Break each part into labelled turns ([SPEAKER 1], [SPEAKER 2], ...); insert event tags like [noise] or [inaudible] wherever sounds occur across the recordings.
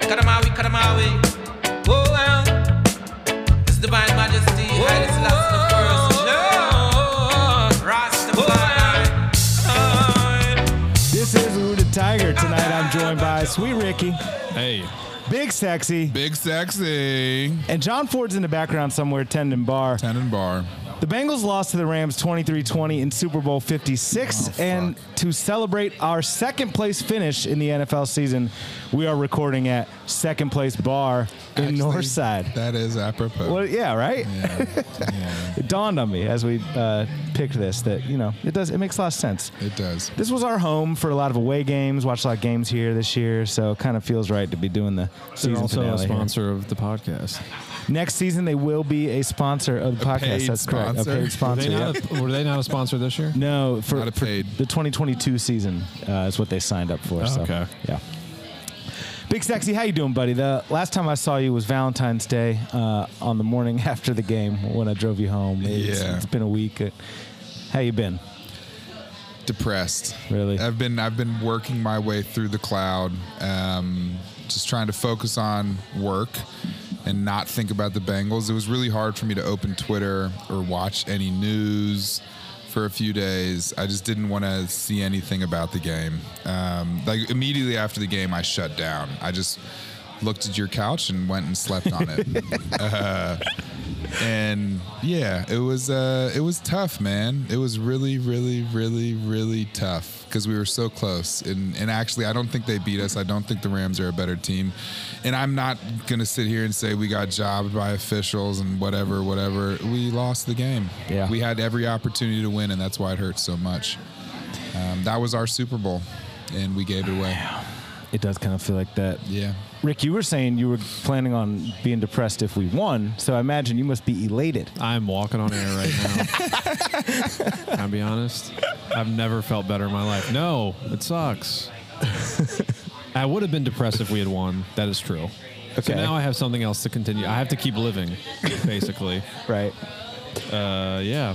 [SPEAKER 1] out of my way. Oh, well. His Divine Majesty, oh, Haile Selassie the First. Lord, Rastafari. Oh,
[SPEAKER 2] This is Who the Tiger. Tonight I'm joined by Sweet Ricky,
[SPEAKER 3] Hey,
[SPEAKER 2] Big Sexy,
[SPEAKER 3] big sexy.
[SPEAKER 2] and John Ford's in the background somewhere tending bar.
[SPEAKER 3] Tenon bar.
[SPEAKER 2] The Bengals lost to the Rams 23-20 in Super Bowl 56
[SPEAKER 3] Oh,
[SPEAKER 2] and to celebrate our second place finish in the NFL season, we are recording at second place bar in
[SPEAKER 3] Actually,
[SPEAKER 2] Northside.
[SPEAKER 3] That is apropos.
[SPEAKER 2] Well, yeah, right?
[SPEAKER 3] Yeah, yeah,
[SPEAKER 2] [laughs] It dawned on me as we uh, picked this that, you know, it does it makes a lot of sense.
[SPEAKER 3] it does.
[SPEAKER 2] This was our home for a lot of away games. Watched a lot of games here this year, so it kind of feels right to be doing the
[SPEAKER 4] They're
[SPEAKER 2] season
[SPEAKER 4] also a
[SPEAKER 2] finale. here.
[SPEAKER 4] sponsor of the podcast.
[SPEAKER 2] Next season, they will be a sponsor of the
[SPEAKER 3] A
[SPEAKER 2] podcast.
[SPEAKER 3] paid
[SPEAKER 2] That's correct.
[SPEAKER 3] sponsor.
[SPEAKER 2] A paid
[SPEAKER 4] Were
[SPEAKER 2] sponsor.
[SPEAKER 4] they,
[SPEAKER 2] yeah.
[SPEAKER 4] not a, were they not a sponsor this year?
[SPEAKER 2] no, for,
[SPEAKER 3] Not a
[SPEAKER 2] for
[SPEAKER 3] paid.
[SPEAKER 2] the 2022 season uh, is what they signed up for. so,
[SPEAKER 4] okay.
[SPEAKER 2] Yeah. Big sexy, how you doing, buddy? The last time I saw you was Valentine's Day uh, on the morning [laughs] after the game when I drove you home. It's-
[SPEAKER 3] Yeah.
[SPEAKER 2] it's been a week. How you been?
[SPEAKER 3] Depressed.
[SPEAKER 2] Really?
[SPEAKER 3] I've been I've been working my way through the cloud. Um, just trying to focus on work and not think about the Bengals. It was really hard for me to open Twitter or watch any news for a few days. I just didn't want to see anything about the game. Um, like immediately after the game, I shut down. I just looked at your couch and went and slept on it. and yeah, it was uh, it was tough, man. It was really, really, really, really tough because we were so close. And and actually, I don't think they beat us. I don't think the Rams are a better team. And I'm not gonna sit here and say we got jobbed by officials and whatever, whatever. We lost the game.
[SPEAKER 2] Yeah.
[SPEAKER 3] we had every opportunity to win, and that's why it hurts so much. Um, that was our Super Bowl, and we gave it away.
[SPEAKER 2] It does kind of feel like that.
[SPEAKER 3] Yeah.
[SPEAKER 2] Rick, you were saying you were planning on being depressed if we won, so I imagine you must be elated.
[SPEAKER 4] I'm walking on air right
[SPEAKER 2] [laughs]
[SPEAKER 4] now. Can I be honest? I've never felt better in my life. No, it sucks. I would have been depressed if we had won. That is true.
[SPEAKER 2] Okay.
[SPEAKER 4] So now I have something else to continue. I have to keep living, basically.
[SPEAKER 2] Right.
[SPEAKER 4] Uh, yeah.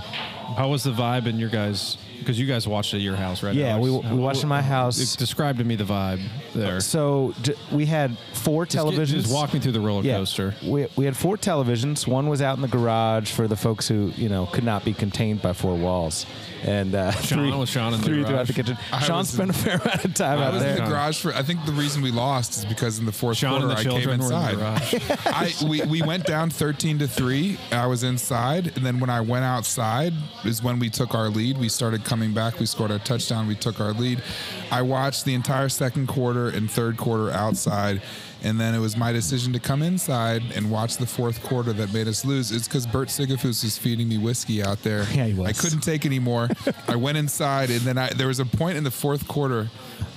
[SPEAKER 4] How was the vibe in your guys? Because you guys watched it at your house, right?
[SPEAKER 2] Yeah,
[SPEAKER 4] Alex?
[SPEAKER 2] we- we watched it at my house.
[SPEAKER 4] Describe to me the vibe there.
[SPEAKER 2] So d- we had four
[SPEAKER 4] Just get-
[SPEAKER 2] televisions.
[SPEAKER 4] Just walk me through the roller
[SPEAKER 2] yeah.
[SPEAKER 4] coaster.
[SPEAKER 2] We, we had four televisions. One was out in the garage for the folks who, you know, could not be contained by four walls. And uh, three,
[SPEAKER 4] was Sean in the
[SPEAKER 2] three throughout
[SPEAKER 4] garage.
[SPEAKER 2] the kitchen.
[SPEAKER 3] I
[SPEAKER 2] Sean
[SPEAKER 3] was
[SPEAKER 2] spent
[SPEAKER 3] in-
[SPEAKER 2] a fair amount of time
[SPEAKER 3] I
[SPEAKER 2] out
[SPEAKER 3] was in
[SPEAKER 2] there.
[SPEAKER 3] the garage for. I think the reason we lost is because in the fourth
[SPEAKER 4] Sean and
[SPEAKER 3] quarter
[SPEAKER 4] the
[SPEAKER 3] I came
[SPEAKER 4] children were in the
[SPEAKER 3] inside. I we, we went down thirteen to three. I was inside, and then when I went outside is when we took our lead. We started coming back. We scored our touchdown. We took our lead. I watched the entire second quarter and third quarter outside, and then it was my decision to come inside and watch the fourth quarter that made us lose. It's because Bert Sigafoos was feeding me whiskey out there.
[SPEAKER 2] Yeah, he was.
[SPEAKER 3] I couldn't
[SPEAKER 2] [laughs]
[SPEAKER 3] take anymore. I went inside, and then I, there was a point in the fourth quarter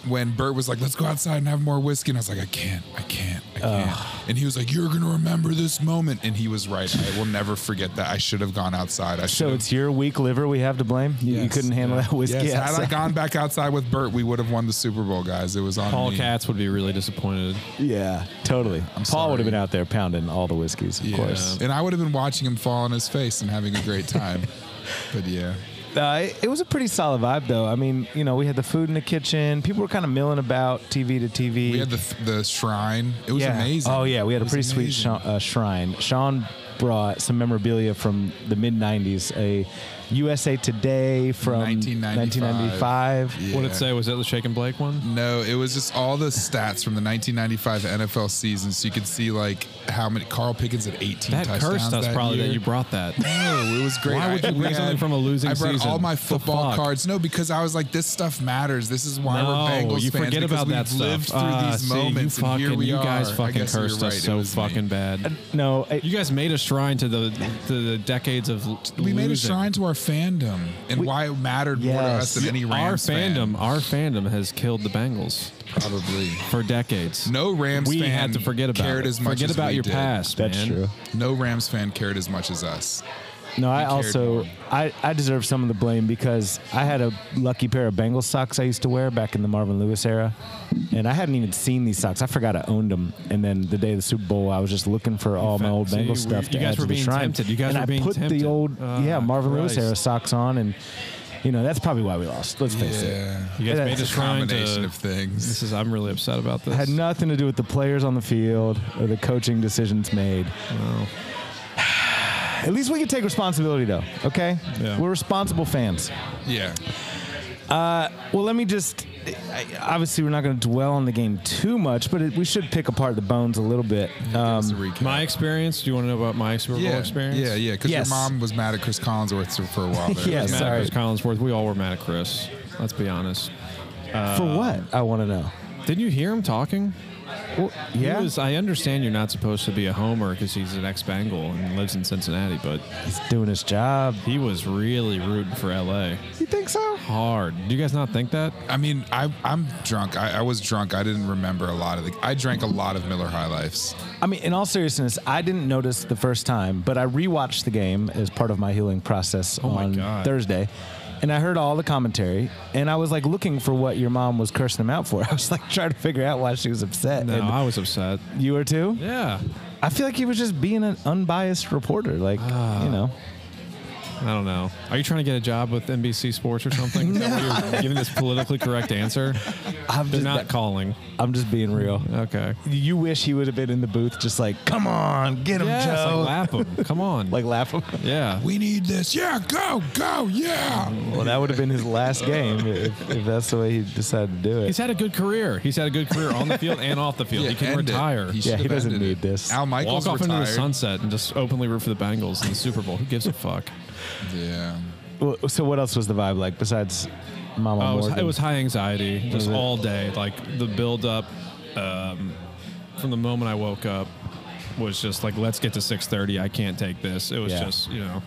[SPEAKER 3] when Bert was like, "Let's go outside and have more whiskey," and I was like, "I can't, I can't, I can't." And he was like, "You're gonna remember this moment," and he was right. I will never forget that. I should have gone outside. I should.
[SPEAKER 2] So
[SPEAKER 3] have-
[SPEAKER 2] it's your weak liver we have to blame? You, you
[SPEAKER 3] Yes.
[SPEAKER 2] couldn't handle that whiskey
[SPEAKER 3] yes. Had I
[SPEAKER 2] outside?
[SPEAKER 3] gone back outside with Bert, we would have won the Super Bowl, guys. It was on
[SPEAKER 4] Paul
[SPEAKER 3] me.
[SPEAKER 4] Katz would be really disappointed.
[SPEAKER 2] [laughs] Yeah, totally. Paul
[SPEAKER 3] sorry.
[SPEAKER 2] would have been out there pounding all the whiskeys, of
[SPEAKER 3] Yeah.
[SPEAKER 2] course.
[SPEAKER 3] And I would have been watching him fall on his face and having a great
[SPEAKER 2] [laughs]
[SPEAKER 3] time. but yeah.
[SPEAKER 2] Uh, it, it was a pretty solid vibe, though. I mean, you know, we had the food in the kitchen. People were kind of milling about TV to TV.
[SPEAKER 3] We had the the shrine. It was
[SPEAKER 2] yeah.
[SPEAKER 3] amazing.
[SPEAKER 2] Oh, yeah. We had
[SPEAKER 3] It
[SPEAKER 2] a
[SPEAKER 3] was
[SPEAKER 2] pretty sweet sh-
[SPEAKER 3] amazing.
[SPEAKER 2] uh, shrine. Sean brought some memorabilia from the mid 90s, a USA Today from
[SPEAKER 3] 1995.
[SPEAKER 2] 1995.
[SPEAKER 4] What did
[SPEAKER 3] Yeah. Mm,
[SPEAKER 4] it say? Was that the Shake and Blake one?
[SPEAKER 3] No, it was just all the stats from the 1995 NFL season, so you could see like how many Carl Pickens had 18
[SPEAKER 4] That
[SPEAKER 3] touchdowns
[SPEAKER 4] cursed us
[SPEAKER 3] that
[SPEAKER 4] probably
[SPEAKER 3] year.
[SPEAKER 4] that you
[SPEAKER 3] [laughs]
[SPEAKER 4] brought that.
[SPEAKER 3] No, it was great.
[SPEAKER 4] Why would
[SPEAKER 3] I-
[SPEAKER 4] you
[SPEAKER 3] we
[SPEAKER 4] bring something
[SPEAKER 3] had-
[SPEAKER 4] from a losing
[SPEAKER 3] I brought
[SPEAKER 4] season?
[SPEAKER 3] all my
[SPEAKER 4] The
[SPEAKER 3] football
[SPEAKER 4] fuck?
[SPEAKER 3] cards. No, because I was like, this stuff matters. This is why
[SPEAKER 4] no,
[SPEAKER 3] we're Bengals
[SPEAKER 4] you
[SPEAKER 3] fans.
[SPEAKER 4] forget
[SPEAKER 3] because
[SPEAKER 4] about
[SPEAKER 3] we've
[SPEAKER 4] that stuff.
[SPEAKER 3] lived through
[SPEAKER 4] Ah,
[SPEAKER 3] these
[SPEAKER 4] see,
[SPEAKER 3] moments,
[SPEAKER 4] you
[SPEAKER 3] and
[SPEAKER 4] fucking,
[SPEAKER 3] here we
[SPEAKER 4] you
[SPEAKER 3] are.
[SPEAKER 4] guys
[SPEAKER 3] I
[SPEAKER 4] fucking
[SPEAKER 3] guess you're
[SPEAKER 4] cursed
[SPEAKER 3] right.
[SPEAKER 4] us
[SPEAKER 3] It
[SPEAKER 4] so
[SPEAKER 3] was me.
[SPEAKER 4] fucking bad.
[SPEAKER 2] No, it,
[SPEAKER 4] You guys made a shrine to the to the decades of l-
[SPEAKER 3] We made a
[SPEAKER 4] losing.
[SPEAKER 3] shrine to our fandom and why it mattered more to
[SPEAKER 2] Yes.
[SPEAKER 3] us than any
[SPEAKER 4] Our
[SPEAKER 3] Rams fan.
[SPEAKER 4] fandom, our fandom has killed the Bengals
[SPEAKER 3] probably.
[SPEAKER 4] for decades.
[SPEAKER 3] No Rams
[SPEAKER 4] we
[SPEAKER 3] fan
[SPEAKER 4] had to forget about
[SPEAKER 3] cared
[SPEAKER 4] it.
[SPEAKER 3] as much
[SPEAKER 4] forget
[SPEAKER 3] as
[SPEAKER 4] about
[SPEAKER 3] we
[SPEAKER 4] your
[SPEAKER 3] did.
[SPEAKER 4] past.
[SPEAKER 2] that's
[SPEAKER 4] man.
[SPEAKER 2] true.
[SPEAKER 3] No Rams fan cared as much as us.
[SPEAKER 2] No, I
[SPEAKER 3] cared
[SPEAKER 2] also
[SPEAKER 3] more.
[SPEAKER 2] I, I deserve some of the blame because I had a lucky pair of Bengal socks I used to wear back in the Marvin Lewis era, and I hadn't even seen these socks. I forgot I owned them, and then the day of the Super Bowl, I was just looking for all my
[SPEAKER 4] fact,
[SPEAKER 2] old
[SPEAKER 4] so
[SPEAKER 2] Bengal
[SPEAKER 4] you-
[SPEAKER 2] stuff
[SPEAKER 4] you
[SPEAKER 2] to
[SPEAKER 4] guys
[SPEAKER 2] add
[SPEAKER 4] were
[SPEAKER 2] to the
[SPEAKER 4] being
[SPEAKER 2] shrine.
[SPEAKER 4] tempted. You guys
[SPEAKER 2] and
[SPEAKER 4] were
[SPEAKER 2] I
[SPEAKER 4] being
[SPEAKER 2] put the
[SPEAKER 4] tempted.
[SPEAKER 2] old
[SPEAKER 4] Ah,
[SPEAKER 2] yeah Marvin Lewis
[SPEAKER 4] Christ.
[SPEAKER 2] era socks on, and You know, that's probably why we lost. Let's face it.
[SPEAKER 3] Yeah.
[SPEAKER 4] You guys
[SPEAKER 2] That's
[SPEAKER 4] made
[SPEAKER 2] a
[SPEAKER 4] us trying
[SPEAKER 3] Combination
[SPEAKER 4] to.
[SPEAKER 3] of things. [laughs]
[SPEAKER 4] This is. I'm really upset about this.
[SPEAKER 2] Had nothing to do with the players on the field or the coaching decisions made.
[SPEAKER 4] No.
[SPEAKER 2] [sighs] At least we can take responsibility, though. Okay,
[SPEAKER 4] Yeah.
[SPEAKER 2] we're responsible fans.
[SPEAKER 3] Yeah.
[SPEAKER 2] Well, let me just. I, obviously, we're not going to dwell on the game too much, but it, we should pick apart the bones a little bit. Um,
[SPEAKER 3] It's a recap.
[SPEAKER 4] My experience. Do you want to know about my Super Bowl
[SPEAKER 3] yeah.
[SPEAKER 4] experience?
[SPEAKER 3] Yeah, yeah. Because
[SPEAKER 2] Yes.
[SPEAKER 3] your mom was mad at Chris Collinsworth for a while.
[SPEAKER 4] [laughs]
[SPEAKER 3] There.
[SPEAKER 2] Yeah,
[SPEAKER 4] Mad
[SPEAKER 2] sorry.
[SPEAKER 4] at Chris Collinsworth. We all were mad at Chris. Let's be honest.
[SPEAKER 2] for what? Um, I want to know.
[SPEAKER 4] Didn't you hear him talking?
[SPEAKER 2] Well,
[SPEAKER 4] He
[SPEAKER 2] yeah,
[SPEAKER 4] was- I understand you're not supposed to be a homer because he's an ex-Bengal and lives in Cincinnati, but
[SPEAKER 2] he's doing his job.
[SPEAKER 4] he was really rooting for LA
[SPEAKER 2] You think so?
[SPEAKER 4] hard. Do you guys not think that?
[SPEAKER 3] I mean, I, I'm drunk. I, I was drunk. I didn't remember a lot of the. I drank a lot of Miller High Lifes.
[SPEAKER 2] I mean, in all seriousness, I didn't notice the first time, but I rewatched the game as part of my healing process
[SPEAKER 4] Oh my
[SPEAKER 2] on
[SPEAKER 4] God.
[SPEAKER 2] Thursday. And I heard all the commentary, and I was like looking for what your mom was cursing him out for. [laughs] I was like trying to figure out why she was upset.
[SPEAKER 4] No,
[SPEAKER 2] and
[SPEAKER 4] I was upset.
[SPEAKER 2] you were too?
[SPEAKER 4] Yeah,
[SPEAKER 2] I feel like he was just being an unbiased reporter. Like,
[SPEAKER 4] Ah.
[SPEAKER 2] you know.
[SPEAKER 4] I don't know. Are you trying to get a job with NBC Sports or something? Is that why
[SPEAKER 2] [laughs]
[SPEAKER 4] you're giving this politically correct answer?
[SPEAKER 2] I'm
[SPEAKER 4] They're
[SPEAKER 2] just,
[SPEAKER 4] not calling.
[SPEAKER 2] I'm just being real.
[SPEAKER 4] Okay.
[SPEAKER 2] You wish he would have been in the booth just like, come on, get him,
[SPEAKER 4] Yes,
[SPEAKER 2] Joe.
[SPEAKER 4] like lap him. Come
[SPEAKER 2] [laughs]
[SPEAKER 4] on.
[SPEAKER 2] Like, laugh him.
[SPEAKER 4] yeah.
[SPEAKER 3] We need this. Yeah, go, go, yeah.
[SPEAKER 2] Well, that would have been his last game if, if that's the way he decided to do
[SPEAKER 4] He's
[SPEAKER 2] it.
[SPEAKER 4] had a good career. He's had a good career on the field and off the field.
[SPEAKER 3] Yeah,
[SPEAKER 4] he can
[SPEAKER 3] end it.
[SPEAKER 4] retire.
[SPEAKER 3] He should
[SPEAKER 2] he
[SPEAKER 3] have
[SPEAKER 2] doesn't
[SPEAKER 3] ended
[SPEAKER 2] need
[SPEAKER 3] it.
[SPEAKER 2] this.
[SPEAKER 3] Al Michaels
[SPEAKER 4] Walk off into
[SPEAKER 3] retired.
[SPEAKER 4] the sunset and just openly root for the Bengals in the Super Bowl. Who gives a fuck?
[SPEAKER 3] Yeah.
[SPEAKER 2] Well, so, what else was the vibe like besides Mama
[SPEAKER 4] Oh, it, was,
[SPEAKER 2] Morgan?
[SPEAKER 4] it was high anxiety just
[SPEAKER 2] it?
[SPEAKER 4] all day. Like the build up um, from the moment I woke up was just like, let's get to 6:30. I can't take this. It was
[SPEAKER 2] Yeah.
[SPEAKER 4] just you know,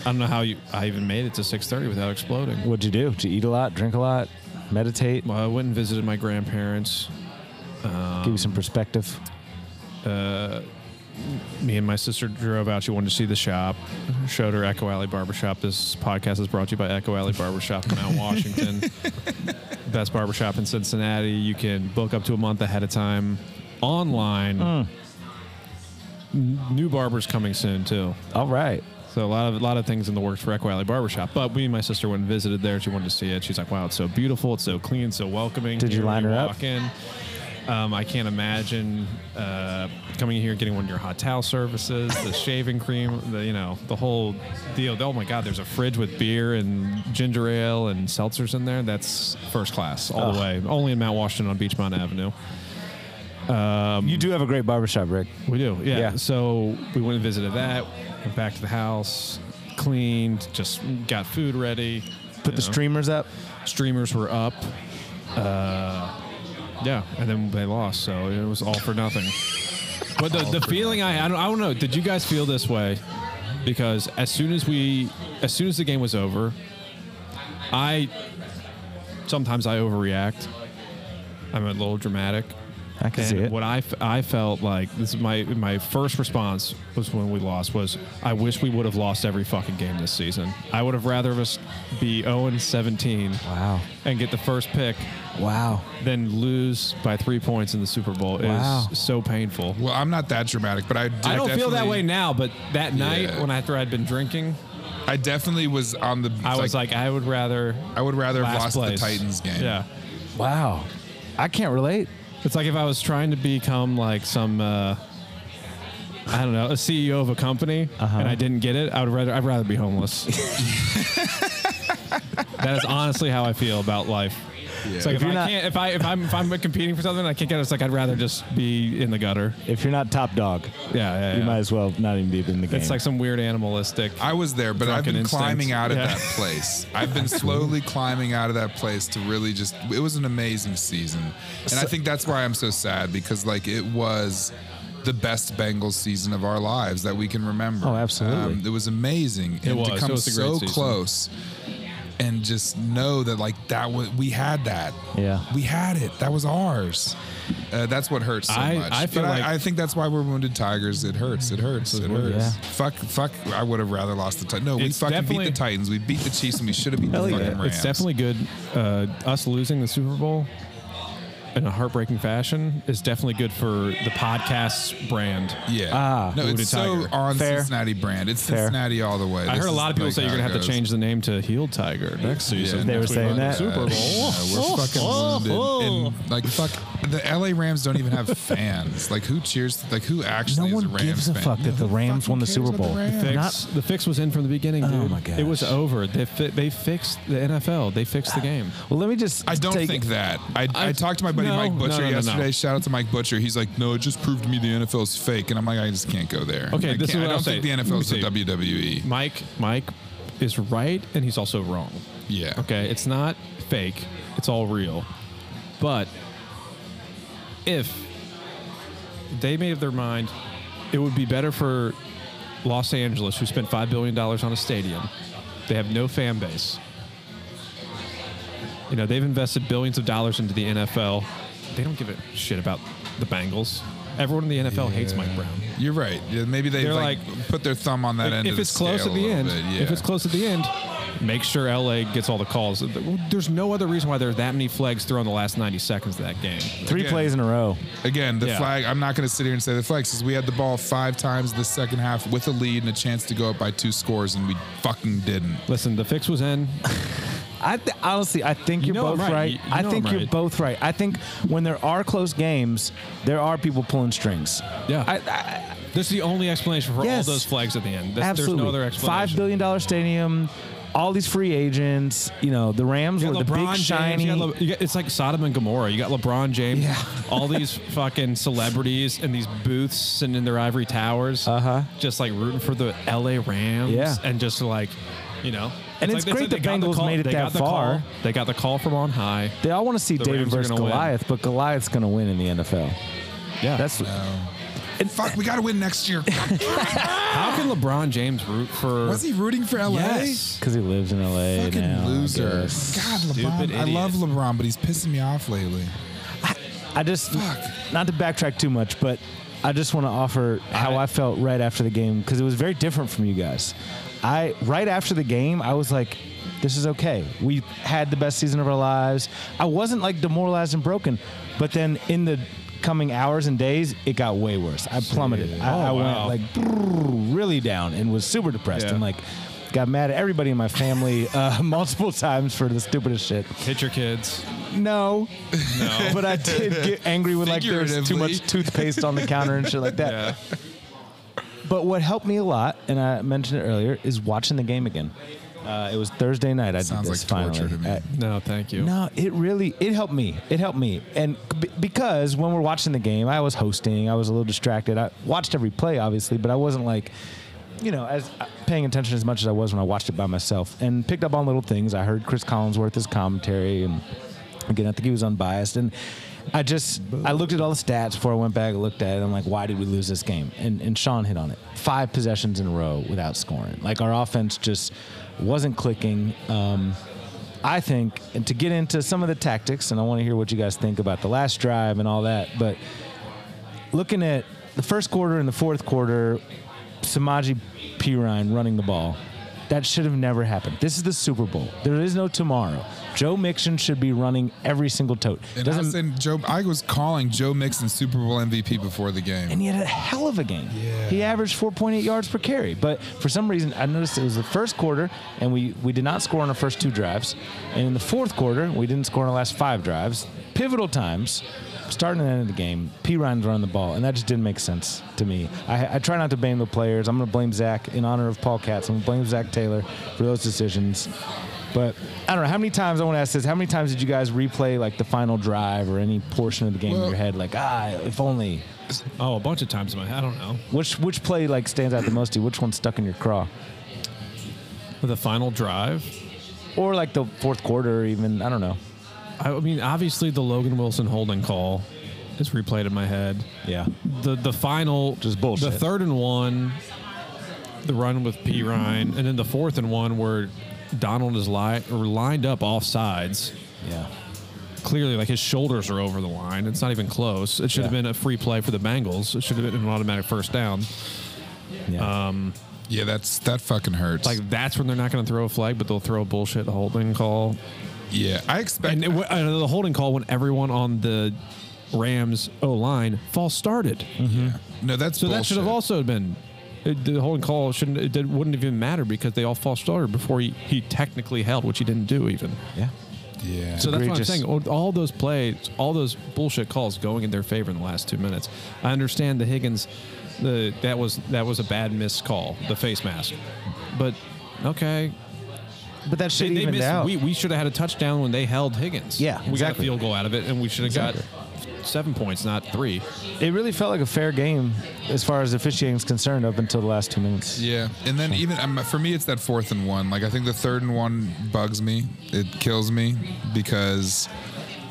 [SPEAKER 4] I don't know how you I even made it to 6:30 without exploding.
[SPEAKER 2] What'd you do? Did you eat a lot, drink a lot, meditate,
[SPEAKER 4] Well, I went and visited my grandparents.
[SPEAKER 2] give you some perspective?
[SPEAKER 4] Me and my sister drove out. She wanted to see the shop. Showed her Echo Alley Barbershop. This podcast is brought to you by Echo Alley Barbershop in Mount Washington. Best barbershop in Cincinnati. You can book up to a month ahead of time online. N- New barbers coming soon too.
[SPEAKER 2] All right.
[SPEAKER 4] So a lot of a lot of things in the works for Echo Alley Barbershop. But we and my sister went and visited there. She wanted to see it. She's like, wow, it's so beautiful. It's so clean. So welcoming.
[SPEAKER 2] Did you
[SPEAKER 4] Here
[SPEAKER 2] line
[SPEAKER 4] we
[SPEAKER 2] her up?
[SPEAKER 4] walk in. Um, I can't imagine uh, coming here and getting one of your hot towel services, the shaving cream, the you know the whole deal. Oh my God, there's a fridge with beer and ginger ale and seltzers in there. That's first class all the way. Only in Mount Washington on Beachmont Avenue.
[SPEAKER 2] You do have a great barbershop, Rick.
[SPEAKER 4] We do, yeah.
[SPEAKER 2] Yeah.
[SPEAKER 4] So we went and visited that. Went back to the house, cleaned, just got food ready.
[SPEAKER 2] Put
[SPEAKER 4] you
[SPEAKER 2] the
[SPEAKER 4] know.
[SPEAKER 2] streamers up.
[SPEAKER 4] streamers were up. Uh, yeah, and then they lost, so it was all for nothing. but the, the feeling I I don't, I don't know. Did you guys feel this way? Because as soon as we as soon as the game was over, I sometimes I overreact. I'm a little dramatic.
[SPEAKER 2] I can see
[SPEAKER 4] And
[SPEAKER 2] it.
[SPEAKER 4] what I, f- I felt like this is my my first response was when we lost was I wish we would have lost every fucking game this season. I would have rather us be 0 and 17
[SPEAKER 2] Wow.
[SPEAKER 4] and get the first pick
[SPEAKER 2] Wow.
[SPEAKER 4] than lose by 3 points in the Super Bowl. It
[SPEAKER 2] Wow.
[SPEAKER 4] was so painful.
[SPEAKER 3] Well, I'm not that dramatic, but I. did
[SPEAKER 4] I don't feel that
[SPEAKER 3] definitely-
[SPEAKER 4] way now, but that night
[SPEAKER 3] Yeah.
[SPEAKER 4] when after I'd been drinking,
[SPEAKER 3] I definitely was on the.
[SPEAKER 4] I was like, I would rather
[SPEAKER 3] I would rather have lost
[SPEAKER 4] last place.
[SPEAKER 3] the Titans game.
[SPEAKER 4] Yeah.
[SPEAKER 2] Wow. I can't relate.
[SPEAKER 4] It's like if I was trying to become like some, uh, I don't know, a CEO of a company,
[SPEAKER 2] Uh-huh.
[SPEAKER 4] and I didn't get it. I would rather I'd rather
[SPEAKER 2] [laughs]
[SPEAKER 4] be homeless. that is honestly how I feel about life. It's like
[SPEAKER 2] If
[SPEAKER 4] if,
[SPEAKER 2] you're
[SPEAKER 4] I
[SPEAKER 2] not-
[SPEAKER 4] can't, if I if I'm if I'm competing for something, and I can't get it. It's like I'd rather just be in the gutter.
[SPEAKER 2] If you're not top dog,
[SPEAKER 4] Yeah, yeah.
[SPEAKER 2] you
[SPEAKER 4] yeah.
[SPEAKER 2] might as well not even be in the game.
[SPEAKER 4] It's like some weird animalistic.
[SPEAKER 3] I was there, but I've
[SPEAKER 4] Drunken
[SPEAKER 3] been
[SPEAKER 4] instincts.
[SPEAKER 3] climbing out of
[SPEAKER 4] Yeah.
[SPEAKER 3] that
[SPEAKER 4] [laughs]
[SPEAKER 3] place. I've been slowly climbing out of that place to really just. It was an amazing season, and I think that's why I'm so sad because like it was the best Bengals season of our lives that we can remember. Um,
[SPEAKER 2] Oh, absolutely.
[SPEAKER 3] it was amazing. and
[SPEAKER 4] was. It
[SPEAKER 3] To come
[SPEAKER 4] was a great
[SPEAKER 3] so
[SPEAKER 4] season.
[SPEAKER 3] close. And just know that, like that, was, we had that.
[SPEAKER 2] Yeah.
[SPEAKER 3] we had it. That was ours. Uh, that's what hurts so
[SPEAKER 4] I-
[SPEAKER 3] much.
[SPEAKER 4] I feel
[SPEAKER 3] but
[SPEAKER 4] like-
[SPEAKER 3] I, I think that's why we're wounded tigers. It hurts. It hurts. It hurts.
[SPEAKER 2] Yeah.
[SPEAKER 3] Fuck, fuck. I would have rather lost the Titans. No,
[SPEAKER 4] It's
[SPEAKER 3] we fucking beat
[SPEAKER 4] definitely-
[SPEAKER 3] the Titans. We beat the Chiefs, and we should have beat the
[SPEAKER 2] Hell
[SPEAKER 3] fucking
[SPEAKER 2] yeah.
[SPEAKER 3] Rams.
[SPEAKER 4] It's definitely good. Uh, us losing the Super Bowl in a heartbreaking fashion is definitely good for the podcast's brand.
[SPEAKER 3] Yeah.
[SPEAKER 2] Ah,
[SPEAKER 3] no,
[SPEAKER 4] Hooded
[SPEAKER 3] it's so
[SPEAKER 4] Tiger.
[SPEAKER 3] on
[SPEAKER 2] Fair.
[SPEAKER 3] Cincinnati brand. It's
[SPEAKER 2] Fair.
[SPEAKER 3] Cincinnati all the way.
[SPEAKER 4] I
[SPEAKER 3] This
[SPEAKER 4] heard a
[SPEAKER 3] is
[SPEAKER 4] lot of people
[SPEAKER 3] like
[SPEAKER 4] say you're
[SPEAKER 3] how
[SPEAKER 4] gonna
[SPEAKER 3] it
[SPEAKER 4] have to
[SPEAKER 3] goes.
[SPEAKER 4] change the name to Healed Tiger next season.
[SPEAKER 3] Yeah,
[SPEAKER 2] They were
[SPEAKER 4] Next week
[SPEAKER 2] saying
[SPEAKER 4] on the
[SPEAKER 2] that?
[SPEAKER 4] Super Bowl.
[SPEAKER 3] Yeah,
[SPEAKER 4] oh,
[SPEAKER 3] we're fucking wounded. And like fuck the LA Rams don't
[SPEAKER 4] [laughs]
[SPEAKER 3] even have fans. Like who cheers like who
[SPEAKER 2] No
[SPEAKER 3] actually is a
[SPEAKER 2] one
[SPEAKER 3] Rams
[SPEAKER 2] gives a
[SPEAKER 3] fan?
[SPEAKER 2] fuck that the Rams won the
[SPEAKER 3] cares
[SPEAKER 2] Super
[SPEAKER 3] about the
[SPEAKER 2] Bowl.
[SPEAKER 3] Rams?
[SPEAKER 4] Fix-
[SPEAKER 2] Not-
[SPEAKER 4] the fix was in from the beginning, dude.
[SPEAKER 2] Oh my
[SPEAKER 4] It was
[SPEAKER 2] gosh.
[SPEAKER 4] over. They fi- they fixed the NFL. They fixed the game.
[SPEAKER 2] Well, let me just.
[SPEAKER 3] I don't
[SPEAKER 2] take-
[SPEAKER 3] think that. I, I,
[SPEAKER 4] I-
[SPEAKER 3] talked to my buddy
[SPEAKER 4] No,
[SPEAKER 3] Mike
[SPEAKER 4] no,
[SPEAKER 3] Butcher
[SPEAKER 4] no, no, no.
[SPEAKER 3] yesterday. Shout out to Mike Butcher. He's like, no, it just proved to me the NFL is fake, and I'm like, I just can't go there.
[SPEAKER 4] Okay,
[SPEAKER 3] I
[SPEAKER 4] this is
[SPEAKER 3] can't- I
[SPEAKER 4] what I'll
[SPEAKER 3] don't
[SPEAKER 4] say.
[SPEAKER 3] think the NFL is the E.
[SPEAKER 4] Let me
[SPEAKER 3] WWE.
[SPEAKER 4] Mike Mike is right and he's also wrong.
[SPEAKER 3] Yeah.
[SPEAKER 4] Okay, it's not fake. It's all real. But if they made up their mind, it would be better for Los Angeles, who spent five billion dollars on a stadium. They have no fan base. You know, they've invested billions of dollars into the NFL. They don't give a shit about the Bengals. Everyone in the NFL hates Mike Brown.
[SPEAKER 3] You're right. Yeah, maybe they
[SPEAKER 4] They're
[SPEAKER 3] like,
[SPEAKER 4] like-
[SPEAKER 3] put their thumb on that
[SPEAKER 4] Like,
[SPEAKER 3] end.
[SPEAKER 4] if
[SPEAKER 3] of the
[SPEAKER 4] it's close
[SPEAKER 3] scale
[SPEAKER 4] at
[SPEAKER 3] a
[SPEAKER 4] the
[SPEAKER 3] little
[SPEAKER 4] end,
[SPEAKER 3] bit, yeah.
[SPEAKER 4] if it's close at the end, make sure LA gets all the calls. There's no other reason why there are that many flags thrown in the last 90 seconds of that game.
[SPEAKER 2] Three
[SPEAKER 3] Again.
[SPEAKER 2] plays in a row.
[SPEAKER 3] Again, the
[SPEAKER 4] Yeah.
[SPEAKER 3] flag. I'm not going to sit here and say the flag says we had the ball five times the second half with a lead and a chance to go up by two scores, and we fucking didn't.
[SPEAKER 4] Listen, the fix was in.
[SPEAKER 2] I th- honestly, I think
[SPEAKER 4] You
[SPEAKER 2] you're
[SPEAKER 4] know I'm
[SPEAKER 2] both
[SPEAKER 4] right.
[SPEAKER 2] right.
[SPEAKER 4] You- you
[SPEAKER 2] I
[SPEAKER 4] know
[SPEAKER 2] think
[SPEAKER 4] I'm
[SPEAKER 2] you're
[SPEAKER 4] right.
[SPEAKER 2] both right. I think when there are close games, there are people pulling strings.
[SPEAKER 4] Yeah.
[SPEAKER 2] I, I,
[SPEAKER 4] This is the only explanation for
[SPEAKER 2] Yes.
[SPEAKER 4] all those flags at the end. That's-
[SPEAKER 2] absolutely.
[SPEAKER 4] There's no other
[SPEAKER 2] Five
[SPEAKER 4] explanation.
[SPEAKER 2] billion dollar stadium, all these free agents. You know, the Rams
[SPEAKER 4] You
[SPEAKER 2] were
[SPEAKER 4] got
[SPEAKER 2] the
[SPEAKER 4] LeBron
[SPEAKER 2] big
[SPEAKER 4] James,
[SPEAKER 2] shiny.
[SPEAKER 4] you got Le- you got- it's like Sodom and Gomorrah. You got LeBron James,
[SPEAKER 2] Yeah. [laughs]
[SPEAKER 4] all these fucking celebrities in these booths sitting in their ivory towers, uh-huh. just like rooting for the LA Rams,
[SPEAKER 2] Yeah.
[SPEAKER 4] and just like, you know.
[SPEAKER 2] And it's
[SPEAKER 4] like they
[SPEAKER 2] great
[SPEAKER 4] said, they
[SPEAKER 2] the
[SPEAKER 4] got
[SPEAKER 2] Bengals
[SPEAKER 4] call-
[SPEAKER 2] made it
[SPEAKER 4] they
[SPEAKER 2] that
[SPEAKER 4] got the call-
[SPEAKER 2] far.
[SPEAKER 4] they got the call from on high.
[SPEAKER 2] they all want to see
[SPEAKER 4] The
[SPEAKER 2] David
[SPEAKER 4] Rams are
[SPEAKER 2] versus
[SPEAKER 4] gonna win.
[SPEAKER 2] Goliath, but Goliath's going to win in the NFL.
[SPEAKER 4] Yeah,
[SPEAKER 2] That's
[SPEAKER 3] Fuck, we got to win next
[SPEAKER 4] [laughs]
[SPEAKER 3] year.
[SPEAKER 4] how can LeBron James root for?
[SPEAKER 3] Was he rooting for LA?
[SPEAKER 4] Yes.
[SPEAKER 2] because he lives in LA
[SPEAKER 3] Fucking
[SPEAKER 2] now. I
[SPEAKER 3] loser. God,
[SPEAKER 2] guess.
[SPEAKER 3] LeBron. I
[SPEAKER 4] idiot.
[SPEAKER 3] love LeBron, but he's pissing me off lately.
[SPEAKER 2] I just
[SPEAKER 3] Fuck.
[SPEAKER 2] not to backtrack too much, but I just want to offer how I, felt right after the game because it was very different from you guys. I right after the game, I was like, "This is okay. We had the best season of our lives." I wasn't like demoralized and broken, but then in the coming hours and days, it got way worse. I plummeted. I, I
[SPEAKER 4] Oh, wow.
[SPEAKER 2] went like brrr, really down and was super depressed
[SPEAKER 4] Yeah.
[SPEAKER 2] and like got mad at everybody in my family [laughs] uh, multiple times for the stupidest shit.
[SPEAKER 4] Hit your kids.
[SPEAKER 2] No. No. [laughs] but I did get angry when like there was too much
[SPEAKER 3] Figuratively.
[SPEAKER 2] toothpaste on the counter and shit like that.
[SPEAKER 4] Yeah.
[SPEAKER 2] But what helped me a lot, and I mentioned it earlier, is watching the game again. Uh, it was Thursday night. I
[SPEAKER 3] Sounds
[SPEAKER 2] did this
[SPEAKER 3] like
[SPEAKER 2] finally.
[SPEAKER 3] torture to me.
[SPEAKER 2] Uh,
[SPEAKER 4] No, thank you.
[SPEAKER 2] no, it really it helped me. It helped me, and b- because when we're watching the game, I was hosting. I was a little distracted. I watched every play, obviously, but I wasn't like, you know, as uh, paying attention as much as I was when I watched it by myself, and picked up on little things. I heard Chris Collinsworth's commentary, and again, I think he was unbiased, and. I just I looked at all the stats before I went back. and looked at it. I'm like, why did we lose this game? And and Sean hit on it. Five possessions in a row without scoring. Like our offense just wasn't clicking. Um, I think, and to get into some of the tactics, and I want to hear what you guys think about the last drive and all that, but looking at the first quarter and the fourth quarter, Samaji Pirine running the ball. That should have never happened. This is the Super Bowl. There is no tomorrow. Joe Mixon should be running every single tote.
[SPEAKER 3] And I,
[SPEAKER 2] Doesn't-
[SPEAKER 3] was in Joe, I was calling Joe Mixon Super Bowl MVP before the game.
[SPEAKER 2] and he had a hell of a game.
[SPEAKER 3] Yeah.
[SPEAKER 2] He averaged 4.8 yards per carry, but for some reason I noticed it was the first quarter and we we did not score on our first two drives, and in the fourth quarter we didn't score on our last five drives. Pivotal times, starting and end of the game. P Ryan's running the ball, and that just didn't make sense to me. I, I try not to blame the players. I'm going to blame Zach in honor of Paul Katz. I'm going to blame Zach Taylor for those decisions. But I don't know how many times I want to ask this. How many times did you guys replay like the final drive or any portion of the game in
[SPEAKER 3] Well-
[SPEAKER 2] your head? Like, ah, if only.
[SPEAKER 4] Oh, a bunch of times in my I don't know.
[SPEAKER 2] Which which play like stands out the most to you? Which one stuck in your craw?
[SPEAKER 4] The final drive.
[SPEAKER 2] Or like the fourth quarter, or even I don't know.
[SPEAKER 4] I mean, obviously the Logan Wilson holding call is replayed in my head.
[SPEAKER 2] Yeah.
[SPEAKER 4] The the final
[SPEAKER 2] Just bullshit.
[SPEAKER 4] The third and one, the run with P Ryan, and then the fourth and one where Donald is li- or lined up off sides.
[SPEAKER 2] Yeah.
[SPEAKER 4] Clearly, like his shoulders are over the line. It's not even close. It should have
[SPEAKER 2] Yeah.
[SPEAKER 4] been a free play for the Bengals. It should have been an automatic first down.
[SPEAKER 2] Yeah.
[SPEAKER 3] Yeah, that's that fucking hurts.
[SPEAKER 4] Like that's when they're not going to throw a flag, but they'll throw a bullshit holding call.
[SPEAKER 3] Yeah, I expect.
[SPEAKER 4] And it, wa- uh, the holding call when everyone on the Rams O line false started.
[SPEAKER 3] no, that's
[SPEAKER 4] So that should have
[SPEAKER 3] bullshit.
[SPEAKER 4] also been it, the holding call shouldn't it did, wouldn't have even matter because they all false started before he, he technically held, which he didn't do even.
[SPEAKER 2] Yeah.
[SPEAKER 3] Yeah.
[SPEAKER 4] So that's what I'm
[SPEAKER 2] Egregious.
[SPEAKER 4] saying. All- All those plays, all those bullshit calls going in their favor in the last two minutes. I understand the Higgins, the that was that was a bad missed call, the face mask, but okay,
[SPEAKER 2] But that
[SPEAKER 4] they,
[SPEAKER 2] shit
[SPEAKER 4] they
[SPEAKER 2] evened
[SPEAKER 4] missed.
[SPEAKER 2] out.
[SPEAKER 4] We, we should have had a touchdown when they held Higgins.
[SPEAKER 2] Yeah,
[SPEAKER 4] we got a
[SPEAKER 2] exactly.
[SPEAKER 4] field goal out of it, and we should have got seven points, not three.
[SPEAKER 2] it really felt like a fair game as far as officiating is concerned up until the last two minutes.
[SPEAKER 3] Yeah, and then even um, for me, it's that fourth and one. Like I think the third and one bugs me. It kills me because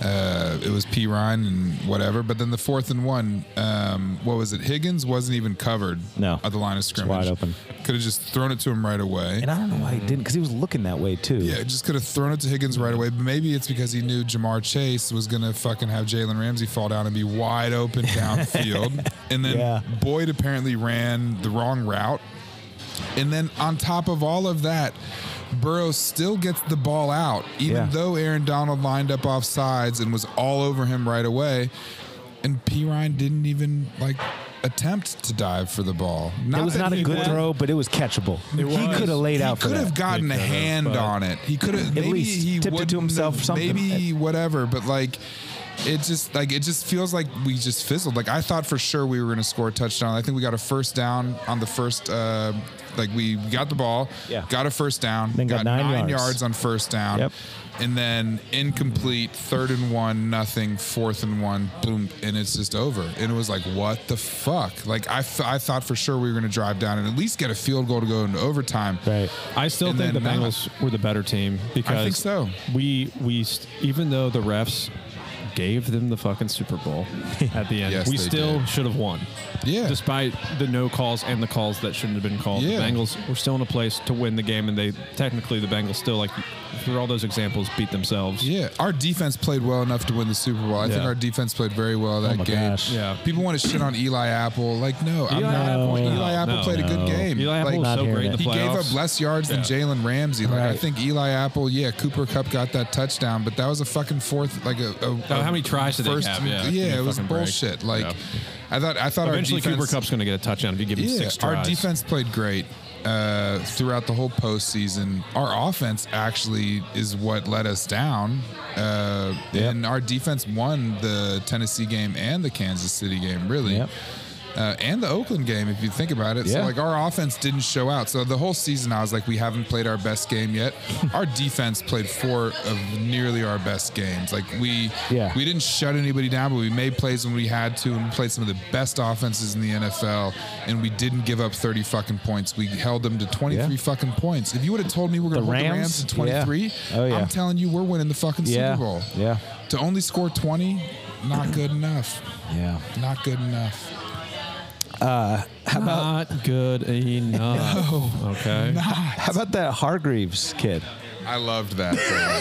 [SPEAKER 3] uh, it was P Ryan and whatever. But then the fourth and one, um, what was it? Higgins wasn't even covered.
[SPEAKER 2] No.
[SPEAKER 3] at the line of scrimmage,
[SPEAKER 2] wide open.
[SPEAKER 3] Could have just thrown it to him right away.
[SPEAKER 2] And I don't know why he didn't, because he was looking that way too.
[SPEAKER 3] Yeah, just could have thrown it to Higgins right away. But maybe it's because he knew Jamar Chase was going to fucking have Jalen Ramsey fall down and be wide
[SPEAKER 2] [laughs]
[SPEAKER 3] open downfield. and then
[SPEAKER 2] Yeah.
[SPEAKER 3] Boyd apparently ran the wrong route. And then on top of all of that, Burrow still gets the ball out, even
[SPEAKER 2] Yeah.
[SPEAKER 3] though Aaron Donald lined up off sides and was all over him right away. And P. Ryan didn't even like attempt to dive for the ball.
[SPEAKER 2] It was
[SPEAKER 3] that
[SPEAKER 2] not a
[SPEAKER 3] he
[SPEAKER 2] good
[SPEAKER 3] won-
[SPEAKER 2] throw, but it was catchable. He
[SPEAKER 4] was.
[SPEAKER 2] could have laid
[SPEAKER 3] he
[SPEAKER 2] out for
[SPEAKER 3] could have
[SPEAKER 2] that.
[SPEAKER 3] gotten a
[SPEAKER 4] They could've,
[SPEAKER 3] hand
[SPEAKER 4] but-
[SPEAKER 3] on it. He could have maybe
[SPEAKER 2] least
[SPEAKER 3] he
[SPEAKER 2] tipped it to
[SPEAKER 3] wouldn't
[SPEAKER 2] himself
[SPEAKER 3] have-
[SPEAKER 2] something.
[SPEAKER 3] Maybe whatever, but like it just like it just feels like we just fizzled. Like I thought for sure we were going to score a touchdown. I think we got a first down on the first. Uh, like we got the ball,
[SPEAKER 2] Yeah.
[SPEAKER 3] got a first down,
[SPEAKER 2] Then got nine yards.
[SPEAKER 3] on first down,
[SPEAKER 2] Yep.
[SPEAKER 3] and then incomplete third and one, nothing, fourth and one, boom, and it's just over. And it was like, what the fuck? Like I, f- I thought for sure we were going to drive down and at least get a field goal to go into overtime.
[SPEAKER 2] Right.
[SPEAKER 4] I still
[SPEAKER 3] And
[SPEAKER 4] think the
[SPEAKER 3] then not.
[SPEAKER 4] Bengals were the better team because
[SPEAKER 3] so.
[SPEAKER 4] We we st- even though the refs gave them the fucking
[SPEAKER 3] [laughs]
[SPEAKER 4] Super Bowl at the end,
[SPEAKER 3] Yes,
[SPEAKER 4] we
[SPEAKER 3] they
[SPEAKER 4] still
[SPEAKER 3] did.
[SPEAKER 4] should have won.
[SPEAKER 3] Yeah.
[SPEAKER 4] Despite the no calls and the calls that shouldn't have been called,
[SPEAKER 3] Yeah.
[SPEAKER 4] the Bengals were still in a place to win the game, and they technically the Bengals still like through all those examples beat themselves.
[SPEAKER 3] Yeah, our defense played well enough to win the Super Bowl. I think
[SPEAKER 4] Yeah. Oh
[SPEAKER 3] our defense played very well that
[SPEAKER 2] my
[SPEAKER 3] game.
[SPEAKER 2] gosh.
[SPEAKER 4] Yeah.
[SPEAKER 3] people want to shit on Eli Apple. Like, no, I'm
[SPEAKER 4] Eli
[SPEAKER 3] not.
[SPEAKER 4] Apple-
[SPEAKER 3] Eli
[SPEAKER 4] no,
[SPEAKER 3] Apple
[SPEAKER 4] no,
[SPEAKER 3] played
[SPEAKER 2] no.
[SPEAKER 3] a good game.
[SPEAKER 4] Eli
[SPEAKER 3] Like,
[SPEAKER 4] Apple was
[SPEAKER 2] Not
[SPEAKER 4] so
[SPEAKER 2] hearing
[SPEAKER 4] great in the
[SPEAKER 2] it.
[SPEAKER 4] playoffs.
[SPEAKER 3] he gave up less yards than
[SPEAKER 4] Yeah.
[SPEAKER 3] Jalen Ramsey. Like I
[SPEAKER 2] Right.
[SPEAKER 3] think Eli Apple, yeah, Cooper Cup got that touchdown, but that was a fucking fourth, like a, a,
[SPEAKER 4] Oh, how many tries did they
[SPEAKER 3] first,
[SPEAKER 4] have? Yeah, give me
[SPEAKER 3] yeah,
[SPEAKER 4] a
[SPEAKER 3] it was
[SPEAKER 4] fucking break.
[SPEAKER 3] bullshit. Like,
[SPEAKER 4] Yeah.
[SPEAKER 3] I thought, I thought
[SPEAKER 4] Eventually,
[SPEAKER 3] our defense,
[SPEAKER 4] Cooper Cup's going to get a touchdown if you give him
[SPEAKER 3] yeah,
[SPEAKER 4] six tries.
[SPEAKER 3] Our defense played great uh, throughout the whole postseason. Our offense actually is what let us down. Uh, And our defense won the Tennessee game and the Kansas City game, really.
[SPEAKER 2] Yep.
[SPEAKER 3] Uh, and the Oakland game, if you think about it. So,
[SPEAKER 2] Yeah.
[SPEAKER 3] like, our offense didn't show out. So, the whole season, I was like, we haven't played our best game yet. our defense played four of nearly our best games. Like, we
[SPEAKER 2] Yeah.
[SPEAKER 3] we didn't shut anybody down, but we made plays when we had to, and we played some of the best offenses in the NFL, and we didn't give up 30 fucking points. We held them to 23
[SPEAKER 2] Yeah.
[SPEAKER 3] fucking points. If you would have told me we're going to
[SPEAKER 2] The
[SPEAKER 3] hold the
[SPEAKER 2] Rams?
[SPEAKER 3] Rams to 23,
[SPEAKER 2] Yeah. Oh, yeah.
[SPEAKER 3] I'm telling you, we're winning the fucking
[SPEAKER 2] Yeah.
[SPEAKER 3] Super Bowl.
[SPEAKER 2] Yeah.
[SPEAKER 3] To only score 20, not good enough.
[SPEAKER 2] Yeah.
[SPEAKER 3] Not good enough.
[SPEAKER 4] not
[SPEAKER 3] [laughs]
[SPEAKER 4] good enough. okay.
[SPEAKER 2] How about that Hargreaves kid?
[SPEAKER 3] I loved that.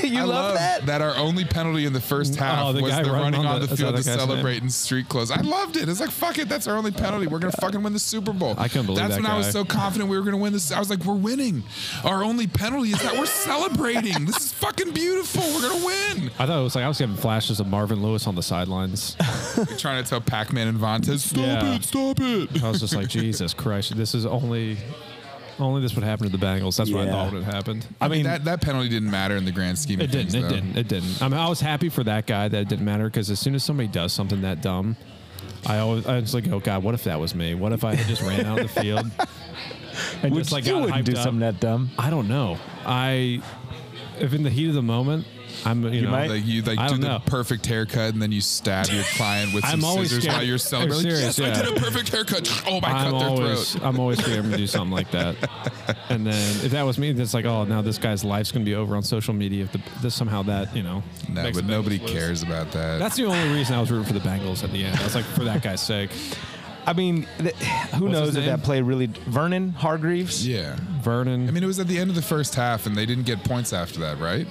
[SPEAKER 4] [laughs]
[SPEAKER 2] You
[SPEAKER 3] I
[SPEAKER 2] love
[SPEAKER 3] loved
[SPEAKER 2] that?
[SPEAKER 3] That our only penalty in the first half
[SPEAKER 4] Oh, the
[SPEAKER 3] was
[SPEAKER 4] guy
[SPEAKER 3] the running, on the,
[SPEAKER 4] that's
[SPEAKER 3] field
[SPEAKER 4] the
[SPEAKER 3] to
[SPEAKER 4] guy's name.
[SPEAKER 3] celebrate in street clothes. I loved it. It's like fuck it, that's our only penalty. We're gonna fucking win the Super Bowl.
[SPEAKER 4] I couldn't believe
[SPEAKER 3] That's
[SPEAKER 4] that
[SPEAKER 3] when I was
[SPEAKER 4] guy.
[SPEAKER 3] so confident we were gonna win this. I was like, we're winning. Our only penalty is that we're celebrating. This is fucking beautiful. We're gonna win.
[SPEAKER 4] I thought it was like I was having flashes of Marvin Lewis on the sidelines.
[SPEAKER 3] You're trying to tell Pac-Man and Vontez, stop
[SPEAKER 4] Yeah.
[SPEAKER 3] it, stop it.
[SPEAKER 4] I was just like, Jesus Christ, this is only, only this would happen to the Bengals. That's what I
[SPEAKER 2] Yeah.
[SPEAKER 4] thought would have happened.
[SPEAKER 3] I mean, that, that penalty didn't matter in the grand scheme. Of
[SPEAKER 4] It didn't.
[SPEAKER 3] things,
[SPEAKER 4] It
[SPEAKER 3] though.
[SPEAKER 4] didn't. It didn't. I mean, I was happy for that guy that it didn't matter because as soon as somebody does something that dumb, I always I was like, oh God, what if that was me? What if I had just ran out of the field and
[SPEAKER 2] Which
[SPEAKER 4] just like
[SPEAKER 2] you
[SPEAKER 4] got
[SPEAKER 2] wouldn't
[SPEAKER 4] hyped
[SPEAKER 2] do
[SPEAKER 4] up?
[SPEAKER 2] something that dumb.
[SPEAKER 4] I don't know. I if in the heat of the moment, I'm you, know
[SPEAKER 2] might-
[SPEAKER 3] Like you like
[SPEAKER 4] I
[SPEAKER 3] do
[SPEAKER 4] don't
[SPEAKER 3] the
[SPEAKER 4] know.
[SPEAKER 3] perfect haircut and then you stab your client with some
[SPEAKER 4] [laughs] I'm always
[SPEAKER 3] scissors
[SPEAKER 4] scared.
[SPEAKER 3] while you're celebrating.
[SPEAKER 4] I'm
[SPEAKER 3] Yes,
[SPEAKER 4] serious,
[SPEAKER 3] I
[SPEAKER 4] yeah.
[SPEAKER 3] did a perfect haircut. [laughs] Oh, I
[SPEAKER 4] I'm
[SPEAKER 3] cut their
[SPEAKER 4] always [laughs]
[SPEAKER 3] throat.
[SPEAKER 4] I'm always scared to do something
[SPEAKER 3] [laughs]
[SPEAKER 4] like that. And then if that was me, then it's like, oh, now this guy's life's gonna be over on social media. If the, this somehow that you know,
[SPEAKER 3] No,
[SPEAKER 4] makes
[SPEAKER 3] but
[SPEAKER 4] the
[SPEAKER 3] nobody
[SPEAKER 4] Bengals lose.
[SPEAKER 3] cares about that.
[SPEAKER 4] That's the only reason I was rooting for the Bengals at the end. I was like, for that guy's sake,
[SPEAKER 2] I mean, th- who
[SPEAKER 4] What's his
[SPEAKER 2] knows if
[SPEAKER 4] name?
[SPEAKER 2] that play really. Vernon Hargreaves?
[SPEAKER 3] yeah.
[SPEAKER 4] Vernon.
[SPEAKER 3] I mean, it was at the end of the first half, and they didn't get points after that, right?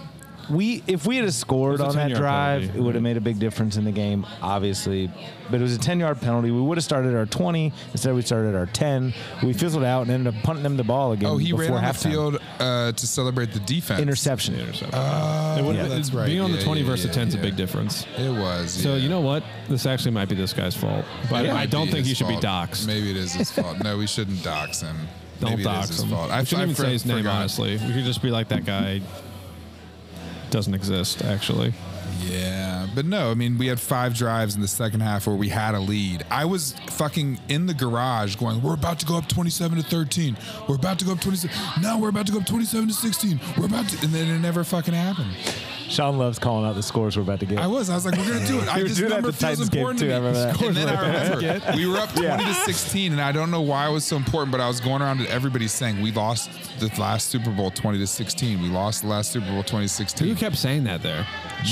[SPEAKER 2] we if we had scored
[SPEAKER 4] It was
[SPEAKER 2] on
[SPEAKER 4] a
[SPEAKER 2] that
[SPEAKER 4] 10-yard
[SPEAKER 2] drive,
[SPEAKER 4] penalty,
[SPEAKER 2] it would have
[SPEAKER 4] right?
[SPEAKER 2] made a big difference in the game, obviously. But it was a 10 yard penalty. We would have started our 20. Instead, we started our 10. We fizzled out and ended up punting them the ball again.
[SPEAKER 3] Oh, he
[SPEAKER 2] before
[SPEAKER 3] ran on
[SPEAKER 2] halftime.
[SPEAKER 3] the field uh, to celebrate the defense.
[SPEAKER 2] Interception.
[SPEAKER 4] interception.
[SPEAKER 3] Oh,
[SPEAKER 4] It would-
[SPEAKER 3] yeah,
[SPEAKER 4] it-
[SPEAKER 3] that's right.
[SPEAKER 4] Being on
[SPEAKER 3] Yeah,
[SPEAKER 4] the 20
[SPEAKER 3] yeah,
[SPEAKER 4] versus
[SPEAKER 3] yeah,
[SPEAKER 4] 10 is a
[SPEAKER 3] yeah.
[SPEAKER 4] big difference.
[SPEAKER 3] It was.
[SPEAKER 4] So
[SPEAKER 3] yeah.
[SPEAKER 4] you know what? This actually might be this guy's fault. But
[SPEAKER 3] It
[SPEAKER 4] I
[SPEAKER 3] might
[SPEAKER 4] don't
[SPEAKER 3] be
[SPEAKER 4] think
[SPEAKER 3] his
[SPEAKER 4] you should be
[SPEAKER 3] fault.
[SPEAKER 4] doxxed.
[SPEAKER 3] Maybe it is
[SPEAKER 4] [laughs]
[SPEAKER 3] his fault. No, we shouldn't dox him.
[SPEAKER 4] Don't
[SPEAKER 3] Maybe it
[SPEAKER 4] dox
[SPEAKER 3] is his
[SPEAKER 4] him.
[SPEAKER 3] fault.
[SPEAKER 4] I shouldn't even
[SPEAKER 3] for-
[SPEAKER 4] say his name,
[SPEAKER 3] forgot.
[SPEAKER 4] honestly. We could just be like, that guy doesn't exist, actually.
[SPEAKER 3] Yeah, but no, I mean, we had five drives in the second half where we had a lead. I was fucking in the garage going, "We're about to go up 27 to 13. We're about to go up 27. No, we're about to go up 27 to 16. We're about to," and then it never fucking happened.
[SPEAKER 2] Sean loves calling out the scores we're about to get.
[SPEAKER 3] I was, I was like, "We're gonna do it." I
[SPEAKER 2] You were
[SPEAKER 3] just
[SPEAKER 2] doing that
[SPEAKER 3] number
[SPEAKER 2] at the
[SPEAKER 3] feels
[SPEAKER 2] Titans game,
[SPEAKER 3] important
[SPEAKER 2] too, I
[SPEAKER 3] to me.
[SPEAKER 2] remember that.
[SPEAKER 3] And
[SPEAKER 2] [laughs]
[SPEAKER 3] then I remember we were up 20
[SPEAKER 2] Yeah.
[SPEAKER 3] to 16, and I don't know why it was so important, but I was going around to everybody saying, "We lost the last Super Bowl 20 to 16. We lost the last Super Bowl 2016."
[SPEAKER 4] Who kept saying that there?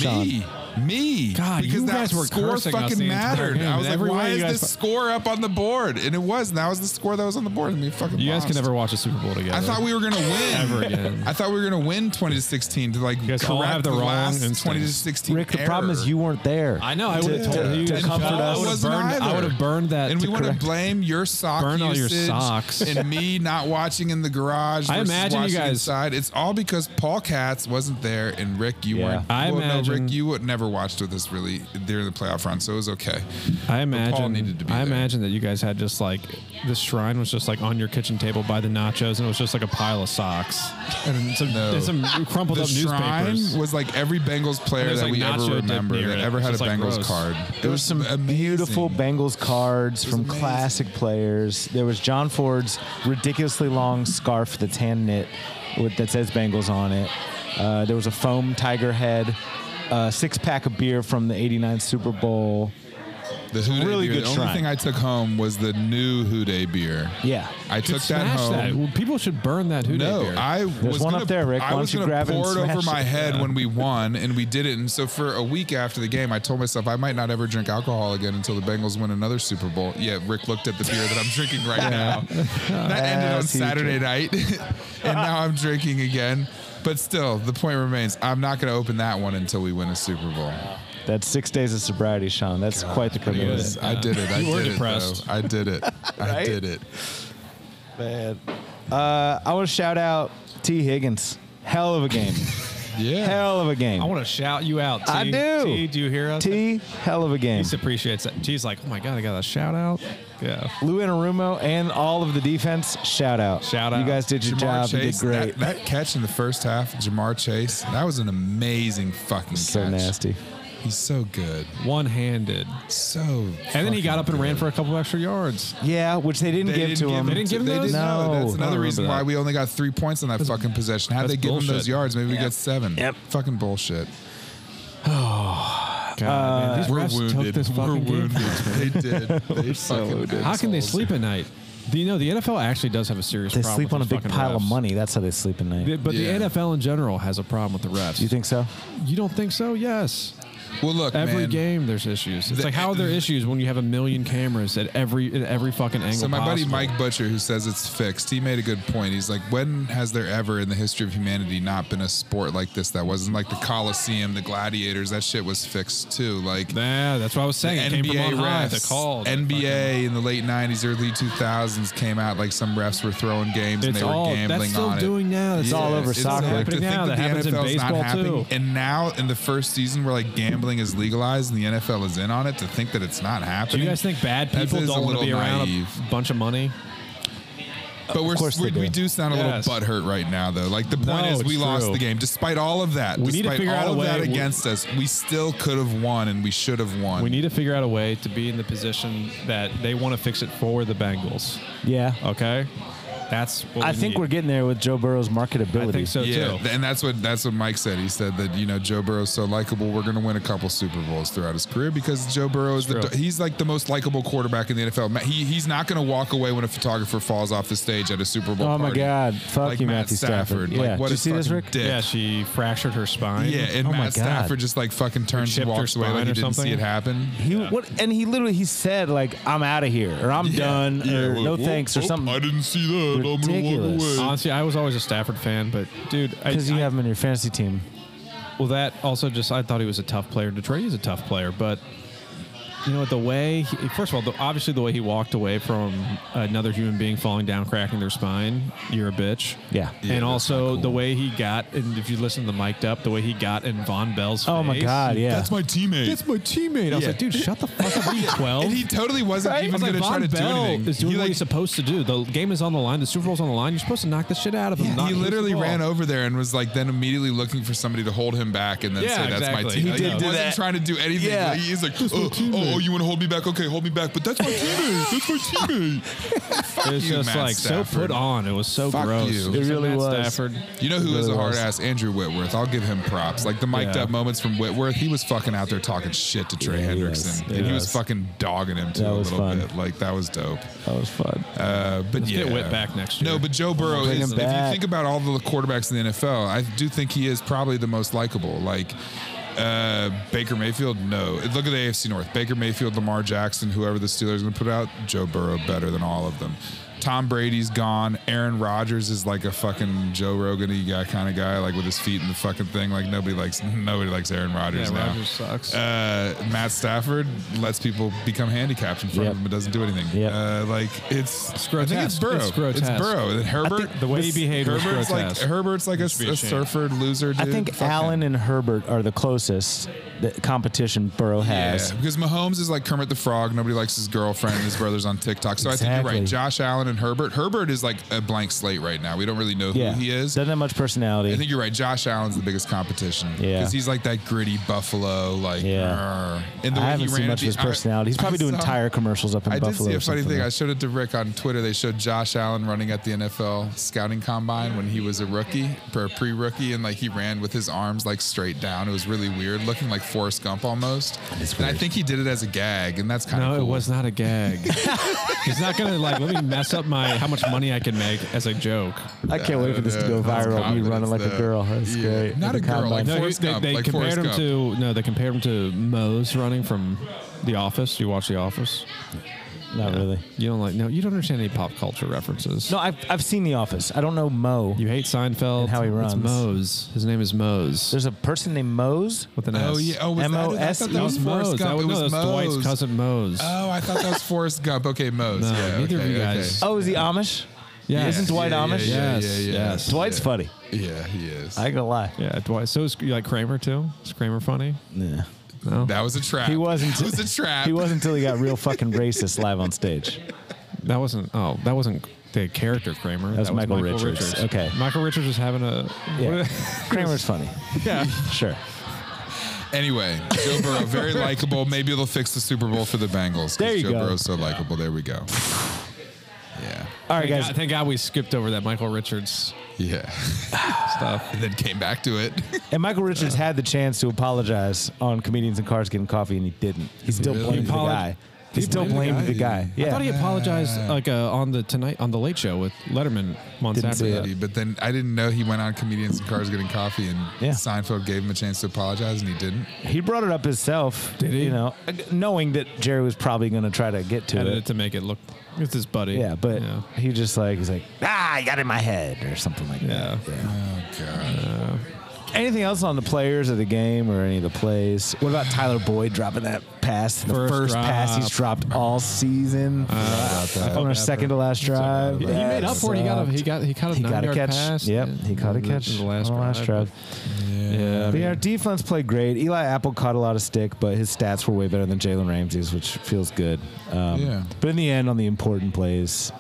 [SPEAKER 3] Me. Me.
[SPEAKER 4] God,
[SPEAKER 3] because
[SPEAKER 4] you
[SPEAKER 3] that
[SPEAKER 4] guys were
[SPEAKER 3] score
[SPEAKER 4] cursing us
[SPEAKER 3] fucking
[SPEAKER 4] the entire
[SPEAKER 3] mattered.
[SPEAKER 4] game,
[SPEAKER 3] I was
[SPEAKER 4] and
[SPEAKER 3] like,
[SPEAKER 4] every
[SPEAKER 3] why
[SPEAKER 4] way
[SPEAKER 3] is
[SPEAKER 4] you
[SPEAKER 3] this
[SPEAKER 4] guys fu-
[SPEAKER 3] score up on the board? And it was. And that was the score that was on the board. And we fucking
[SPEAKER 4] You guys can
[SPEAKER 3] lost.
[SPEAKER 4] never watch a Super Bowl together.
[SPEAKER 3] I thought we were gonna win.
[SPEAKER 4] Ever again.
[SPEAKER 3] I thought we were gonna win twenty to sixteen to like
[SPEAKER 4] guys
[SPEAKER 3] correct
[SPEAKER 4] all have
[SPEAKER 3] the,
[SPEAKER 4] the wrong
[SPEAKER 3] last twenty to
[SPEAKER 4] instincts.
[SPEAKER 3] sixteen.
[SPEAKER 2] Rick, the problem
[SPEAKER 3] error.
[SPEAKER 2] is you weren't there.
[SPEAKER 4] I know. I would
[SPEAKER 2] To-
[SPEAKER 4] have told
[SPEAKER 2] to-
[SPEAKER 4] you.
[SPEAKER 2] to
[SPEAKER 4] guys-
[SPEAKER 2] comfort
[SPEAKER 4] I
[SPEAKER 2] us.
[SPEAKER 4] would have
[SPEAKER 3] Wasn't
[SPEAKER 4] burned, I
[SPEAKER 3] either.
[SPEAKER 4] would have burned that.
[SPEAKER 3] And
[SPEAKER 4] to
[SPEAKER 3] we want to
[SPEAKER 4] correct-
[SPEAKER 3] blame your sock
[SPEAKER 4] Burn all your
[SPEAKER 3] usage
[SPEAKER 4] socks.
[SPEAKER 3] and me not watching in the garage.
[SPEAKER 4] I
[SPEAKER 3] versus
[SPEAKER 4] imagine you
[SPEAKER 3] watching
[SPEAKER 4] guys-
[SPEAKER 3] Inside. It's all because Paul Katz wasn't there and Rick, you
[SPEAKER 2] Yeah.
[SPEAKER 3] weren't.
[SPEAKER 4] I
[SPEAKER 3] well, No,
[SPEAKER 4] imagine-
[SPEAKER 3] Rick, you would never watched with us really during the playoff run, so it was okay.
[SPEAKER 4] I
[SPEAKER 3] But Paul
[SPEAKER 4] imagine.
[SPEAKER 3] needed to be
[SPEAKER 4] I
[SPEAKER 3] there.
[SPEAKER 4] imagine that you guys had just like the shrine was just like on your kitchen table by the nachos, and it was just like a pile of socks and some,
[SPEAKER 3] No.
[SPEAKER 4] and some crumpled
[SPEAKER 3] The
[SPEAKER 4] up
[SPEAKER 3] shrine
[SPEAKER 4] newspapers.
[SPEAKER 3] was like every Bengals player
[SPEAKER 4] There's
[SPEAKER 3] that
[SPEAKER 4] like
[SPEAKER 3] we
[SPEAKER 4] nacho
[SPEAKER 3] ever
[SPEAKER 4] dip
[SPEAKER 3] remember
[SPEAKER 4] near
[SPEAKER 3] that
[SPEAKER 4] it.
[SPEAKER 3] ever had a
[SPEAKER 4] It's just, like,
[SPEAKER 3] Bengals
[SPEAKER 4] gross.
[SPEAKER 3] card.
[SPEAKER 2] There was some beautiful Bengals cards from
[SPEAKER 3] amazing.
[SPEAKER 2] classic players. There was John Ford's ridiculously long scarf that's hand knit with, that says Bengals on it. Uh, there was a foam tiger head, a six pack of beer from the '89 Super Bowl.
[SPEAKER 3] The Houday
[SPEAKER 2] really
[SPEAKER 3] beer.
[SPEAKER 2] good
[SPEAKER 3] the only
[SPEAKER 2] shrine.
[SPEAKER 3] thing I took home was the new Houday beer.
[SPEAKER 2] Yeah.
[SPEAKER 3] I
[SPEAKER 4] Dude,
[SPEAKER 3] took that
[SPEAKER 4] smash
[SPEAKER 3] home.
[SPEAKER 4] Well, people should burn that Houday
[SPEAKER 3] No,
[SPEAKER 4] beer.
[SPEAKER 3] I was
[SPEAKER 2] one
[SPEAKER 3] gonna,
[SPEAKER 2] up there, Rick.
[SPEAKER 3] I
[SPEAKER 2] Why
[SPEAKER 3] was
[SPEAKER 2] don't you
[SPEAKER 3] gonna
[SPEAKER 2] grab it and
[SPEAKER 3] pour over
[SPEAKER 2] smash
[SPEAKER 3] my
[SPEAKER 2] it?
[SPEAKER 3] head when we won, and we did it. And so for a week after the game, I told myself I might not ever drink alcohol again until the Bengals win another Super Bowl. Yeah, Rick looked at the beer that I'm drinking
[SPEAKER 2] [laughs]
[SPEAKER 3] right now. That ended on
[SPEAKER 2] As he
[SPEAKER 3] Saturday night, [laughs] and now I'm drinking again. But still, the point remains: I'm not going to open that one until we win a Super Bowl.
[SPEAKER 2] That's six days of sobriety, Sean. That's quite the commitment.
[SPEAKER 3] Anyways, I did it. I
[SPEAKER 4] You were
[SPEAKER 3] did
[SPEAKER 4] depressed.
[SPEAKER 3] It, though. I did it. I
[SPEAKER 2] Right?
[SPEAKER 3] did it.
[SPEAKER 2] Man. Uh, I want to shout out T. Higgins. Hell of a game.
[SPEAKER 3] Yeah.
[SPEAKER 2] Hell of a game.
[SPEAKER 4] I want to shout you out. T.
[SPEAKER 2] I do.
[SPEAKER 4] T, do you hear us?
[SPEAKER 2] T. Hell of a game.
[SPEAKER 4] He appreciates that. T's like, oh my god, I got a shout out. Yeah.
[SPEAKER 2] Lou Anarumo and all of the defense. Shout out.
[SPEAKER 4] Shout
[SPEAKER 2] You
[SPEAKER 4] out.
[SPEAKER 2] guys did your
[SPEAKER 3] Jamar
[SPEAKER 2] job. You
[SPEAKER 3] Chase,
[SPEAKER 2] did great.
[SPEAKER 3] That, that catch in the first half, Jamar Chase, that was an amazing fucking
[SPEAKER 2] so
[SPEAKER 3] catch.
[SPEAKER 2] nasty.
[SPEAKER 3] He's so good.
[SPEAKER 4] One handed.
[SPEAKER 3] So.
[SPEAKER 4] And then he got up and ran for a couple extra yards.
[SPEAKER 2] Yeah, which they didn't give to him.
[SPEAKER 4] They didn't give him
[SPEAKER 3] they
[SPEAKER 4] those?
[SPEAKER 3] didn't-
[SPEAKER 4] Oh,
[SPEAKER 3] no,
[SPEAKER 2] No.
[SPEAKER 3] that's
[SPEAKER 2] I
[SPEAKER 3] another
[SPEAKER 2] don't
[SPEAKER 3] reason
[SPEAKER 2] remember
[SPEAKER 3] why
[SPEAKER 2] that.
[SPEAKER 3] we only got three points on that fucking possession. Had
[SPEAKER 4] that's
[SPEAKER 3] they given him those
[SPEAKER 4] bullshit.
[SPEAKER 3] yards, maybe we got seven.
[SPEAKER 2] Yep.
[SPEAKER 3] Fucking bullshit.
[SPEAKER 4] God, man, these
[SPEAKER 3] Uh, We're
[SPEAKER 4] refs took
[SPEAKER 3] wounded.
[SPEAKER 4] this
[SPEAKER 3] We're
[SPEAKER 4] fucking game.
[SPEAKER 3] wounded.
[SPEAKER 2] [laughs]
[SPEAKER 3] They did. They fucking
[SPEAKER 2] wounded.
[SPEAKER 4] How can they
[SPEAKER 3] assholes.
[SPEAKER 4] sleep at night? Do you know the NFL actually does have a serious
[SPEAKER 2] They
[SPEAKER 4] problem?
[SPEAKER 2] sleep
[SPEAKER 4] with
[SPEAKER 2] on a
[SPEAKER 4] these
[SPEAKER 2] big
[SPEAKER 4] fucking
[SPEAKER 2] pile of
[SPEAKER 4] refs.
[SPEAKER 2] money. That's how they sleep at night.
[SPEAKER 4] The- But
[SPEAKER 3] Yeah.
[SPEAKER 4] the NFL in general has a problem with the refs.
[SPEAKER 2] you think so?
[SPEAKER 4] you don't think so? Yes.
[SPEAKER 3] Well, look,
[SPEAKER 4] Every
[SPEAKER 3] man.
[SPEAKER 4] game there's issues. It's
[SPEAKER 3] The-
[SPEAKER 4] like how are there issues when you have a million cameras at every at every fucking angle.
[SPEAKER 3] So my buddy
[SPEAKER 4] possible?
[SPEAKER 3] Mike Butcher, who says it's fixed, he made a good point. He's like, when has there ever in the history of humanity not been a sport like this that wasn't like the Coliseum, the Gladiators? That shit was fixed too. Like
[SPEAKER 4] Nah, that's what I was saying. It came
[SPEAKER 3] NBA
[SPEAKER 4] from on high, the
[SPEAKER 3] refs,
[SPEAKER 4] call. the
[SPEAKER 3] NBA
[SPEAKER 4] fucking-
[SPEAKER 3] in the late '90s, early 2000s came out like some refs were throwing games and
[SPEAKER 4] It's
[SPEAKER 3] they were
[SPEAKER 4] all- that's
[SPEAKER 3] gambling
[SPEAKER 4] still
[SPEAKER 3] on
[SPEAKER 4] doing
[SPEAKER 3] it.
[SPEAKER 4] now. That's
[SPEAKER 2] all over
[SPEAKER 3] it's
[SPEAKER 2] soccer.
[SPEAKER 3] like, to
[SPEAKER 4] Happening
[SPEAKER 3] think
[SPEAKER 4] now.
[SPEAKER 3] that
[SPEAKER 4] That
[SPEAKER 3] the
[SPEAKER 4] happens in
[SPEAKER 3] NFL's not
[SPEAKER 4] baseball,
[SPEAKER 3] happening-
[SPEAKER 4] too.
[SPEAKER 3] And now in the first season, where like gambling is legalized and the NFL is in on it, to think that it's not
[SPEAKER 4] Do
[SPEAKER 3] happening.
[SPEAKER 4] you guys think bad
[SPEAKER 3] That
[SPEAKER 4] people
[SPEAKER 3] is a
[SPEAKER 4] don't want to
[SPEAKER 3] little
[SPEAKER 4] be around
[SPEAKER 3] naive.
[SPEAKER 4] a bunch of money?
[SPEAKER 3] But we're,
[SPEAKER 2] course
[SPEAKER 3] we
[SPEAKER 2] they
[SPEAKER 3] do. we
[SPEAKER 2] do.
[SPEAKER 3] do sound a
[SPEAKER 4] Yes.
[SPEAKER 3] little butthurt right now, though. Like the point
[SPEAKER 4] No,
[SPEAKER 3] is, we
[SPEAKER 4] it's
[SPEAKER 3] lost
[SPEAKER 4] true.
[SPEAKER 3] the game despite all of that.
[SPEAKER 4] We need to
[SPEAKER 3] despite
[SPEAKER 4] figure
[SPEAKER 3] all
[SPEAKER 4] out a
[SPEAKER 3] of
[SPEAKER 4] way-
[SPEAKER 3] that
[SPEAKER 4] we-
[SPEAKER 3] against us, we still could have won, and we should have won.
[SPEAKER 4] We need to figure out a way to be in the position that they want to fix it for the Bengals.
[SPEAKER 2] Yeah.
[SPEAKER 3] Oh,
[SPEAKER 4] Okay, that's. What
[SPEAKER 2] I
[SPEAKER 4] we
[SPEAKER 2] think
[SPEAKER 4] need.
[SPEAKER 2] we're getting there with Joe Burrow's marketability.
[SPEAKER 4] I think so
[SPEAKER 3] yeah,
[SPEAKER 4] too.
[SPEAKER 3] th- and that's what that's what Mike said. He said that you know Joe Burrow's so likable, we're going to win a couple Super Bowls throughout his career because Joe Burrow is the,
[SPEAKER 4] true.
[SPEAKER 3] he's like the most likable quarterback in the NFL. Ma- He he's not going to walk away when a photographer falls off the stage at a Super Bowl.
[SPEAKER 2] Oh my
[SPEAKER 3] party.
[SPEAKER 2] God! Fuck
[SPEAKER 3] Like
[SPEAKER 2] you,
[SPEAKER 3] Matt
[SPEAKER 2] Matthew Stafford.
[SPEAKER 3] Stafford.
[SPEAKER 2] Yeah.
[SPEAKER 3] Like, what
[SPEAKER 2] Did you
[SPEAKER 3] a
[SPEAKER 2] see this,
[SPEAKER 3] fucking
[SPEAKER 2] Rick?
[SPEAKER 3] dick.
[SPEAKER 4] Yeah, she fractured her spine.
[SPEAKER 3] Yeah, and
[SPEAKER 2] Oh my
[SPEAKER 3] Matt
[SPEAKER 2] God.
[SPEAKER 3] Stafford just like fucking turns
[SPEAKER 4] chipped
[SPEAKER 3] and
[SPEAKER 4] her
[SPEAKER 3] walks away
[SPEAKER 4] spine
[SPEAKER 3] like he
[SPEAKER 4] or
[SPEAKER 3] didn't see
[SPEAKER 4] something?
[SPEAKER 3] it happen.
[SPEAKER 2] He what? And he literally he said like, "I'm out of here," or "I'm
[SPEAKER 3] Yeah.
[SPEAKER 2] done,"
[SPEAKER 3] Yeah,
[SPEAKER 2] or
[SPEAKER 3] well,
[SPEAKER 2] "No
[SPEAKER 3] whoop,
[SPEAKER 2] thanks," or
[SPEAKER 3] whoop, I
[SPEAKER 2] something.
[SPEAKER 3] didn't see that. I'm gonna walk
[SPEAKER 2] Ridiculous.
[SPEAKER 3] away.
[SPEAKER 4] Honestly, I was always a Stafford fan, but dude, I,
[SPEAKER 2] Because you
[SPEAKER 4] I-
[SPEAKER 2] have him in your fantasy team.
[SPEAKER 4] Well, that also just I thought he was a tough player. Detroit is a tough player, but you know what? The way he, first of all, the, obviously the way he walked away from another human being falling down, cracking their spine. You're a bitch.
[SPEAKER 2] Yeah.
[SPEAKER 3] Yeah,
[SPEAKER 4] and
[SPEAKER 3] that's not
[SPEAKER 4] also
[SPEAKER 3] cool.
[SPEAKER 4] the way he got, and if you listen to the mic'd up, the way he got in Von Bell's.
[SPEAKER 2] Oh my
[SPEAKER 4] face.
[SPEAKER 2] god, yeah.
[SPEAKER 3] That's my teammate.
[SPEAKER 4] That's my teammate. I was
[SPEAKER 3] Yeah.
[SPEAKER 4] like, dude, shut the fuck up. Are you
[SPEAKER 3] [laughs]
[SPEAKER 4] 12?
[SPEAKER 3] and he totally wasn't
[SPEAKER 4] Right?
[SPEAKER 3] even
[SPEAKER 4] It's like
[SPEAKER 3] going to try
[SPEAKER 4] Von
[SPEAKER 3] to do
[SPEAKER 4] Bell
[SPEAKER 3] anything.
[SPEAKER 4] Is doing
[SPEAKER 3] he
[SPEAKER 4] what
[SPEAKER 3] like,
[SPEAKER 4] he's supposed to do. The game is on the line. The Super Bowl's on the line. You're supposed to knock the shit out of him. not
[SPEAKER 3] he
[SPEAKER 4] lose the
[SPEAKER 3] literally
[SPEAKER 4] ball.
[SPEAKER 3] ran over there and was like then immediately looking for somebody to hold him back and then
[SPEAKER 4] Yeah,
[SPEAKER 3] say that's my
[SPEAKER 4] exactly.
[SPEAKER 3] team.
[SPEAKER 4] He
[SPEAKER 3] Like,
[SPEAKER 4] did do
[SPEAKER 3] wasn't
[SPEAKER 1] that.
[SPEAKER 3] trying to do anything.
[SPEAKER 1] Yeah.
[SPEAKER 3] Like, he's like, oh, oh, oh, you want to hold me back? Okay, hold me back. But that's my teammate. That's my teammate.
[SPEAKER 4] It was
[SPEAKER 3] you,
[SPEAKER 4] just
[SPEAKER 3] Matt
[SPEAKER 4] like so
[SPEAKER 3] Stafford.
[SPEAKER 4] put on. It was so
[SPEAKER 3] Fuck
[SPEAKER 4] gross.
[SPEAKER 3] you.
[SPEAKER 2] It
[SPEAKER 4] So
[SPEAKER 2] really
[SPEAKER 4] Matt
[SPEAKER 2] was.
[SPEAKER 4] Stafford.
[SPEAKER 3] You know who
[SPEAKER 2] Really
[SPEAKER 3] is a hard
[SPEAKER 2] was.
[SPEAKER 3] ass? Andrew Whitworth. I'll give him props. Like the mic'd
[SPEAKER 4] Yeah.
[SPEAKER 3] up moments from Whitworth, he was fucking out there talking shit to Trey
[SPEAKER 2] Yeah, he
[SPEAKER 3] Hendrickson.
[SPEAKER 2] was. He
[SPEAKER 3] and he was
[SPEAKER 2] was.
[SPEAKER 3] fucking dogging him too
[SPEAKER 2] That
[SPEAKER 3] a
[SPEAKER 2] was
[SPEAKER 3] little
[SPEAKER 2] fun.
[SPEAKER 3] bit. Like that was dope.
[SPEAKER 2] that was fun.
[SPEAKER 3] Uh, but yeah,
[SPEAKER 4] get Whit back next
[SPEAKER 3] No,
[SPEAKER 4] year.
[SPEAKER 3] but Joe Burrow
[SPEAKER 2] Bring
[SPEAKER 3] is.
[SPEAKER 2] him
[SPEAKER 3] If you
[SPEAKER 2] back.
[SPEAKER 3] think about all the quarterbacks in the NFL, I do think he is probably the most likable. Like uh, Baker Mayfield, no. Look at the AFC North: Baker Mayfield, Lamar Jackson, whoever the Steelers are going to put out. Joe Burrow better than all of them. Tom Brady's gone. Aaron Rodgers is like a fucking Joe Rogan guy kind of guy, like with his feet in the fucking thing. Like nobody likes nobody likes Aaron Rodgers
[SPEAKER 4] Yeah,
[SPEAKER 3] now.
[SPEAKER 4] Rodgers sucks.
[SPEAKER 3] Uh, Matt Stafford lets people become handicapped in front
[SPEAKER 2] Yep.
[SPEAKER 3] of him, but doesn't do anything.
[SPEAKER 2] Yep.
[SPEAKER 3] Uh, like it's
[SPEAKER 4] It's
[SPEAKER 3] I think it's
[SPEAKER 4] grotesque.
[SPEAKER 3] Burrow.
[SPEAKER 4] It's grotesque.
[SPEAKER 3] Burrow. And Herbert.
[SPEAKER 4] the way he behaved was
[SPEAKER 3] Herbert's like
[SPEAKER 4] grotesque.
[SPEAKER 3] Herbert's like a, a
[SPEAKER 4] should be ashamed.
[SPEAKER 3] surfer loser.
[SPEAKER 2] I
[SPEAKER 3] Dude.
[SPEAKER 2] think
[SPEAKER 3] Fuck
[SPEAKER 2] Allen
[SPEAKER 3] him.
[SPEAKER 2] and Herbert are the closest that competition Burrow has.
[SPEAKER 3] Yeah, because Mahomes is like Kermit the Frog. Nobody likes his girlfriend. and His brother's on TikTok. So I think you're
[SPEAKER 2] Exactly.
[SPEAKER 3] right. Josh Allen and Herbert. Herbert is like a blank slate right now. We don't really know who
[SPEAKER 2] Yeah.
[SPEAKER 3] he is.
[SPEAKER 2] Doesn't have much personality.
[SPEAKER 3] I think you're right. Josh Allen's the biggest competition.
[SPEAKER 2] Yeah.
[SPEAKER 3] Because he's like that gritty Buffalo, like,
[SPEAKER 2] Yeah.
[SPEAKER 3] "Grr." and the
[SPEAKER 2] I
[SPEAKER 3] way
[SPEAKER 2] haven't
[SPEAKER 3] he
[SPEAKER 2] seen
[SPEAKER 3] ran
[SPEAKER 2] much of
[SPEAKER 3] at
[SPEAKER 2] his
[SPEAKER 3] the-
[SPEAKER 2] personality. He's
[SPEAKER 3] I-
[SPEAKER 2] probably
[SPEAKER 3] [laughs] I
[SPEAKER 2] doing
[SPEAKER 3] saw-
[SPEAKER 2] tire commercials up in
[SPEAKER 3] I did
[SPEAKER 2] Buffalo.
[SPEAKER 3] see
[SPEAKER 2] or
[SPEAKER 3] a funny
[SPEAKER 2] something.
[SPEAKER 3] thing. I showed it to Rick on Twitter. They showed Josh Allen running at the NFL scouting combine when he was a rookie, pre pre rookie, and like he ran with his arms like straight down. It was really weird, looking like Forrest Gump almost. And I think he did it as a gag, and that's kind of
[SPEAKER 4] No,
[SPEAKER 3] cool.
[SPEAKER 4] it was not
[SPEAKER 3] [laughs]
[SPEAKER 4] a gag. He's not gonna like let me mess up my how much money I can make as a joke.
[SPEAKER 2] I can't wait for this to
[SPEAKER 3] Yeah,
[SPEAKER 2] go
[SPEAKER 3] uh, that's
[SPEAKER 2] viral. You
[SPEAKER 3] confidence,
[SPEAKER 2] running like
[SPEAKER 3] though.
[SPEAKER 2] a girl. That's
[SPEAKER 3] Yeah.
[SPEAKER 2] great.
[SPEAKER 3] Not
[SPEAKER 2] At
[SPEAKER 3] a
[SPEAKER 2] the
[SPEAKER 3] girl,
[SPEAKER 2] combine.
[SPEAKER 3] like-
[SPEAKER 4] No,
[SPEAKER 3] Forrest
[SPEAKER 4] they,
[SPEAKER 3] Gump,
[SPEAKER 4] they
[SPEAKER 3] like
[SPEAKER 4] compared
[SPEAKER 3] Forrest
[SPEAKER 4] him
[SPEAKER 3] Gump.
[SPEAKER 4] to no, they compared him to Moe's running from The Office. You watch The Office?
[SPEAKER 2] not really.
[SPEAKER 4] You don't like no, you don't understand any pop culture references.
[SPEAKER 2] No, I've, I've seen The Office. I don't know Mo.
[SPEAKER 4] you hate Seinfeld.
[SPEAKER 2] And how he runs.
[SPEAKER 4] It's Moe's. His name is Moe's.
[SPEAKER 2] There's a person named Moe's.
[SPEAKER 4] with an S.
[SPEAKER 3] Oh yeah. Oh, was that, I
[SPEAKER 2] M.O.S.E.
[SPEAKER 3] thought that
[SPEAKER 4] that
[SPEAKER 3] was
[SPEAKER 4] was
[SPEAKER 3] Forrest
[SPEAKER 4] Moe's.
[SPEAKER 3] Gump.
[SPEAKER 4] That was,
[SPEAKER 3] it
[SPEAKER 4] no,
[SPEAKER 3] was
[SPEAKER 4] that's Dwight's
[SPEAKER 3] Moe's.
[SPEAKER 4] cousin Moe's.
[SPEAKER 3] Oh, I thought that was Forrest Gump. Okay, Moe's.
[SPEAKER 4] No,
[SPEAKER 3] yeah,
[SPEAKER 4] neither of
[SPEAKER 3] okay,
[SPEAKER 4] you
[SPEAKER 3] okay.
[SPEAKER 4] guys.
[SPEAKER 2] Oh, is he Amish?
[SPEAKER 4] yeah.
[SPEAKER 2] Isn't Dwight
[SPEAKER 3] Yeah, yeah,
[SPEAKER 2] Amish?
[SPEAKER 3] Yeah, yeah,
[SPEAKER 4] Yes,
[SPEAKER 3] yeah.
[SPEAKER 4] yes.
[SPEAKER 2] Dwight's
[SPEAKER 3] yeah.
[SPEAKER 2] funny.
[SPEAKER 3] Yeah, he is.
[SPEAKER 2] I ain't gonna lie.
[SPEAKER 4] Yeah, Dwight. So is, you like Kramer too? Is Kramer funny?
[SPEAKER 2] Yeah.
[SPEAKER 4] No.
[SPEAKER 3] that was a trap.
[SPEAKER 2] He wasn't.
[SPEAKER 3] [laughs] That was a trap.
[SPEAKER 2] He was until he got real fucking racist live on stage.
[SPEAKER 4] That wasn't. Oh, that wasn't the character Kramer. That
[SPEAKER 2] was Michael Richards. Okay.
[SPEAKER 4] Michael Richards was having a.
[SPEAKER 2] Yeah. [laughs] Kramer's funny.
[SPEAKER 4] yeah.
[SPEAKER 2] Sure.
[SPEAKER 3] Anyway, Joe
[SPEAKER 2] [laughs]
[SPEAKER 3] Burrow, very likable. Maybe they'll fix the Super Bowl for the Bengals. 'cause
[SPEAKER 2] There you
[SPEAKER 3] Joe
[SPEAKER 2] go.
[SPEAKER 3] Burrow's so likable. There we go.
[SPEAKER 2] All
[SPEAKER 3] Yeah.
[SPEAKER 2] right,
[SPEAKER 4] Thank
[SPEAKER 2] guys.
[SPEAKER 4] God, thank God we skipped over that Michael Richards
[SPEAKER 3] Yeah. [laughs]
[SPEAKER 4] stuff.
[SPEAKER 3] and then came back to it. [laughs]
[SPEAKER 2] And Michael Richards had the chance to apologize on comedians and cars getting coffee, and he didn't. He still
[SPEAKER 3] Really?
[SPEAKER 2] blamed the
[SPEAKER 4] Apolo-
[SPEAKER 2] guy. He
[SPEAKER 4] He
[SPEAKER 2] still
[SPEAKER 4] blamed
[SPEAKER 2] blamed the guy.
[SPEAKER 4] I thought he
[SPEAKER 2] Yeah.
[SPEAKER 4] apologized like uh, on the tonight on the Late Show with Letterman months
[SPEAKER 2] Didn't
[SPEAKER 4] after
[SPEAKER 2] see
[SPEAKER 4] that.
[SPEAKER 2] it.
[SPEAKER 3] but then I didn't know he went on Comedians and Cars Getting Coffee and
[SPEAKER 2] Yeah.
[SPEAKER 3] Seinfeld gave him a chance to apologize and he didn't.
[SPEAKER 2] He brought it up himself.
[SPEAKER 4] Did he?
[SPEAKER 2] You know, knowing that Jerry was probably going to try to get to
[SPEAKER 4] Edited
[SPEAKER 2] it.
[SPEAKER 4] to make it look. It's his buddy.
[SPEAKER 2] Yeah, but
[SPEAKER 4] Yeah.
[SPEAKER 2] he just like he's like, ah, I got it in my head or something like
[SPEAKER 4] Yeah.
[SPEAKER 2] that. Yeah.
[SPEAKER 3] Oh, God.
[SPEAKER 2] Anything else on the players of the game or any of the plays? What about Tyler Boyd dropping that pass? The first,
[SPEAKER 4] First Uh,
[SPEAKER 2] pass he's dropped all season. on our second to last drive.
[SPEAKER 4] He, he made up for it. He got a he got he caught a
[SPEAKER 2] He
[SPEAKER 4] nine
[SPEAKER 2] got a
[SPEAKER 4] yard
[SPEAKER 2] catch.
[SPEAKER 4] pass.
[SPEAKER 2] Yep,
[SPEAKER 4] in-
[SPEAKER 2] he caught a
[SPEAKER 4] in the-
[SPEAKER 2] catch
[SPEAKER 4] in the last
[SPEAKER 2] on the last
[SPEAKER 4] drive.
[SPEAKER 2] drive.
[SPEAKER 4] Yeah.
[SPEAKER 2] Yeah, our defense played great. Eli Apple caught a lot of stick, but his stats were way better than Jalen Ramsey's, which feels good. Um,
[SPEAKER 3] Yeah.
[SPEAKER 2] But in the end, on the important plays,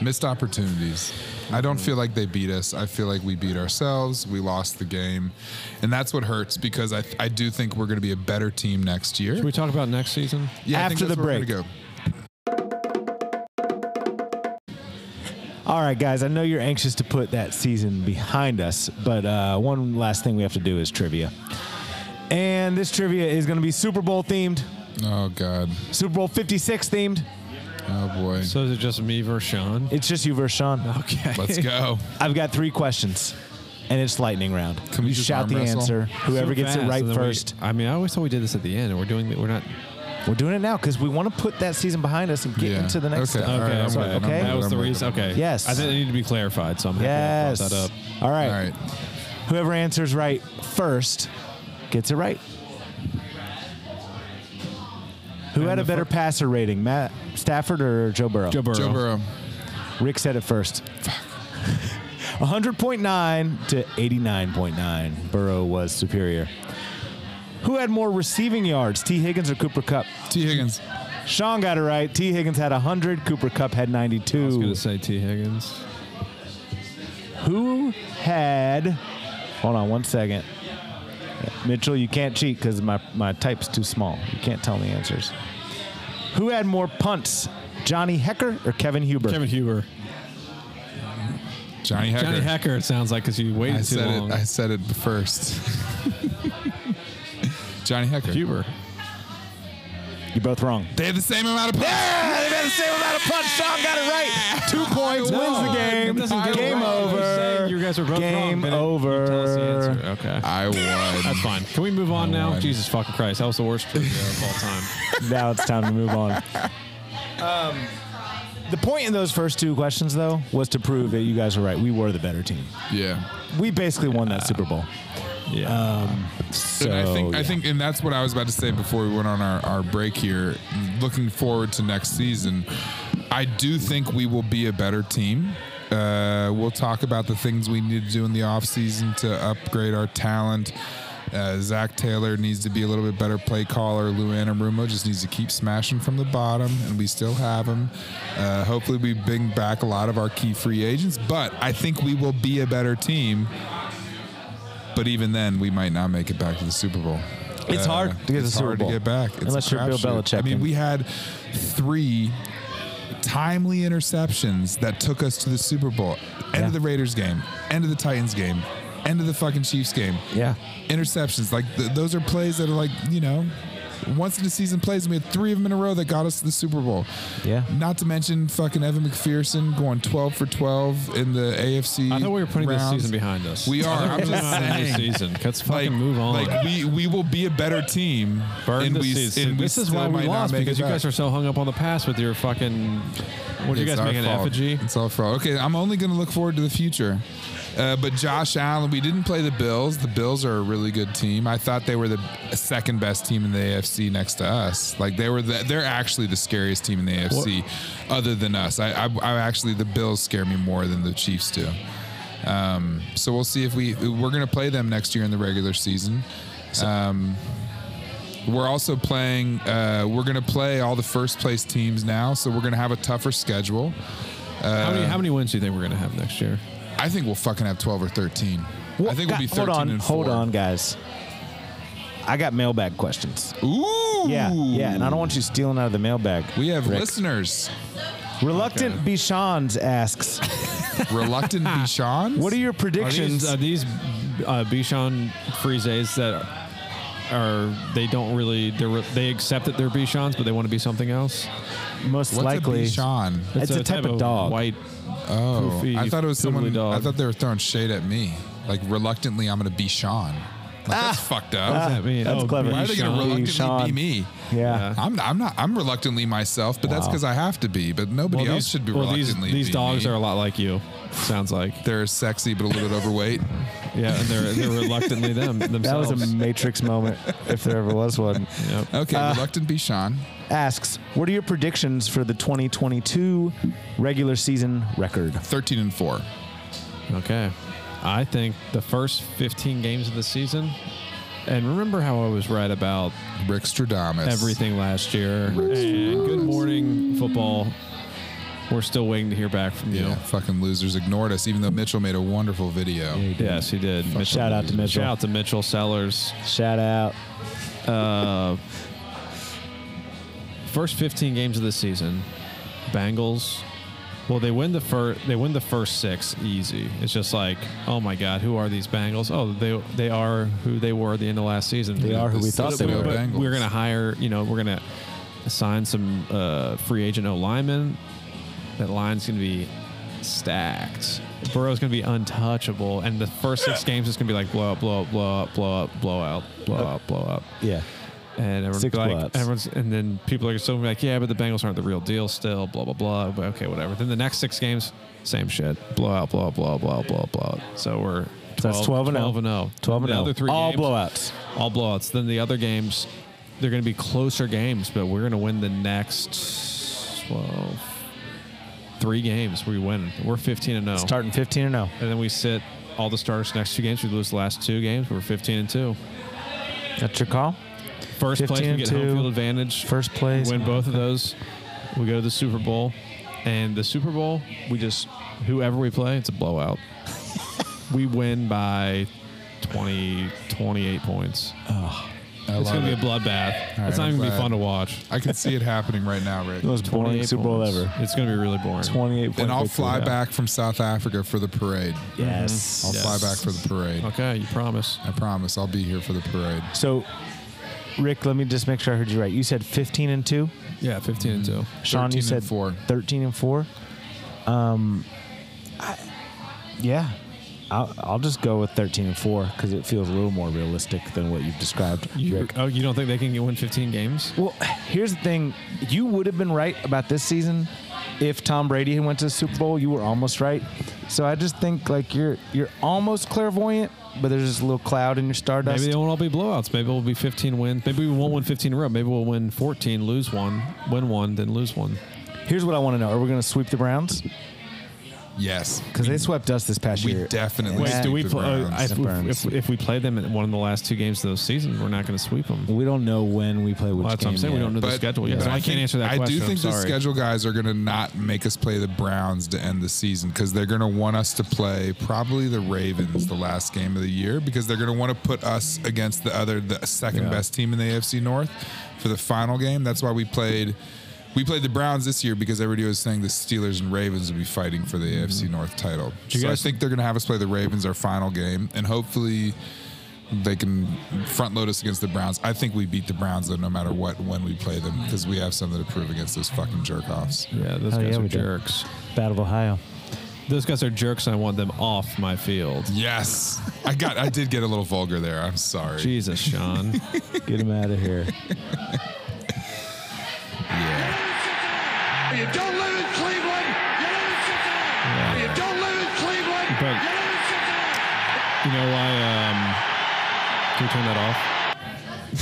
[SPEAKER 3] Missed opportunities. I don't feel like they beat us. I feel like we beat ourselves. We lost the game. And that's what hurts because I, I do think we're going to be a better team next year.
[SPEAKER 4] Should we talk about next season?
[SPEAKER 3] Yeah, I think
[SPEAKER 2] After
[SPEAKER 3] that's
[SPEAKER 2] the
[SPEAKER 3] where we're
[SPEAKER 2] break.
[SPEAKER 3] gonna go.
[SPEAKER 2] All right, guys, I know you're anxious to put that season behind us, but uh, one last thing we have to do is trivia. And this trivia is going to be Super Bowl themed,
[SPEAKER 3] Oh, God.
[SPEAKER 2] Super Bowl 56 themed.
[SPEAKER 3] Oh, boy.
[SPEAKER 4] So is it just me versus Sean?
[SPEAKER 2] It's just you versus Sean.
[SPEAKER 4] Okay.
[SPEAKER 3] Let's
[SPEAKER 4] [laughs]
[SPEAKER 3] go.
[SPEAKER 2] I've got three questions, and it's lightning round.
[SPEAKER 3] Can we
[SPEAKER 2] you
[SPEAKER 3] just
[SPEAKER 2] shout
[SPEAKER 3] arm
[SPEAKER 2] the
[SPEAKER 3] wrestle?
[SPEAKER 2] answer? [laughs] Whoever
[SPEAKER 4] So
[SPEAKER 2] gets it
[SPEAKER 4] fast,
[SPEAKER 2] right
[SPEAKER 4] and then we-
[SPEAKER 2] first.
[SPEAKER 4] I mean, I always thought we did this at the end, and we're doing. We're not.
[SPEAKER 2] We, are doing it now because we want to put that season behind us and get
[SPEAKER 3] Yeah.
[SPEAKER 2] into the next
[SPEAKER 3] Okay.
[SPEAKER 2] stuff.
[SPEAKER 3] All right, I'm
[SPEAKER 2] So,
[SPEAKER 3] with it, I'm
[SPEAKER 2] okay.
[SPEAKER 3] with it,
[SPEAKER 4] That was
[SPEAKER 3] I'm
[SPEAKER 4] the
[SPEAKER 3] with it,
[SPEAKER 4] reason.
[SPEAKER 3] I'm with it.
[SPEAKER 4] Okay.
[SPEAKER 2] Yes.
[SPEAKER 4] I think it need to be clarified. So I'm happy I
[SPEAKER 2] Yes.
[SPEAKER 4] brought that up.
[SPEAKER 2] All right.
[SPEAKER 3] All right.
[SPEAKER 2] Whoever answers right first gets it right. Who had a better passer rating, Matt Stafford or Joe Burrow?
[SPEAKER 4] Joe Burrow.
[SPEAKER 3] Joe Burrow.
[SPEAKER 2] Rick said it first. [laughs] 100.9 to 89.9. Burrow was superior. Who had more receiving yards, T. Higgins or Cooper Cup?
[SPEAKER 3] T. Higgins.
[SPEAKER 2] Sean got it right. T. Higgins had 100. Cooper Cup had
[SPEAKER 4] I was
[SPEAKER 2] 92.
[SPEAKER 4] gonna say T Higgins.
[SPEAKER 2] Who had? Hold on one second. Mitchell, you can't cheat because my, my type's too small. You can't tell me answers. Who had more punts, Johnny Hecker or Kevin Huber?
[SPEAKER 4] Kevin Huber.
[SPEAKER 3] Johnny Hecker.
[SPEAKER 4] Johnny Hecker. It sounds like because you waited
[SPEAKER 3] I
[SPEAKER 4] too
[SPEAKER 3] said
[SPEAKER 4] long.
[SPEAKER 3] it. I said it
[SPEAKER 4] [laughs]
[SPEAKER 3] first. Johnny Hecker.
[SPEAKER 4] Huber.
[SPEAKER 2] You're both wrong.
[SPEAKER 3] They had the same amount of punts. Yeah, they had the same amount of punts. Sean got it right.
[SPEAKER 2] Two points [laughs] wins the game.
[SPEAKER 4] It doesn't get
[SPEAKER 2] Game
[SPEAKER 4] it right. You're
[SPEAKER 2] over.
[SPEAKER 4] saying You guys were both
[SPEAKER 2] Game
[SPEAKER 4] wrong, but it-
[SPEAKER 2] over.
[SPEAKER 4] You tell us the answer. Okay.
[SPEAKER 3] I won.
[SPEAKER 4] That's fine. Can we move on now?
[SPEAKER 3] won.
[SPEAKER 4] Jesus fucking Christ. That was the worst trivia of all time.
[SPEAKER 2] [laughs] now it's time to move on. [laughs] Um, the point in those first two questions, though, was to prove that you guys were right. We were the better team.
[SPEAKER 3] Yeah.
[SPEAKER 2] We basically won that Super Bowl.
[SPEAKER 4] [laughs] Yeah.
[SPEAKER 2] So
[SPEAKER 3] and I think I
[SPEAKER 2] yeah.
[SPEAKER 3] think and that's what I was about to say before we went on our, our break here. Looking forward to next season, I do think we will be a better team. Uh, we'll talk about the things we need to do in the offseason to upgrade our talent. Uh, Zach Taylor needs to be a little bit better play caller. Lou Anarumo just needs to keep smashing from the bottom, and we still have him. Uh, hopefully, we bring back a lot of our key free agents, but I think we will be a better team. But even then, we might not make it back to the Super Bowl.
[SPEAKER 2] It's hard to get to
[SPEAKER 3] uh, it's
[SPEAKER 2] the Super
[SPEAKER 3] hard
[SPEAKER 2] Bowl.
[SPEAKER 3] to get back. It's
[SPEAKER 2] Unless
[SPEAKER 3] a
[SPEAKER 2] you're Bill
[SPEAKER 3] crapshoot.
[SPEAKER 2] Belichick
[SPEAKER 3] I mean,
[SPEAKER 2] and-
[SPEAKER 3] we had three timely interceptions that took us to the Super Bowl. End
[SPEAKER 2] Yeah.
[SPEAKER 3] of the Raiders game. End of the Titans game. End of the fucking Chiefs game.
[SPEAKER 2] Yeah.
[SPEAKER 3] Interceptions. Like th- those are plays that are like you know. Once in a season plays, and we had three of them in a row that got us to the Super Bowl.
[SPEAKER 2] Yeah.
[SPEAKER 3] Not to mention fucking Evan McPherson going 12 for 12 in the AFC.
[SPEAKER 4] I thought we were putting
[SPEAKER 3] rounds.
[SPEAKER 4] this season behind us.
[SPEAKER 3] We are.
[SPEAKER 4] I thought
[SPEAKER 3] I'm
[SPEAKER 4] we were
[SPEAKER 3] just
[SPEAKER 4] putting behind this
[SPEAKER 3] saying.
[SPEAKER 4] season. Let's fucking move on.
[SPEAKER 3] Like we we will be a better team.
[SPEAKER 4] Burn
[SPEAKER 3] and
[SPEAKER 4] the
[SPEAKER 3] we,
[SPEAKER 4] season.
[SPEAKER 3] and we
[SPEAKER 4] this is
[SPEAKER 3] still
[SPEAKER 4] why we
[SPEAKER 3] might not
[SPEAKER 4] lost
[SPEAKER 3] make it
[SPEAKER 4] because you
[SPEAKER 3] back.
[SPEAKER 4] guys are so hung up on the past with your fucking. What did you
[SPEAKER 3] It's
[SPEAKER 4] guys
[SPEAKER 3] our
[SPEAKER 4] make an
[SPEAKER 3] fault.
[SPEAKER 4] effigy?
[SPEAKER 3] It's all fraud. Okay, I'm only going to look forward to the future. Uh, but Josh Allen, we didn't play the Bills. The Bills are a really good team. I thought they were the second best team in the AFC next to us. Like they were, the, they're actually the scariest team in the AFC, other than us. I, I, I actually the Bills scare me more than the Chiefs do. Um, so we'll see if we we're going to play them next year in the regular season. We're also playing. Uh, we're going to play all the first place teams now, so we're going to have a tougher schedule.
[SPEAKER 4] how
[SPEAKER 3] Uh,
[SPEAKER 4] many how many wins do you think we're gonna have next year?
[SPEAKER 3] I think we'll fucking have 12 or 13. I think we'll be 13
[SPEAKER 2] Hold on,
[SPEAKER 3] and
[SPEAKER 2] hold
[SPEAKER 3] 4.
[SPEAKER 2] on, guys. I got mailbag questions.
[SPEAKER 3] Ooh.
[SPEAKER 2] Yeah, yeah, and I don't want you stealing out of the mailbag.
[SPEAKER 3] We have
[SPEAKER 2] Rick.
[SPEAKER 3] listeners.
[SPEAKER 2] Reluctant
[SPEAKER 4] Okay.
[SPEAKER 2] Bichons asks, [laughs]
[SPEAKER 3] Reluctant Bichon.
[SPEAKER 2] "What are your
[SPEAKER 4] Are
[SPEAKER 2] predictions?"
[SPEAKER 4] these, are these uh, Bichon Frises that are they don't really they're, re- they accept that they're Bichons but they want to be something else?
[SPEAKER 2] most
[SPEAKER 3] What's
[SPEAKER 2] likely,
[SPEAKER 3] a Bichon?
[SPEAKER 2] It's a type of dog.
[SPEAKER 4] White.
[SPEAKER 3] Oh,
[SPEAKER 4] poofy,
[SPEAKER 3] I thought it was
[SPEAKER 4] poodly
[SPEAKER 3] someone.
[SPEAKER 4] dog.
[SPEAKER 3] I thought they were throwing shade at me. Like reluctantly, I'm gonna be Sean. Like, that's fucked up.
[SPEAKER 4] does that mean?
[SPEAKER 2] that's clever.
[SPEAKER 3] Why are they gonna
[SPEAKER 4] Bichon.
[SPEAKER 3] reluctantly
[SPEAKER 2] Ah. Bichon.
[SPEAKER 3] be me?
[SPEAKER 2] yeah.
[SPEAKER 4] Yeah.
[SPEAKER 3] I'm, I'm not. I'm reluctantly myself, but that's
[SPEAKER 2] Wow.
[SPEAKER 3] because I have to be. But nobody else should be
[SPEAKER 4] well, these,
[SPEAKER 3] reluctantly.
[SPEAKER 4] these
[SPEAKER 3] be
[SPEAKER 4] dogs
[SPEAKER 3] me.
[SPEAKER 4] are a lot like you. Sounds like
[SPEAKER 3] They're sexy, but a little bit overweight.
[SPEAKER 4] yeah, and they're they're reluctantly
[SPEAKER 2] [laughs]
[SPEAKER 4] them
[SPEAKER 2] That
[SPEAKER 4] themselves.
[SPEAKER 2] was a Matrix [laughs] moment, if there ever was one.
[SPEAKER 4] Yep.
[SPEAKER 3] Okay,
[SPEAKER 2] Uh,
[SPEAKER 3] reluctant Bichon.
[SPEAKER 2] Asks, what are your predictions for the 2022 regular season record?
[SPEAKER 3] 13 and four.
[SPEAKER 4] Okay. I think the first 15 games of the season, and remember how I was right about
[SPEAKER 3] Rick Stradamus.
[SPEAKER 4] everything last year. And good morning, football. We're still waiting to hear back from you.
[SPEAKER 3] Yeah, fucking losers ignored us, even though Mitchell made a wonderful video.
[SPEAKER 4] Yes, he did. Mitchell-
[SPEAKER 2] Shout out to Mitchell.
[SPEAKER 4] Shout out to Mitchell Sellers.
[SPEAKER 2] Shout out.
[SPEAKER 4] First 15 games of the season, Bengals. Well, they win the first. They win the first six easy. It's just like, oh my God, who are these Bengals? Oh, they they are who they were at the end of last season.
[SPEAKER 2] They are who we
[SPEAKER 3] This-
[SPEAKER 2] thought they
[SPEAKER 3] we
[SPEAKER 2] were.
[SPEAKER 3] are
[SPEAKER 4] But
[SPEAKER 3] Bengals.
[SPEAKER 4] we're gonna hire. You know, we're gonna sign some uh, free agent O linemen. That line's gonna be stacked. Burrow's gonna be untouchable, and the first six games is gonna be like blow up, blow up, blow up, blow up, blow out, blow up, blow up.
[SPEAKER 2] Yeah.
[SPEAKER 4] And everyone's
[SPEAKER 2] Six
[SPEAKER 4] like,
[SPEAKER 2] blowouts.
[SPEAKER 4] everyone's, and then people are still gonna be like, yeah, but the Bengals aren't the real deal still. Blah blah blah. But okay, whatever. Then the next six games, same shit. Blowout, blowout, blowout, blowout, blowout, blowout. So we're
[SPEAKER 2] that's 12 and
[SPEAKER 4] 12
[SPEAKER 2] 0.
[SPEAKER 4] and 0.
[SPEAKER 2] 12 and
[SPEAKER 4] the
[SPEAKER 2] 0.
[SPEAKER 4] other three
[SPEAKER 2] All
[SPEAKER 4] games-
[SPEAKER 2] blowouts.
[SPEAKER 4] All blowouts. Then the other games, they're going to be closer games, but we're going to win the next 12, three games. We win. We're 15 and 0.
[SPEAKER 2] Starting 15 and oh. 0.
[SPEAKER 4] And then we sit all the starters next two games. We lose the last two games. We're 15 and 2.
[SPEAKER 2] That's your call.
[SPEAKER 4] First place,
[SPEAKER 2] 15
[SPEAKER 4] we
[SPEAKER 2] and
[SPEAKER 4] get
[SPEAKER 2] two.
[SPEAKER 4] home field advantage.
[SPEAKER 2] First place.
[SPEAKER 4] win both of those. We go to the Super Bowl, and the Super Bowl, we just whoever we play, it's
[SPEAKER 2] [laughs]
[SPEAKER 4] a blowout. we win by 20, 28 points.
[SPEAKER 3] I
[SPEAKER 4] it's
[SPEAKER 3] love
[SPEAKER 4] gonna
[SPEAKER 3] it.
[SPEAKER 4] be a
[SPEAKER 3] All
[SPEAKER 4] bloodbath.
[SPEAKER 3] right,
[SPEAKER 4] it's not
[SPEAKER 3] I'm
[SPEAKER 4] even gonna be
[SPEAKER 3] glad.
[SPEAKER 4] fun to watch.
[SPEAKER 3] I can see it happening right
[SPEAKER 2] [laughs]
[SPEAKER 3] now, Rick.
[SPEAKER 2] The most boring
[SPEAKER 4] 28
[SPEAKER 2] Super Bowl
[SPEAKER 4] points.
[SPEAKER 2] ever.
[SPEAKER 4] It's gonna be really boring.
[SPEAKER 2] 28
[SPEAKER 3] And I'll fly
[SPEAKER 2] yeah.
[SPEAKER 3] back from South Africa for the parade.
[SPEAKER 2] Yes.
[SPEAKER 3] Mm-hmm. I'll fly back for the parade.
[SPEAKER 4] Okay, you promise.
[SPEAKER 3] I promise I'll be here for the parade.
[SPEAKER 2] So, Rick, let me just make sure I heard you right. You said 15 and 2.
[SPEAKER 4] Yeah, 15 and two.
[SPEAKER 2] Sean, you
[SPEAKER 3] 13
[SPEAKER 2] said
[SPEAKER 3] and four.
[SPEAKER 2] 13 and 4. Um, I, yeah. I'll, I'll just go with 13 and 4 because it feels a little more realistic than what you've described,
[SPEAKER 4] You,
[SPEAKER 2] Rick.
[SPEAKER 4] oh, you don't think they can win 15 games?
[SPEAKER 2] Well, here's the thing. You would have been right about this season if Tom Brady had went to the Super Bowl. You were almost right. So I just think like you're you're almost clairvoyant, but there's just a little cloud in your stardust.
[SPEAKER 4] Maybe they won't all be blowouts. Maybe it'll be 15 wins. Maybe we won't win 15 in a row. Maybe we'll win 14, lose one, win one, then lose one.
[SPEAKER 2] Here's what I want to know: Are we going to sweep the Browns?
[SPEAKER 3] Yes.
[SPEAKER 2] Because they swept us this past
[SPEAKER 3] We
[SPEAKER 2] year.
[SPEAKER 3] definitely
[SPEAKER 2] And
[SPEAKER 4] Wait,
[SPEAKER 2] that-
[SPEAKER 4] do we
[SPEAKER 3] the
[SPEAKER 4] play?
[SPEAKER 3] Browns.
[SPEAKER 4] if,
[SPEAKER 2] The Browns.
[SPEAKER 4] if, if we play them in one of the last two games of those season, we're not going to sweep them.
[SPEAKER 2] We don't know when we play which
[SPEAKER 4] Well, that's what
[SPEAKER 2] game.
[SPEAKER 4] I'm saying. We
[SPEAKER 2] yet.
[SPEAKER 4] don't know the schedule yet,
[SPEAKER 3] but
[SPEAKER 4] so I, can't
[SPEAKER 3] think-
[SPEAKER 4] answer that
[SPEAKER 3] I
[SPEAKER 4] question.
[SPEAKER 3] do think
[SPEAKER 4] I'm
[SPEAKER 3] the
[SPEAKER 4] sorry.
[SPEAKER 3] schedule guys are going to not make us play the Browns to end the season because they're going to want us to play probably the Ravens the last game of the year because they're going to want to put us against the other the second
[SPEAKER 4] Yeah.
[SPEAKER 3] best team in the AFC North for the final game. That's why we played. We played the Browns this year because everybody was saying the Steelers and Ravens would be fighting for the AFC North title.
[SPEAKER 4] Mm-hmm. you
[SPEAKER 3] So I
[SPEAKER 4] guys-
[SPEAKER 3] think they're going to have us play the Ravens our final game, and hopefully they can front load us against the Browns. I think we beat the Browns though, no matter what when we play them, because we have something to prove against those fucking jerk offs.
[SPEAKER 4] Yeah, those
[SPEAKER 2] Oh,
[SPEAKER 4] guys
[SPEAKER 2] yeah,
[SPEAKER 4] are
[SPEAKER 2] we do.
[SPEAKER 4] jerks.
[SPEAKER 2] Battle of Ohio.
[SPEAKER 4] Those guys are jerks, and I want them off my field.
[SPEAKER 3] Yes, I got. I did get a little vulgar there. I'm sorry.
[SPEAKER 4] Jesus, [laughs] Sean.
[SPEAKER 2] Get him out of here.
[SPEAKER 3] Yeah.
[SPEAKER 5] You don't live in Cleveland. You live in Cincinnati. You don't live in Cleveland.
[SPEAKER 4] But-
[SPEAKER 5] you live in Cincinnati.
[SPEAKER 4] You know why? Um, can you turn that off?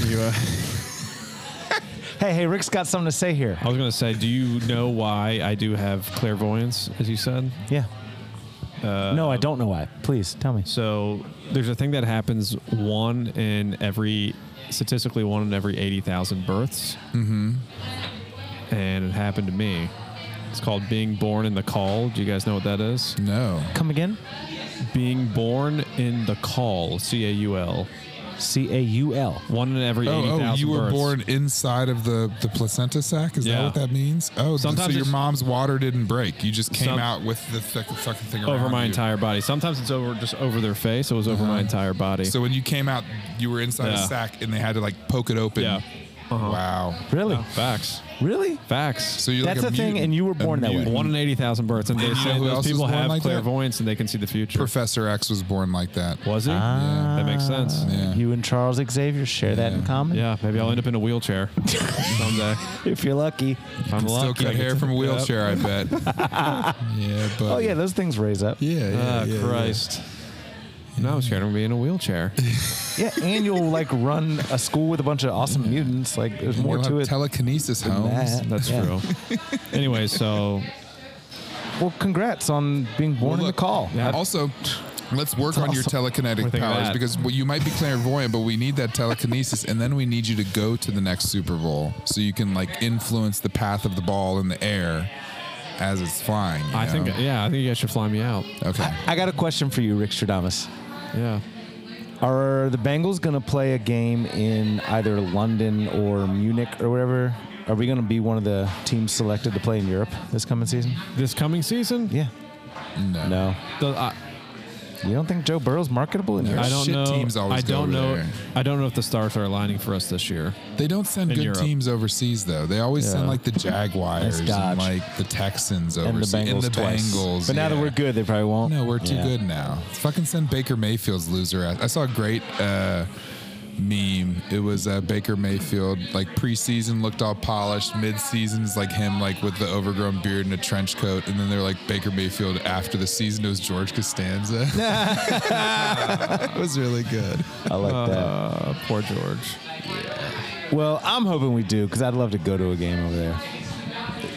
[SPEAKER 4] You,
[SPEAKER 2] [laughs]
[SPEAKER 4] uh,
[SPEAKER 2] hey, hey, Rick's got something to say here.
[SPEAKER 4] I was going to say, do you know why I do have clairvoyance, as you said?
[SPEAKER 2] Yeah. no, I don't know why. Please tell me.
[SPEAKER 4] So there's a thing that happens one in every, statistically one in every 80,000 births. Mm-hmm. And it happened to me. It's called being born in the call. Do you guys know what that is?
[SPEAKER 3] No.
[SPEAKER 2] Come again?
[SPEAKER 4] Being born in the call, C A U L.
[SPEAKER 2] C A U L.
[SPEAKER 4] One in every
[SPEAKER 3] Oh,
[SPEAKER 4] 80,000
[SPEAKER 3] oh, you were
[SPEAKER 4] births.
[SPEAKER 3] born inside of the, the placenta sac? Is that
[SPEAKER 4] Yeah.
[SPEAKER 3] what that means? Oh, th-
[SPEAKER 4] Sometimes
[SPEAKER 3] so your
[SPEAKER 4] it's-
[SPEAKER 3] mom's water didn't break. You just came
[SPEAKER 4] Some-
[SPEAKER 3] out with the thick, fucking thing
[SPEAKER 4] over
[SPEAKER 3] around
[SPEAKER 4] my Uh-huh.
[SPEAKER 3] you.
[SPEAKER 4] entire body. Sometimes it's over just over their face. It was over my entire body.
[SPEAKER 3] So when you came out, you were inside
[SPEAKER 4] Yeah.
[SPEAKER 3] a sack, and they had to like poke it open.
[SPEAKER 4] Yeah.
[SPEAKER 3] Wow.
[SPEAKER 2] Really?
[SPEAKER 4] Yeah, facts.
[SPEAKER 2] Really?
[SPEAKER 4] Facts.
[SPEAKER 3] So you're
[SPEAKER 2] That's
[SPEAKER 3] like
[SPEAKER 2] the thing,
[SPEAKER 3] mutant-
[SPEAKER 2] and you were born
[SPEAKER 3] a
[SPEAKER 2] that way.
[SPEAKER 3] mutant.
[SPEAKER 4] One in 80,000 births. And they
[SPEAKER 3] you know
[SPEAKER 4] say
[SPEAKER 3] who
[SPEAKER 4] those
[SPEAKER 3] else was
[SPEAKER 4] people
[SPEAKER 3] born
[SPEAKER 4] have
[SPEAKER 3] like that?
[SPEAKER 4] clairvoyance and they can see the future.
[SPEAKER 3] Professor X was born like that.
[SPEAKER 4] Was he?
[SPEAKER 2] Ah.
[SPEAKER 4] that makes sense.
[SPEAKER 3] Yeah.
[SPEAKER 2] You and Charles Xavier share that in
[SPEAKER 3] Yeah.
[SPEAKER 2] common?
[SPEAKER 4] Yeah, maybe I'll end up in a [laughs] wheelchair someday.
[SPEAKER 2] If you're lucky.
[SPEAKER 4] If I'm
[SPEAKER 3] Still
[SPEAKER 4] lucky. I
[SPEAKER 3] cut
[SPEAKER 4] get
[SPEAKER 3] hair
[SPEAKER 4] to-
[SPEAKER 3] from a
[SPEAKER 4] Yep.
[SPEAKER 3] wheelchair, I
[SPEAKER 2] [laughs]
[SPEAKER 3] bet. yeah, but
[SPEAKER 2] Oh, yeah, those things raise up.
[SPEAKER 3] yeah, yeah, yeah,
[SPEAKER 4] Ah,
[SPEAKER 3] yeah.
[SPEAKER 4] Christ. Now I'm scared I'm going to be in a [laughs] wheelchair.
[SPEAKER 2] Yeah, and you'll like run a school with a bunch of awesome mutants. Like, there's
[SPEAKER 3] And
[SPEAKER 2] more
[SPEAKER 3] you'll
[SPEAKER 2] to
[SPEAKER 3] have
[SPEAKER 2] it.
[SPEAKER 3] Telekinesis,
[SPEAKER 2] than
[SPEAKER 3] Holmes.
[SPEAKER 2] that.
[SPEAKER 4] That's
[SPEAKER 2] Yeah.
[SPEAKER 4] true. anyway, so
[SPEAKER 2] Well, congrats on being born in
[SPEAKER 3] Well,
[SPEAKER 2] the
[SPEAKER 3] look,
[SPEAKER 2] call.
[SPEAKER 4] Yeah.
[SPEAKER 3] Also, let's work on your telekinetic
[SPEAKER 4] Think of
[SPEAKER 3] powers
[SPEAKER 4] that.
[SPEAKER 3] because well, you might be clairvoyant, but we need that telekinesis, and then we need you to go to the next Super Bowl so you can like influence the path of the ball in the air as it's flying. you
[SPEAKER 4] I think,
[SPEAKER 3] know?
[SPEAKER 4] yeah, I think you guys should fly me out.
[SPEAKER 3] Okay.
[SPEAKER 2] I got a question for you, Rick Stradamus.
[SPEAKER 4] Yeah.
[SPEAKER 2] Are the Bengals going to play a game in either London or Munich or whatever? Are we going to be one of the teams selected to play in Europe this coming season?
[SPEAKER 4] This coming season?
[SPEAKER 2] Yeah.
[SPEAKER 3] No.
[SPEAKER 2] No.
[SPEAKER 4] The, I-
[SPEAKER 2] You don't think Joe Burrow's marketable in Europe?
[SPEAKER 4] I don't
[SPEAKER 3] shit
[SPEAKER 4] know.
[SPEAKER 3] teams always
[SPEAKER 4] I
[SPEAKER 3] go
[SPEAKER 4] don't
[SPEAKER 3] over
[SPEAKER 4] know.
[SPEAKER 3] there.
[SPEAKER 4] I don't know if the stars are aligning for us this year.
[SPEAKER 3] They don't send
[SPEAKER 4] In
[SPEAKER 3] good
[SPEAKER 4] Europe.
[SPEAKER 3] teams overseas though. They always
[SPEAKER 4] Yeah.
[SPEAKER 3] send like the Jaguars
[SPEAKER 2] Nice dodge.
[SPEAKER 3] and like the Texans
[SPEAKER 2] And the
[SPEAKER 3] overseas
[SPEAKER 2] Bengals twice.
[SPEAKER 3] Bengals,
[SPEAKER 2] but now that
[SPEAKER 3] yeah.
[SPEAKER 2] we're good, they probably won't.
[SPEAKER 3] No, we're too
[SPEAKER 2] Yeah.
[SPEAKER 3] good now. Fucking send Baker Mayfield's loser ass. I saw a great uh, meme. It was uh, Baker Mayfield, like preseason looked all polished, midseason is like him, like with the overgrown beard and a trench coat, and then they're like Baker Mayfield after the season. It was George
[SPEAKER 2] [laughs]
[SPEAKER 3] Costanza. [laughs] it was really good.
[SPEAKER 2] I like that.
[SPEAKER 4] Uh, poor George.
[SPEAKER 2] Well, I'm hoping we do because I'd love to go to a game over there.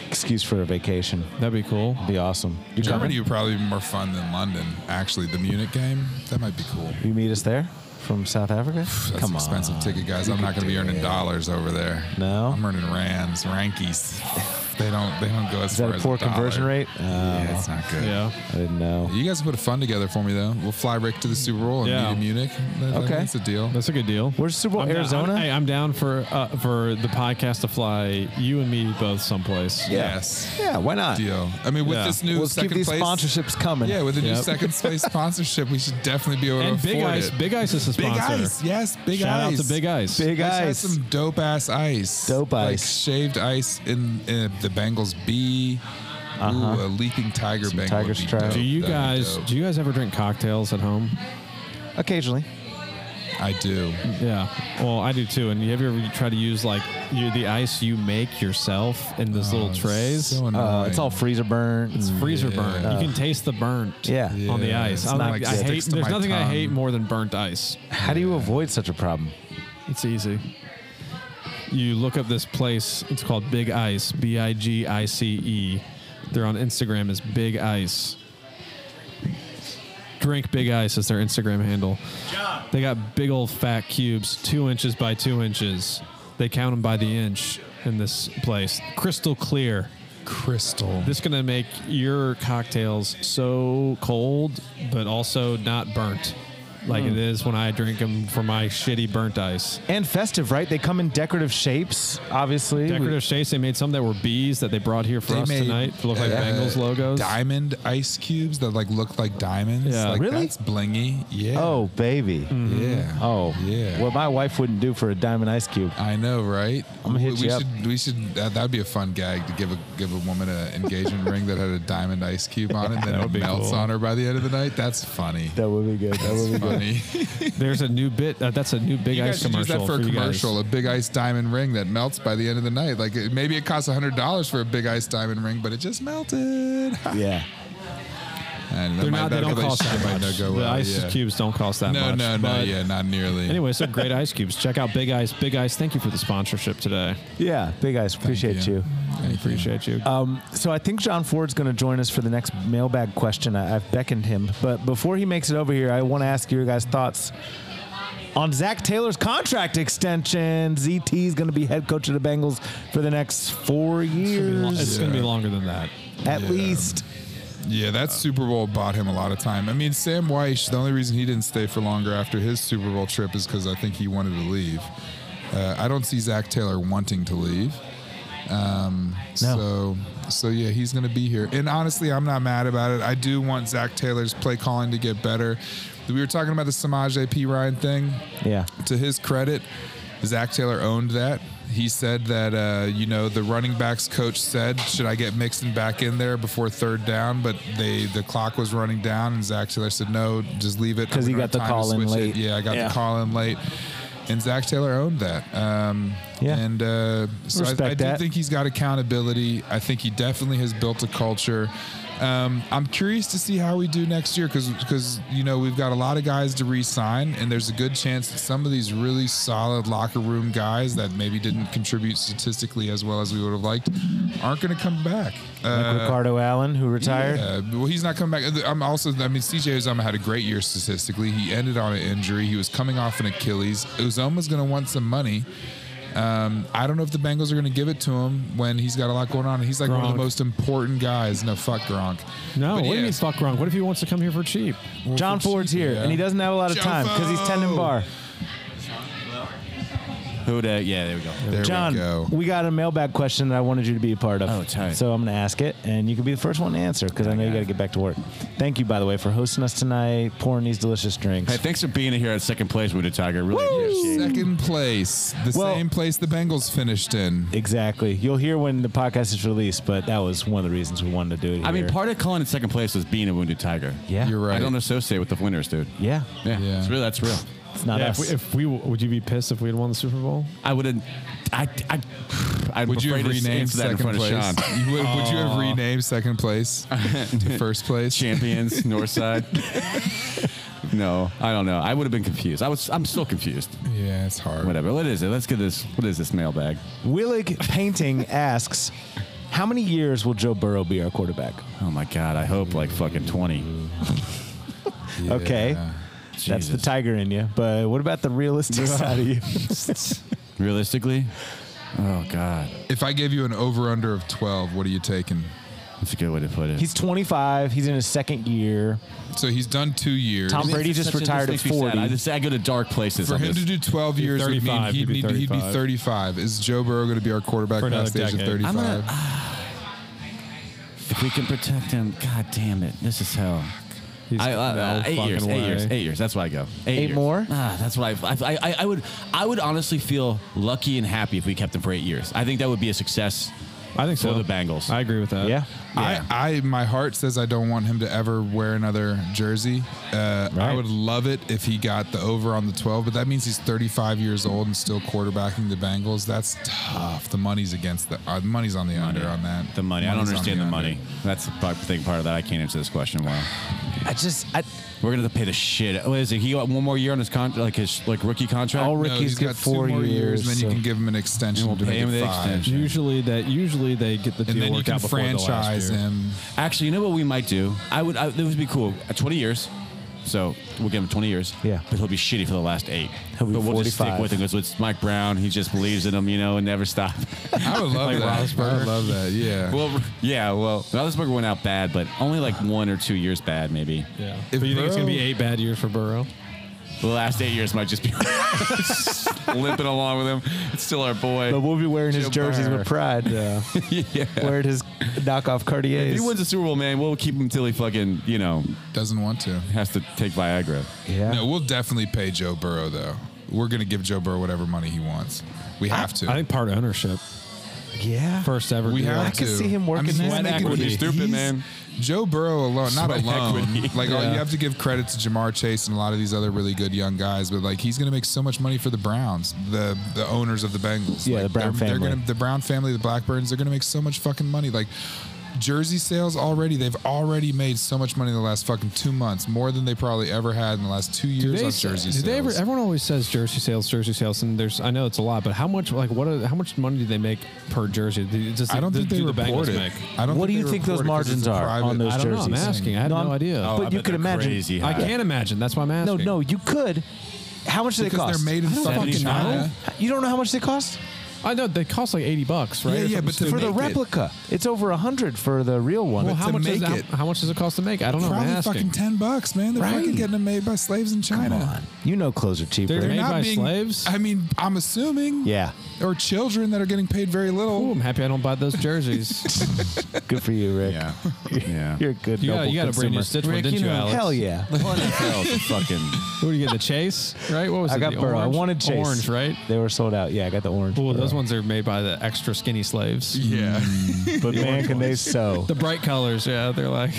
[SPEAKER 2] Excuse for a vacation.
[SPEAKER 4] That'd be cool.
[SPEAKER 2] Be awesome. You
[SPEAKER 3] Germany
[SPEAKER 2] coming?
[SPEAKER 3] would probably be more fun than London. Actually, the Munich game that might be cool.
[SPEAKER 2] You meet us there from South Africa?
[SPEAKER 3] That's
[SPEAKER 2] Come
[SPEAKER 3] an expensive
[SPEAKER 2] on.
[SPEAKER 3] ticket, guys. I'm not going to be earning dollars over there.
[SPEAKER 2] No?
[SPEAKER 3] I'm earning
[SPEAKER 2] [laughs]
[SPEAKER 3] rands, rankies. They don't. They don't go as
[SPEAKER 2] Is
[SPEAKER 3] far
[SPEAKER 2] that a
[SPEAKER 3] as
[SPEAKER 2] poor conversion
[SPEAKER 3] dollar.
[SPEAKER 2] rate? Oh,
[SPEAKER 3] Yeah, it's not good.
[SPEAKER 4] Yeah.
[SPEAKER 2] I didn't know.
[SPEAKER 3] You guys put a fund together for me though. We'll fly Rick to the Super Bowl and
[SPEAKER 4] Yeah.
[SPEAKER 3] meet in Munich. That-
[SPEAKER 2] Okay.
[SPEAKER 3] that's a deal.
[SPEAKER 4] That's a good deal.
[SPEAKER 2] Where's Super Bowl?
[SPEAKER 4] I'm down-
[SPEAKER 2] Arizona?
[SPEAKER 4] I'm- hey, I'm down for uh, for the podcast to fly you and me both someplace.
[SPEAKER 3] Yes,
[SPEAKER 2] Yeah, why not?
[SPEAKER 3] deal. I mean, with
[SPEAKER 4] Yeah.
[SPEAKER 3] this new
[SPEAKER 2] Let's
[SPEAKER 3] second
[SPEAKER 2] keep these
[SPEAKER 3] place
[SPEAKER 2] sponsorships coming.
[SPEAKER 3] Yeah, with the new
[SPEAKER 4] Yep.
[SPEAKER 3] second
[SPEAKER 4] [laughs]
[SPEAKER 3] place sponsorship, we should definitely be able
[SPEAKER 4] And
[SPEAKER 3] to
[SPEAKER 4] Big
[SPEAKER 3] afford
[SPEAKER 4] Ice,
[SPEAKER 3] it.
[SPEAKER 4] Big Ice is a
[SPEAKER 3] Big
[SPEAKER 4] sponsor.
[SPEAKER 3] Ice, yes, Big
[SPEAKER 4] Shout
[SPEAKER 3] Ice.
[SPEAKER 4] out to Big Ice.
[SPEAKER 2] Big
[SPEAKER 3] Let's have
[SPEAKER 2] Ice.
[SPEAKER 3] some dope ass ice.
[SPEAKER 2] Dope
[SPEAKER 3] like
[SPEAKER 2] ice.
[SPEAKER 3] shaved ice in, in the Bengals B. Ooh, a leaping tiger
[SPEAKER 2] Uh-huh. Some
[SPEAKER 3] Bengal.
[SPEAKER 2] tiger
[SPEAKER 3] would be
[SPEAKER 2] stripe.
[SPEAKER 3] dope.
[SPEAKER 4] Do you
[SPEAKER 3] That'd be
[SPEAKER 4] guys
[SPEAKER 3] dope.
[SPEAKER 4] do you guys ever drink cocktails at home?
[SPEAKER 2] Occasionally.
[SPEAKER 3] I do.
[SPEAKER 4] Yeah. Well, I do too. And have you ever tried to use like you, the ice you make yourself in those little trays?
[SPEAKER 3] Oh, So
[SPEAKER 2] Uh, it's all
[SPEAKER 3] annoying.
[SPEAKER 2] freezer burn.
[SPEAKER 4] it's freezer
[SPEAKER 3] Yeah.
[SPEAKER 4] burn.
[SPEAKER 2] Uh,
[SPEAKER 4] you can taste the burnt.
[SPEAKER 2] Yeah.
[SPEAKER 4] On the
[SPEAKER 3] Yeah,
[SPEAKER 4] ice.
[SPEAKER 3] it's
[SPEAKER 4] I'm
[SPEAKER 2] not
[SPEAKER 4] like,
[SPEAKER 2] good.
[SPEAKER 4] I hate.
[SPEAKER 3] Sticks to
[SPEAKER 4] There's
[SPEAKER 3] my
[SPEAKER 4] nothing I
[SPEAKER 3] tongue.
[SPEAKER 4] hate more than burnt ice.
[SPEAKER 2] How do you avoid such a problem?
[SPEAKER 4] It's easy. You look up this place. It's called Big Ice. B I G I C E. They're on Instagram as Big Ice. Drink Big Ice is their Instagram handle. They got big old fat cubes, two inches by two inches. They count them by the inch in this place. Crystal clear.
[SPEAKER 3] crystal.
[SPEAKER 4] This is gonna make your cocktails so cold, but also not burnt, like
[SPEAKER 3] Hmm.
[SPEAKER 4] it is when I drink them for my shitty burnt ice.
[SPEAKER 2] And festive, right? They come in decorative shapes, obviously.
[SPEAKER 4] Decorative shapes. They made some that were bees that they brought here for us tonight to look like
[SPEAKER 3] uh,
[SPEAKER 4] Bengals logos.
[SPEAKER 3] Diamond ice cubes that like look like diamonds.
[SPEAKER 4] Yeah.
[SPEAKER 3] like,
[SPEAKER 2] Really?
[SPEAKER 3] That's blingy. Yeah.
[SPEAKER 2] Oh, baby.
[SPEAKER 3] yeah.
[SPEAKER 2] Oh,
[SPEAKER 3] Mm. yeah.
[SPEAKER 2] What my wife wouldn't do for a diamond ice cube.
[SPEAKER 3] I know, right?
[SPEAKER 2] I'ma hit
[SPEAKER 3] we, we
[SPEAKER 2] you up.
[SPEAKER 3] should, We should. That, that'd be a fun gag to give a give a woman an engagement ring that had a diamond ice cube on it, and then
[SPEAKER 4] [laughs] That would
[SPEAKER 3] it
[SPEAKER 4] be
[SPEAKER 3] melts
[SPEAKER 4] cool.
[SPEAKER 3] on her by the end of the night. That's funny.
[SPEAKER 2] That would be good. That would
[SPEAKER 3] That's
[SPEAKER 2] be good.
[SPEAKER 3] [laughs] funny.
[SPEAKER 4] [laughs] There's a new bit. Uh, that's a new Big
[SPEAKER 3] you guys
[SPEAKER 4] Ice
[SPEAKER 3] should
[SPEAKER 4] commercial
[SPEAKER 3] use that for a
[SPEAKER 4] you guys.
[SPEAKER 3] commercial, a big ice diamond ring that melts by the end of the night. Like it, maybe it costs hundred dollars for a big ice diamond ring, but it just melted. [laughs]
[SPEAKER 2] Yeah.
[SPEAKER 3] And that
[SPEAKER 4] They're
[SPEAKER 3] might-
[SPEAKER 4] not. They
[SPEAKER 3] that
[SPEAKER 4] don't cost
[SPEAKER 3] relationship
[SPEAKER 4] that
[SPEAKER 3] might
[SPEAKER 4] much.
[SPEAKER 3] not go
[SPEAKER 4] the
[SPEAKER 3] well,
[SPEAKER 4] ice
[SPEAKER 3] yeah.
[SPEAKER 4] cubes don't cost that
[SPEAKER 3] No,
[SPEAKER 4] much.
[SPEAKER 3] no, no.
[SPEAKER 4] but
[SPEAKER 3] Yeah, not nearly.
[SPEAKER 4] Anyway, some great ice cubes. Check out Big Ice. Big Ice, thank you for the sponsorship today.
[SPEAKER 2] Yeah. Big ice. Appreciate
[SPEAKER 3] you.
[SPEAKER 2] you.
[SPEAKER 4] I appreciate you.
[SPEAKER 2] Um, so I think John Ford's going to join us for the next mailbag question. I, I've beckoned him, but before he makes it over here, I want to ask your guys' thoughts on Zach Taylor's contract extension. ZT is going to be head coach of the Bengals for the next four
[SPEAKER 4] it's
[SPEAKER 2] years,
[SPEAKER 4] going to be longer than that.
[SPEAKER 2] at
[SPEAKER 3] Yeah.
[SPEAKER 2] least.
[SPEAKER 3] Yeah, that Super Bowl bought him a lot of time. I mean, Sam Weish, the only reason he didn't stay for longer after his Super Bowl trip is because I think he wanted to leave. Uh, I don't see Zach Taylor wanting to leave. Um, So, so yeah, he's going to be here. And honestly, I'm not mad about it. I do want Zach Taylor's play calling to get better. We were talking about the Samaj P. Ryan thing
[SPEAKER 2] Yeah.
[SPEAKER 3] to his credit, Zach Taylor owned that. He said that uh, you know the running backs coach said, "Should I get Mixon back in there before third down?" But they the clock was running down, and Zach Taylor said, "No, just leave it
[SPEAKER 2] 'Cause he
[SPEAKER 3] We don't
[SPEAKER 2] got the
[SPEAKER 3] have time to
[SPEAKER 2] call in
[SPEAKER 3] switch
[SPEAKER 2] late.
[SPEAKER 3] It. Yeah, I got
[SPEAKER 2] Yeah.
[SPEAKER 3] the call in late, and Zach Taylor owned that. Um,
[SPEAKER 2] Yeah.
[SPEAKER 3] and uh, so I,
[SPEAKER 2] Respect
[SPEAKER 3] I do
[SPEAKER 2] that.
[SPEAKER 3] think think he's got accountability. I think he definitely has built a culture. Um, I'm curious to see how we do next year because you know we've got a lot of guys to re-sign, and there's a good chance that some of these really solid locker room guys that maybe didn't contribute statistically as well as we would have liked aren't going to come back.
[SPEAKER 2] Like
[SPEAKER 3] Uh,
[SPEAKER 2] Ricardo Allen, who retired.
[SPEAKER 3] uh, well, he's not coming back. I'm also. I mean, CJ Uzama had a great year statistically. He ended on an injury. He was coming off an Achilles. Uzama's going to want some money. Um, I don't know if the Bengals are going to give it to him when he's got a lot going on. He's like one of
[SPEAKER 4] Gronk.
[SPEAKER 3] the most important guys. No, fuck Gronk.
[SPEAKER 4] No,
[SPEAKER 3] But
[SPEAKER 4] what do
[SPEAKER 3] yeah,
[SPEAKER 4] you mean fuck wrong? What if he wants to come here for cheap?
[SPEAKER 2] John Ford's here,
[SPEAKER 3] yeah.
[SPEAKER 2] and he doesn't have a lot of time because he's tendon
[SPEAKER 3] Jumbo!
[SPEAKER 2] bar.
[SPEAKER 6] Who da? Yeah, there we go.
[SPEAKER 3] There
[SPEAKER 2] John,
[SPEAKER 3] we go.
[SPEAKER 2] we, got a mailbag question that I wanted you to be a part of.
[SPEAKER 6] Oh, tight.
[SPEAKER 2] So I'm going to ask it, and you can be the first one to answer because I know you got to get back to work. Thank you, by the way, for hosting us tonight, pouring these delicious drinks.
[SPEAKER 6] Hey, thanks for being here at second place, Muda Tiger. Really appreciate it.
[SPEAKER 3] Second place, the
[SPEAKER 2] Well-
[SPEAKER 3] same place the Bengals finished in.
[SPEAKER 2] Exactly. You'll hear when the podcast is released, but that was one of the reasons we wanted to do it. Here.
[SPEAKER 6] I mean, part of calling it second place is being a wounded tiger.
[SPEAKER 2] Yeah.
[SPEAKER 3] You're right.
[SPEAKER 6] I don't associate with the winners, dude.
[SPEAKER 2] Yeah.
[SPEAKER 6] Yeah,
[SPEAKER 3] Yeah.
[SPEAKER 6] It's real. That's real.
[SPEAKER 2] It's not
[SPEAKER 4] Yeah,
[SPEAKER 2] us.
[SPEAKER 4] if we, if we would you be pissed if we had won the Super Bowl?
[SPEAKER 6] I wouldn't. I. I. I'd
[SPEAKER 3] Would you
[SPEAKER 6] prefer
[SPEAKER 3] have
[SPEAKER 6] to
[SPEAKER 3] renamed
[SPEAKER 6] answer that in
[SPEAKER 3] second
[SPEAKER 6] front
[SPEAKER 3] place?
[SPEAKER 6] of Sean.
[SPEAKER 3] [laughs] You would, would you have renamed second place
[SPEAKER 6] [laughs]
[SPEAKER 3] to first place?
[SPEAKER 6] Champions, Northside.
[SPEAKER 3] [laughs]
[SPEAKER 6] no, I don't know. I would have been confused. I was. I'm still confused.
[SPEAKER 3] Yeah, it's hard.
[SPEAKER 6] Whatever. What is it? Let's get this. What is this mailbag?
[SPEAKER 2] Willig Painting asks, how many years will Joe Burrow be our quarterback?
[SPEAKER 6] Oh my God. I hope like fucking twenty.
[SPEAKER 2] Okay. That's the
[SPEAKER 6] Jesus.
[SPEAKER 2] tiger in you. But what about the realistic side of you?
[SPEAKER 6] Realistically. Oh God.
[SPEAKER 3] If I gave you an over under of 12, what are you taking?
[SPEAKER 6] That's a good way to put it.
[SPEAKER 2] He's 25. He's in his second year.
[SPEAKER 3] So he's done two years.
[SPEAKER 2] Tom Brady
[SPEAKER 6] It's
[SPEAKER 2] just
[SPEAKER 6] such a-
[SPEAKER 2] retired at
[SPEAKER 6] this makes me sad.
[SPEAKER 2] 40.
[SPEAKER 6] I just I go to dark places.
[SPEAKER 3] For
[SPEAKER 6] on
[SPEAKER 3] him
[SPEAKER 6] this.
[SPEAKER 3] to do 12 years would mean
[SPEAKER 4] 35,
[SPEAKER 3] he'd,
[SPEAKER 4] he'd be
[SPEAKER 3] need to, he'd be
[SPEAKER 4] 35.
[SPEAKER 3] 35. Is Joe Burrow going to be our quarterback
[SPEAKER 4] For
[SPEAKER 3] past the
[SPEAKER 4] another
[SPEAKER 3] age of
[SPEAKER 4] decade.
[SPEAKER 3] 35?
[SPEAKER 6] I'm gonna- if we can protect him, God damn it, this is hell.
[SPEAKER 4] He's
[SPEAKER 6] I, uh,
[SPEAKER 4] no
[SPEAKER 6] uh, eight
[SPEAKER 4] fucking
[SPEAKER 6] years, eight
[SPEAKER 4] way.
[SPEAKER 6] years, eight years. That's why I go. Eight,
[SPEAKER 2] Eight
[SPEAKER 6] years.
[SPEAKER 2] more?
[SPEAKER 6] Ah, that's why I, I, I, I would, I would honestly feel lucky and happy if we kept him for eight years. I think that would be a success.
[SPEAKER 4] I think
[SPEAKER 6] For
[SPEAKER 4] so.
[SPEAKER 6] the Bengals.
[SPEAKER 4] I agree with that.
[SPEAKER 2] yeah.
[SPEAKER 3] I, I, my heart says I don't want him to ever wear another jersey. Uh, I
[SPEAKER 2] Right.
[SPEAKER 3] would love it if he got the over on the 12, but that means he's 35 years old and still quarterbacking the Bengals. That's tough. The money's against the uh, money's on the under on that.
[SPEAKER 6] The money, I don't
[SPEAKER 3] Money's on
[SPEAKER 6] understand the,
[SPEAKER 3] under.
[SPEAKER 6] money. That's the part- thing part of that I can't answer this question well.
[SPEAKER 2] I just, I,
[SPEAKER 6] We're gonna have to pay the shit. What is it? He got one more year on his contract, like his like rookie contract.
[SPEAKER 2] all
[SPEAKER 3] No,
[SPEAKER 2] rookies
[SPEAKER 3] he's
[SPEAKER 2] get
[SPEAKER 3] got
[SPEAKER 2] four
[SPEAKER 3] two more years,
[SPEAKER 2] years.
[SPEAKER 3] and then
[SPEAKER 2] so-
[SPEAKER 3] you can give him an extension
[SPEAKER 6] we'll
[SPEAKER 3] to
[SPEAKER 6] pay
[SPEAKER 3] make
[SPEAKER 6] him
[SPEAKER 3] it
[SPEAKER 6] the
[SPEAKER 3] five.
[SPEAKER 6] extension.
[SPEAKER 4] Usually that usually they get the
[SPEAKER 3] And
[SPEAKER 4] deal
[SPEAKER 3] then you
[SPEAKER 4] worked
[SPEAKER 3] can
[SPEAKER 4] out before the last
[SPEAKER 3] franchise
[SPEAKER 4] year. [laughs]
[SPEAKER 3] him.
[SPEAKER 6] Actually, you know what we might do? I would. I, that would be cool. At 20 years, so we'll give him 20 years.
[SPEAKER 2] Yeah.
[SPEAKER 6] but he'll be shitty for the last eight.
[SPEAKER 2] He'll be
[SPEAKER 6] but we'll just stick
[SPEAKER 2] 45.
[SPEAKER 6] with him because it's Mike Brown. He just believes in him, you know, and never stop.
[SPEAKER 3] I would love
[SPEAKER 4] Like
[SPEAKER 3] that. I would
[SPEAKER 4] Roethlisberger.
[SPEAKER 3] love that. Yeah.
[SPEAKER 6] [laughs] well, yeah. Well, Roethlisberger went out bad, but only like one or two years bad, maybe.
[SPEAKER 4] Yeah.
[SPEAKER 3] If
[SPEAKER 4] but you think it's gonna
[SPEAKER 3] Burrow-
[SPEAKER 4] be eight bad years for Burrow?
[SPEAKER 6] The last eight years might just be [laughs] limping along with him. It's still our boy.
[SPEAKER 2] But we'll be wearing his
[SPEAKER 6] Joe
[SPEAKER 2] jerseys
[SPEAKER 6] Burrow.
[SPEAKER 2] with pride. Yeah. Wearing his knockoff
[SPEAKER 6] if
[SPEAKER 2] Cartiers.
[SPEAKER 6] he wins the Super Bowl, man, we'll keep him until he fucking, you know,
[SPEAKER 3] doesn't want to.
[SPEAKER 6] has to take Viagra.
[SPEAKER 2] yeah.
[SPEAKER 3] No, we'll definitely pay Joe Burrow though. We're gonna give Joe Burrow whatever money he wants. We have to.
[SPEAKER 4] I think part ownership.
[SPEAKER 2] yeah.
[SPEAKER 4] First ever
[SPEAKER 3] we
[SPEAKER 4] deal.
[SPEAKER 3] have
[SPEAKER 2] I
[SPEAKER 3] to.
[SPEAKER 2] could see him working
[SPEAKER 3] he's
[SPEAKER 2] that.
[SPEAKER 4] Sweat
[SPEAKER 3] making-
[SPEAKER 4] equity.
[SPEAKER 3] he's-
[SPEAKER 6] Stupid, man.
[SPEAKER 3] Joe Burrow alone, not
[SPEAKER 6] Sweat
[SPEAKER 3] alone.
[SPEAKER 6] equity.
[SPEAKER 3] [laughs] Like all,
[SPEAKER 4] Yeah.
[SPEAKER 3] you have to give credit to Jamar Chase and a lot of these other really good young guys, but like he's gonna make so much money for the Browns, the the owners of the Bengals.
[SPEAKER 2] Yeah,
[SPEAKER 3] Like,
[SPEAKER 2] the Brown
[SPEAKER 3] they're, They're
[SPEAKER 2] family.
[SPEAKER 3] gonna the Brown family, the Blackburns. They're gonna make so much fucking money. Like. Jersey sales already, they've already made so much money in the last fucking two months, more than they probably ever had in the last two years
[SPEAKER 4] They
[SPEAKER 3] on
[SPEAKER 4] say-
[SPEAKER 3] jersey
[SPEAKER 4] do
[SPEAKER 3] sales.
[SPEAKER 4] they ever- everyone always says jersey sales, jersey sales, and there's I know it's a lot, but how much like what? Are, how much money do they make per jersey? Do- does
[SPEAKER 3] I don't
[SPEAKER 4] do-
[SPEAKER 3] think they
[SPEAKER 4] do the
[SPEAKER 3] report
[SPEAKER 4] Bengals
[SPEAKER 3] it.
[SPEAKER 4] make?
[SPEAKER 3] I don't
[SPEAKER 2] What do
[SPEAKER 3] they
[SPEAKER 2] you think those
[SPEAKER 3] report it 'cause
[SPEAKER 2] margins
[SPEAKER 3] it's a
[SPEAKER 2] are
[SPEAKER 3] private-
[SPEAKER 2] on those
[SPEAKER 4] I don't know. I'm
[SPEAKER 2] jerseys?
[SPEAKER 4] asking. I have
[SPEAKER 2] No,
[SPEAKER 4] no,
[SPEAKER 2] I'm-
[SPEAKER 4] idea.
[SPEAKER 2] Oh, But I you bet could they're imagine- crazy
[SPEAKER 4] I can't imagine. That's why I'm
[SPEAKER 2] No,
[SPEAKER 4] asking.
[SPEAKER 2] no, you could. How much do they
[SPEAKER 3] Because
[SPEAKER 2] cost?
[SPEAKER 3] they're made in
[SPEAKER 2] I don't
[SPEAKER 3] fucking
[SPEAKER 2] fucking
[SPEAKER 3] China.
[SPEAKER 2] know. You don't know how much they cost
[SPEAKER 4] I know they cost like eighty bucks, right?
[SPEAKER 3] Yeah, yeah,
[SPEAKER 4] Or something
[SPEAKER 3] but to
[SPEAKER 4] stupid.
[SPEAKER 2] for the
[SPEAKER 3] make it.
[SPEAKER 2] replica. It's over a hundred for the real one.
[SPEAKER 4] well,
[SPEAKER 3] but
[SPEAKER 4] how
[SPEAKER 3] to
[SPEAKER 4] much does
[SPEAKER 3] make
[SPEAKER 4] how,
[SPEAKER 3] it-
[SPEAKER 4] how much does it cost to make? I don't know. I'm
[SPEAKER 3] Probably
[SPEAKER 4] asking.
[SPEAKER 3] fucking ten bucks, man. They're fucking
[SPEAKER 2] Right.
[SPEAKER 3] getting them made by slaves in China.
[SPEAKER 2] Come on, you know clothes are cheaper.
[SPEAKER 4] They're- Made by slaves?
[SPEAKER 3] I mean, I'm assuming.
[SPEAKER 2] yeah,
[SPEAKER 3] Or children that are getting paid very
[SPEAKER 4] Ooh,
[SPEAKER 3] little.
[SPEAKER 4] I'm happy I don't buy those jerseys.
[SPEAKER 2] good for you, Rick.
[SPEAKER 6] [laughs] Yeah. Yeah.
[SPEAKER 2] You're a good.
[SPEAKER 4] you got
[SPEAKER 2] noble
[SPEAKER 4] you got a brand new
[SPEAKER 2] consumer.
[SPEAKER 4] stitch one, didn't you, Alex?
[SPEAKER 2] Hell yeah.
[SPEAKER 6] What the hell is a [laughs] fucking.
[SPEAKER 4] What did you get? The Chase, right? What was
[SPEAKER 2] I
[SPEAKER 4] it?
[SPEAKER 2] got
[SPEAKER 4] the
[SPEAKER 2] Burrow. I
[SPEAKER 4] orange?
[SPEAKER 2] wanted Chase.
[SPEAKER 4] Orange, right?
[SPEAKER 2] They were sold out. Yeah, I got the orange.
[SPEAKER 4] Well, those
[SPEAKER 2] Burrow.
[SPEAKER 4] ones are made by the extra skinny slaves.
[SPEAKER 3] Yeah. [laughs]
[SPEAKER 2] But man, can they sew?
[SPEAKER 4] The bright colors, yeah, they're like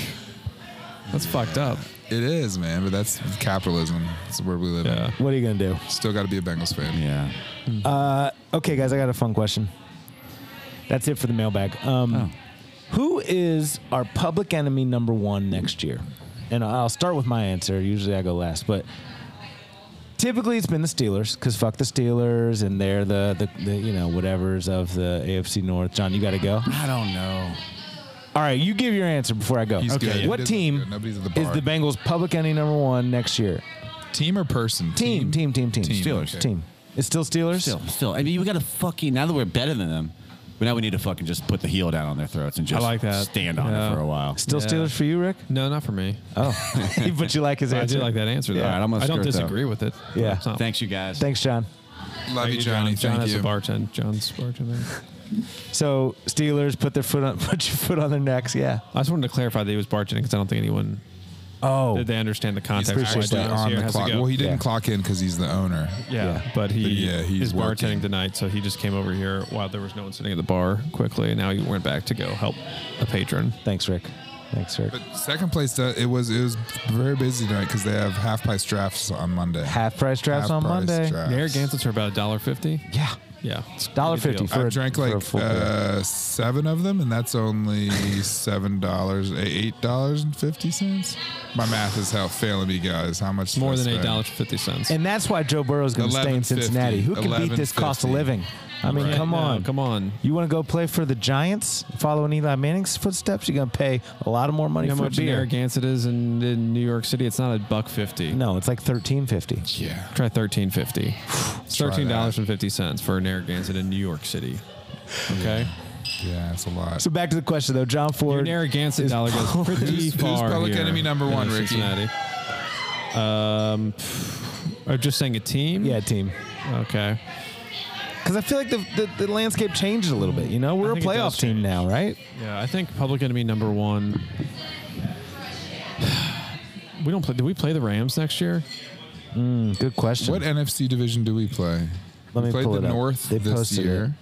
[SPEAKER 4] that's fucked up.
[SPEAKER 3] it is, man. But that's capitalism. That's where we live.
[SPEAKER 4] Yeah.
[SPEAKER 3] in.
[SPEAKER 2] What are you gonna do?
[SPEAKER 3] Still got to be a Bengals fan.
[SPEAKER 6] Yeah.
[SPEAKER 2] Okay, guys, I got a fun question. That's it for the mailbag. Um,
[SPEAKER 3] Oh.
[SPEAKER 2] Who is our public enemy number one next year? And I'll start with my answer. Usually I go last, but typically it's been the Steelers because fuck the Steelers and they're the, the, the you know whatever's of the AFC North. John, you got to go.
[SPEAKER 6] I don't know.
[SPEAKER 2] All right, you give your answer before I go.
[SPEAKER 3] He's Okay. good.
[SPEAKER 2] What
[SPEAKER 3] Nobody's
[SPEAKER 2] team
[SPEAKER 3] good. Nobody's at the
[SPEAKER 2] is
[SPEAKER 3] bar.
[SPEAKER 2] the Bengals public enemy number one next year?
[SPEAKER 3] Team or person?
[SPEAKER 2] Team, team, team, team.
[SPEAKER 3] Team,
[SPEAKER 6] Steelers.
[SPEAKER 3] okay.
[SPEAKER 2] Team. It's still Steelers.
[SPEAKER 6] Still, still. I mean, we got to fucking. Now that we're better than them, but now we need to fucking just put the heel down on their throats and just
[SPEAKER 4] like that.
[SPEAKER 6] stand on
[SPEAKER 4] Yeah.
[SPEAKER 6] it for a while.
[SPEAKER 2] Still
[SPEAKER 4] Yeah.
[SPEAKER 2] Steelers for you, Rick?
[SPEAKER 4] No, not for me.
[SPEAKER 2] Oh, [laughs] but you like his
[SPEAKER 4] I
[SPEAKER 2] answer.
[SPEAKER 4] do like that answer though.
[SPEAKER 6] Yeah. All right, I'm gonna
[SPEAKER 4] I don't
[SPEAKER 6] skirt, though.
[SPEAKER 4] disagree with it.
[SPEAKER 2] Yeah.
[SPEAKER 4] It's not-
[SPEAKER 6] Thanks, you guys.
[SPEAKER 2] Thanks, John.
[SPEAKER 3] Love you, Johnny.
[SPEAKER 4] John
[SPEAKER 3] Thank
[SPEAKER 4] has
[SPEAKER 3] you.
[SPEAKER 4] a bartender. John's bartender.
[SPEAKER 2] So Steelers put their foot on, [laughs] put your foot on their necks. Yeah.
[SPEAKER 4] I just wanted to clarify that he was bartending because I don't think anyone
[SPEAKER 2] Oh,
[SPEAKER 4] did they understand the context. of why
[SPEAKER 2] appreciate that.
[SPEAKER 4] John's
[SPEAKER 3] on
[SPEAKER 4] here,
[SPEAKER 3] the
[SPEAKER 4] has to
[SPEAKER 3] clock.
[SPEAKER 4] go.
[SPEAKER 3] Well, he didn't
[SPEAKER 2] Yeah.
[SPEAKER 3] clock in because he's the owner.
[SPEAKER 4] yeah, but he
[SPEAKER 3] But yeah, he's
[SPEAKER 4] is
[SPEAKER 3] working.
[SPEAKER 4] bartending tonight, so he just came over here while there was no one sitting at the bar quickly, and now he went back to go help a patron.
[SPEAKER 2] thanks, Rick. Thanks, Rick.
[SPEAKER 3] But second place, do- it was it was very busy tonight because they have half price drafts on Monday.
[SPEAKER 2] Half price drafts on
[SPEAKER 3] Half-price
[SPEAKER 2] Monday.
[SPEAKER 3] drafts.
[SPEAKER 4] Narragansetts are about a dollar fifty.
[SPEAKER 2] Yeah,
[SPEAKER 4] Yeah, it's
[SPEAKER 2] dollar
[SPEAKER 4] a
[SPEAKER 2] fifty
[SPEAKER 4] good deal.
[SPEAKER 2] for.
[SPEAKER 3] I
[SPEAKER 2] a-
[SPEAKER 3] drank
[SPEAKER 2] for a
[SPEAKER 3] like
[SPEAKER 2] full beer.
[SPEAKER 3] uh, seven of them, and that's only seven dollars, eh, eight dollars and fifty cents. My math is how failing me, guys. How much? did
[SPEAKER 4] more
[SPEAKER 3] I
[SPEAKER 4] than
[SPEAKER 3] spend?
[SPEAKER 4] eight dollars fifty cents.
[SPEAKER 2] And that's why Joe Burrow's going to stay in
[SPEAKER 3] 11.50,
[SPEAKER 2] Cincinnati. Who can beat this cost of
[SPEAKER 3] 11.50.
[SPEAKER 2] living? I mean, come on.
[SPEAKER 4] come on.
[SPEAKER 2] You want to go play for the Giants, following Eli Manning's footsteps? You're going to pay a lot of more money
[SPEAKER 4] You know
[SPEAKER 2] for
[SPEAKER 4] how
[SPEAKER 2] a
[SPEAKER 4] much
[SPEAKER 2] beer.
[SPEAKER 4] Narragansett is in, in New York City? It's not a buck fifty.
[SPEAKER 2] No, it's like thirteen fifty.
[SPEAKER 3] Yeah.
[SPEAKER 4] Try thirteen fifty.
[SPEAKER 3] try that.
[SPEAKER 4] Thirteen dollars and fifty cents for Narragansett in New York City. Okay,
[SPEAKER 3] Yeah, that's a lot.
[SPEAKER 2] So back to the question though, John
[SPEAKER 4] your
[SPEAKER 2] Ford.
[SPEAKER 4] Narragansett dollar goes pretty
[SPEAKER 3] Who's- who's
[SPEAKER 4] far.
[SPEAKER 3] public
[SPEAKER 4] here
[SPEAKER 3] enemy number
[SPEAKER 4] in
[SPEAKER 3] one, Ricky?
[SPEAKER 4] Cincinnati. Um, pff, I'm just saying a team.
[SPEAKER 2] yeah, team.
[SPEAKER 4] Okay.
[SPEAKER 2] Because I feel like the, the, the landscape changed a little bit. You know, we're a
[SPEAKER 4] think it does
[SPEAKER 2] playoff team
[SPEAKER 4] change.
[SPEAKER 2] now, right?
[SPEAKER 4] Yeah, I think public enemy number one. [sighs] We don't play. Do we play the Rams next year?
[SPEAKER 2] Mm, Good question.
[SPEAKER 3] what NFC division do we play?
[SPEAKER 2] Let
[SPEAKER 3] we
[SPEAKER 2] me
[SPEAKER 3] played
[SPEAKER 2] pull
[SPEAKER 3] the
[SPEAKER 2] it up.
[SPEAKER 3] North
[SPEAKER 2] They
[SPEAKER 3] this
[SPEAKER 2] posted
[SPEAKER 3] year.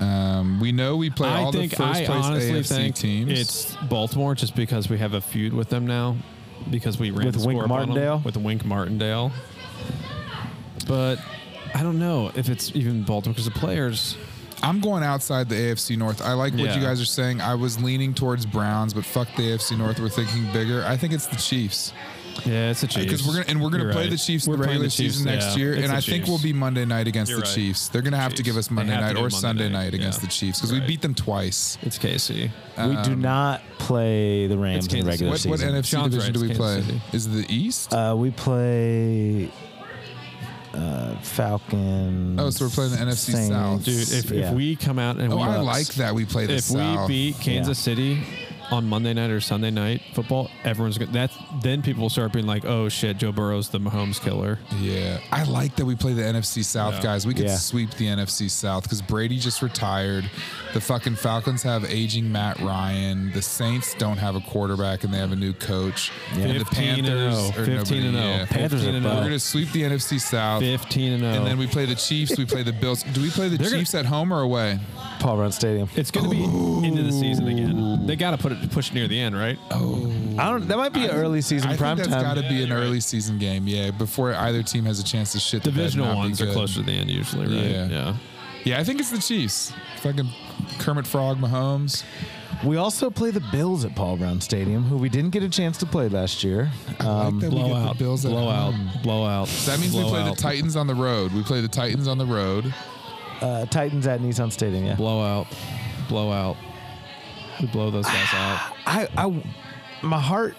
[SPEAKER 3] Um, we know we play
[SPEAKER 4] I
[SPEAKER 3] all
[SPEAKER 4] think
[SPEAKER 3] the first
[SPEAKER 4] I
[SPEAKER 3] place
[SPEAKER 4] honestly
[SPEAKER 3] AFC
[SPEAKER 4] think
[SPEAKER 3] teams.
[SPEAKER 4] it's Baltimore just because we have a feud with them now because we ran
[SPEAKER 2] With
[SPEAKER 4] the
[SPEAKER 2] Wink
[SPEAKER 4] score up on them
[SPEAKER 2] Martindale?
[SPEAKER 4] with Wink Martindale. But I don't know if it's even Baltimore because the players.
[SPEAKER 3] I'm going outside the AFC North. I like what
[SPEAKER 4] Yeah.
[SPEAKER 3] you guys are saying. I was leaning towards Browns, but fuck the AFC North. We're thinking bigger. I think it's the Chiefs
[SPEAKER 4] Yeah, it's a Chiefs.
[SPEAKER 3] because Uh, we're gonna and we're gonna
[SPEAKER 4] You're
[SPEAKER 3] play
[SPEAKER 4] right.
[SPEAKER 3] the Chiefs in
[SPEAKER 4] We're
[SPEAKER 3] the
[SPEAKER 4] playing
[SPEAKER 3] regular
[SPEAKER 4] Chiefs,
[SPEAKER 3] season next
[SPEAKER 4] yeah.
[SPEAKER 3] year,
[SPEAKER 4] It's
[SPEAKER 3] and
[SPEAKER 4] the
[SPEAKER 3] I think we'll
[SPEAKER 4] Chiefs.
[SPEAKER 3] be Monday night against
[SPEAKER 4] You're
[SPEAKER 3] the
[SPEAKER 4] right.
[SPEAKER 3] Chiefs. They're gonna have to
[SPEAKER 4] Chiefs.
[SPEAKER 3] give us
[SPEAKER 4] They
[SPEAKER 3] Monday
[SPEAKER 4] have to
[SPEAKER 3] night
[SPEAKER 4] do
[SPEAKER 3] or
[SPEAKER 4] Monday
[SPEAKER 3] Sunday
[SPEAKER 4] night,
[SPEAKER 3] night against
[SPEAKER 4] yeah.
[SPEAKER 3] the Chiefs because we
[SPEAKER 4] Right.
[SPEAKER 3] beat them twice.
[SPEAKER 4] It's KC.
[SPEAKER 2] we do not play the Rams in the
[SPEAKER 4] Kansas City.
[SPEAKER 2] regular
[SPEAKER 3] What, what
[SPEAKER 2] season.
[SPEAKER 3] NFC
[SPEAKER 4] Sean's
[SPEAKER 3] division
[SPEAKER 4] right,
[SPEAKER 3] do we
[SPEAKER 4] it's
[SPEAKER 3] play?
[SPEAKER 4] Kansas City.
[SPEAKER 3] Is it the East?
[SPEAKER 2] uh, we play uh, Falcons.
[SPEAKER 3] Oh, so we're playing the NFC
[SPEAKER 2] Saints.
[SPEAKER 3] South.
[SPEAKER 4] Dude, if,
[SPEAKER 2] Yeah.
[SPEAKER 4] if we come out and
[SPEAKER 3] oh,
[SPEAKER 4] we
[SPEAKER 3] I
[SPEAKER 4] look-
[SPEAKER 3] like that we play the
[SPEAKER 4] if
[SPEAKER 3] South.
[SPEAKER 4] we beat Kansas City on Monday night or Sunday night football, everyone's gonna that's then people will start being like, oh shit, Joe Burrow's the Mahomes killer.
[SPEAKER 3] Yeah, I like that we play the NFC South,
[SPEAKER 4] Yeah.
[SPEAKER 3] guys. We could
[SPEAKER 2] Yeah.
[SPEAKER 3] sweep the NFC South because Brady just retired. The fucking Falcons have aging Matt Ryan. The Saints don't have a quarterback and they have a new coach. And the
[SPEAKER 4] 15 and
[SPEAKER 3] Panthers
[SPEAKER 4] 0,
[SPEAKER 3] are
[SPEAKER 4] 15 and
[SPEAKER 3] nobody-
[SPEAKER 4] oh. 0.
[SPEAKER 3] yeah.
[SPEAKER 2] Panthers are
[SPEAKER 4] 15 and
[SPEAKER 2] bad.
[SPEAKER 3] We're
[SPEAKER 4] 0.
[SPEAKER 3] gonna sweep the NFC South,
[SPEAKER 4] 15 and oh. 0.
[SPEAKER 3] and then we play the Chiefs. We play the Bills. Do we play the
[SPEAKER 4] They're gonna-
[SPEAKER 3] Chiefs at home or away?
[SPEAKER 2] Paul Brown Stadium.
[SPEAKER 4] it's going to be into the season again. They got to put it push near the end, right?
[SPEAKER 3] Oh,
[SPEAKER 2] I don't. That might be an early season
[SPEAKER 3] I
[SPEAKER 2] prime
[SPEAKER 3] think that's
[SPEAKER 2] time.
[SPEAKER 3] got to be an early season game. Yeah, before either team has a chance to shit. the bed and
[SPEAKER 4] Divisional
[SPEAKER 3] not be
[SPEAKER 4] ones are
[SPEAKER 3] good.
[SPEAKER 4] closer to the end usually, right?
[SPEAKER 3] Yeah. Yeah, I think it's the Chiefs. Fucking Kermit Frog, Mahomes.
[SPEAKER 2] We also play the Bills at Paul Brown Stadium, who we didn't get a chance to play last year. Um,
[SPEAKER 3] that we get the
[SPEAKER 4] Blowout,
[SPEAKER 3] Bills at
[SPEAKER 4] blowout,
[SPEAKER 3] home.
[SPEAKER 4] blowout.
[SPEAKER 3] So that means we play the
[SPEAKER 4] blowout,
[SPEAKER 3] Titans on the road. We play the Titans on the road.
[SPEAKER 2] uh, Titans at Nissan Stadium. Yeah,
[SPEAKER 4] Blowout, blowout. We blow those guys out.
[SPEAKER 2] I, I, my heart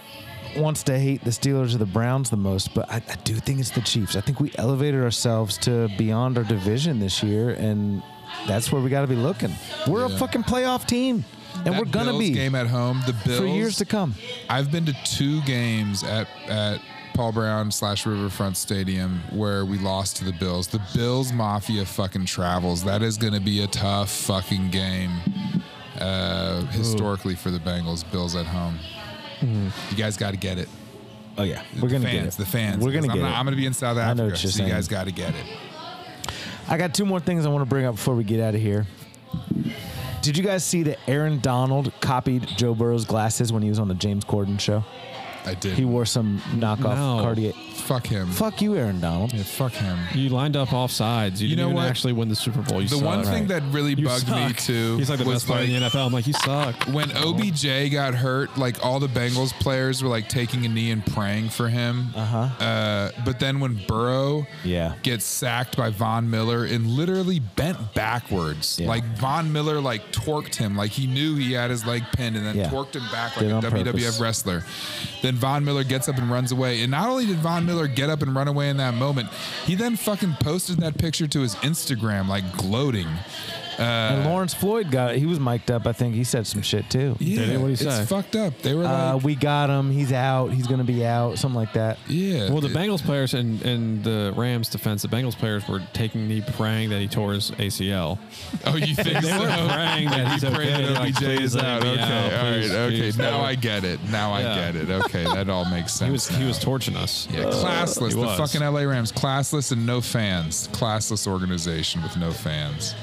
[SPEAKER 2] wants to hate the Steelers or the Browns the most, but I, I do think it's the Chiefs. I think we elevated ourselves to beyond our division this year, and that's where we got to be looking. We're
[SPEAKER 3] Yeah.
[SPEAKER 2] a fucking playoff team, and
[SPEAKER 3] That
[SPEAKER 2] we're gonna
[SPEAKER 3] Bills
[SPEAKER 2] be
[SPEAKER 3] game at home. The Bills
[SPEAKER 2] for years to come.
[SPEAKER 3] I've been to two games at at Paul Brown slash Riverfront Stadium where we lost to the Bills. The Bills Mafia fucking travels. That is going to be a tough fucking game. Uh, historically for the Bengals, Bills at home. You guys got to get it.
[SPEAKER 2] Oh yeah, Mm-hmm. we're gonna
[SPEAKER 3] the fans,
[SPEAKER 2] get it.
[SPEAKER 3] the fans.
[SPEAKER 2] We're gonna
[SPEAKER 3] I'm
[SPEAKER 2] get
[SPEAKER 3] not-
[SPEAKER 2] it.
[SPEAKER 3] I'm going to be in South
[SPEAKER 2] I know
[SPEAKER 3] Africa,
[SPEAKER 2] what you're
[SPEAKER 3] so you
[SPEAKER 2] saying.
[SPEAKER 3] guys got to get it.
[SPEAKER 2] I got two more things I want to bring up before we get out of here. Did you guys see that Aaron Donald copied Joe Burrow's glasses when he was on the James Corden show?
[SPEAKER 3] I did.
[SPEAKER 2] He wore some knockoff
[SPEAKER 4] No.
[SPEAKER 2] Cartier.
[SPEAKER 3] fuck him.
[SPEAKER 2] Fuck you, Aaron Donald.
[SPEAKER 3] Yeah, fuck him.
[SPEAKER 4] You lined up off sides. You,
[SPEAKER 3] You
[SPEAKER 4] didn't
[SPEAKER 3] know
[SPEAKER 4] even
[SPEAKER 3] what?
[SPEAKER 4] actually win the Super Bowl. You
[SPEAKER 3] The
[SPEAKER 4] suck.
[SPEAKER 3] one thing that really
[SPEAKER 4] You
[SPEAKER 3] bugged me
[SPEAKER 4] suck.
[SPEAKER 3] too
[SPEAKER 4] He's like the
[SPEAKER 3] was
[SPEAKER 4] best player
[SPEAKER 3] like
[SPEAKER 4] in the NFL. I'm like, you suck.
[SPEAKER 3] when
[SPEAKER 2] Uh-huh.
[SPEAKER 3] OBJ got hurt, like all the Bengals players were like taking a knee and praying for him. Uh-huh. But then when Burrow
[SPEAKER 2] Yeah.
[SPEAKER 3] gets sacked by Von Miller and literally bent backwards,
[SPEAKER 2] Yeah.
[SPEAKER 3] like Von Miller like torqued him, like he knew he had his leg pinned and then
[SPEAKER 2] Yeah.
[SPEAKER 3] torqued him back
[SPEAKER 2] Did
[SPEAKER 3] like
[SPEAKER 2] it
[SPEAKER 3] a
[SPEAKER 2] on
[SPEAKER 3] WWF
[SPEAKER 2] purpose.
[SPEAKER 3] wrestler. Then Von Miller gets up and runs away. And not only did Von Miller get up and run away in that moment, he then fucking posted that picture to his Instagram like gloating. Uh,
[SPEAKER 2] And Lawrence Floyd got he was mic'd up. I think he said some shit too.
[SPEAKER 3] Yeah,
[SPEAKER 4] he? What'd he
[SPEAKER 3] it's
[SPEAKER 4] say?
[SPEAKER 3] fucked up. They were like,
[SPEAKER 2] Uh, we got him. He's out. He's gonna be out. Something like that.
[SPEAKER 3] yeah.
[SPEAKER 4] Well, the
[SPEAKER 3] it-
[SPEAKER 4] Bengals players and, and the Rams defense, the Bengals players were taking the praying that he tore his
[SPEAKER 3] [laughs]
[SPEAKER 4] ACL.
[SPEAKER 3] Oh,
[SPEAKER 4] [laughs]
[SPEAKER 3] you think
[SPEAKER 4] They
[SPEAKER 3] so?
[SPEAKER 4] were praying that he's
[SPEAKER 3] You pray [laughs]
[SPEAKER 4] okay.
[SPEAKER 3] that
[SPEAKER 4] Like,
[SPEAKER 3] OBJ
[SPEAKER 4] please
[SPEAKER 3] is
[SPEAKER 4] let
[SPEAKER 3] out.
[SPEAKER 4] me
[SPEAKER 3] Okay,
[SPEAKER 4] out.
[SPEAKER 3] all right,
[SPEAKER 4] Please,
[SPEAKER 3] okay.
[SPEAKER 4] please.
[SPEAKER 3] Now I get it. Now I
[SPEAKER 4] Yeah.
[SPEAKER 3] get it. Okay, that all makes sense.
[SPEAKER 4] [laughs] He was he
[SPEAKER 3] now.
[SPEAKER 4] was torching us.
[SPEAKER 3] yeah, classless.
[SPEAKER 4] he
[SPEAKER 3] The
[SPEAKER 4] was.
[SPEAKER 3] fucking LA Rams, classless and no fans. Classless organization with no fans.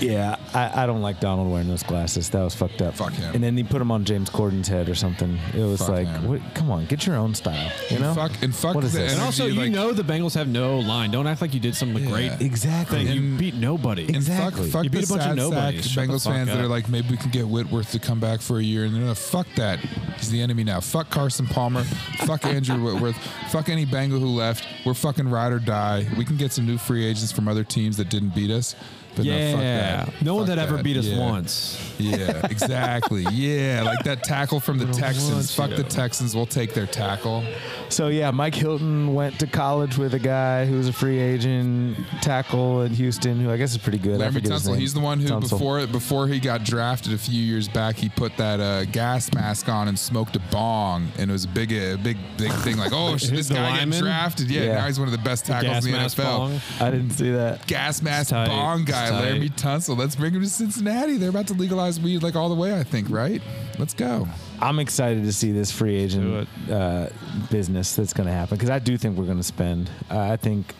[SPEAKER 2] Yeah, I, I don't like Donald wearing those glasses. That was fucked up.
[SPEAKER 3] Fuck him.
[SPEAKER 2] And then he put them on James Corden's head or something. It was
[SPEAKER 3] Fuck
[SPEAKER 2] like,
[SPEAKER 3] him.
[SPEAKER 2] what, come on, get your own style. You know?
[SPEAKER 3] fuck- and fuck
[SPEAKER 2] What is
[SPEAKER 3] the
[SPEAKER 2] this?
[SPEAKER 4] And also,
[SPEAKER 3] Energy,
[SPEAKER 4] you
[SPEAKER 3] like-
[SPEAKER 4] know the Bengals have no line. Don't act like you did some like,
[SPEAKER 3] Yeah.
[SPEAKER 4] great
[SPEAKER 2] Exactly.
[SPEAKER 4] thing. You
[SPEAKER 3] And-
[SPEAKER 4] beat nobody.
[SPEAKER 3] And fuck-
[SPEAKER 2] Exactly.
[SPEAKER 3] Fuck,
[SPEAKER 4] You beat
[SPEAKER 3] the
[SPEAKER 4] a bunch of
[SPEAKER 3] sad
[SPEAKER 4] nobodies.
[SPEAKER 3] sack
[SPEAKER 4] Shut the
[SPEAKER 3] Bengals
[SPEAKER 4] fuck
[SPEAKER 3] fans that
[SPEAKER 4] up.
[SPEAKER 3] are like, maybe we can get Whitworth to come back for a year, and they're like, fuck that. He's the enemy now. Fuck Carson Palmer. fuck Andrew Whitworth. Fuck any Bengal who left. We're fucking ride or die. We can get some new free agents from other teams that didn't beat us. But no, fuck
[SPEAKER 4] Yeah.
[SPEAKER 3] that.
[SPEAKER 4] No one
[SPEAKER 3] Fuck
[SPEAKER 4] that ever beat us
[SPEAKER 3] Yeah.
[SPEAKER 4] once.
[SPEAKER 3] Yeah,
[SPEAKER 4] [laughs]
[SPEAKER 3] exactly. yeah, like that tackle from the Texans. Fuck the Texans. We'll take their tackle.
[SPEAKER 2] So yeah, Mike Hilton went to college with a guy who was a free agent tackle in Houston, who I guess is pretty good. I
[SPEAKER 3] Larry
[SPEAKER 2] forget his
[SPEAKER 3] Tunsil.
[SPEAKER 2] name.
[SPEAKER 3] He's the one who
[SPEAKER 2] Tunsil.
[SPEAKER 3] before before he got drafted a few years back, he put that uh, gas mask on and smoked a bong, and it was a big, a big, big thing. Like,
[SPEAKER 4] [laughs]
[SPEAKER 3] oh, should this
[SPEAKER 4] The
[SPEAKER 3] guy get
[SPEAKER 4] lineman?
[SPEAKER 3] drafted? Yeah,
[SPEAKER 2] Yeah.
[SPEAKER 3] now he's one of the best tackles
[SPEAKER 4] Gas
[SPEAKER 3] in the
[SPEAKER 4] mask
[SPEAKER 3] NFL.
[SPEAKER 4] bong.
[SPEAKER 2] I didn't see that.
[SPEAKER 3] Gas mask
[SPEAKER 4] It's tight.
[SPEAKER 3] bong guy,
[SPEAKER 4] It's tight.
[SPEAKER 3] Laramie Tunsil. Let's bring him to Cincinnati. They're about to legalize weed like all the way, I think, right? Let's go.
[SPEAKER 2] I'm excited to see this free agent uh, business that's going to happen because I do think we're going to spend. Uh, I think.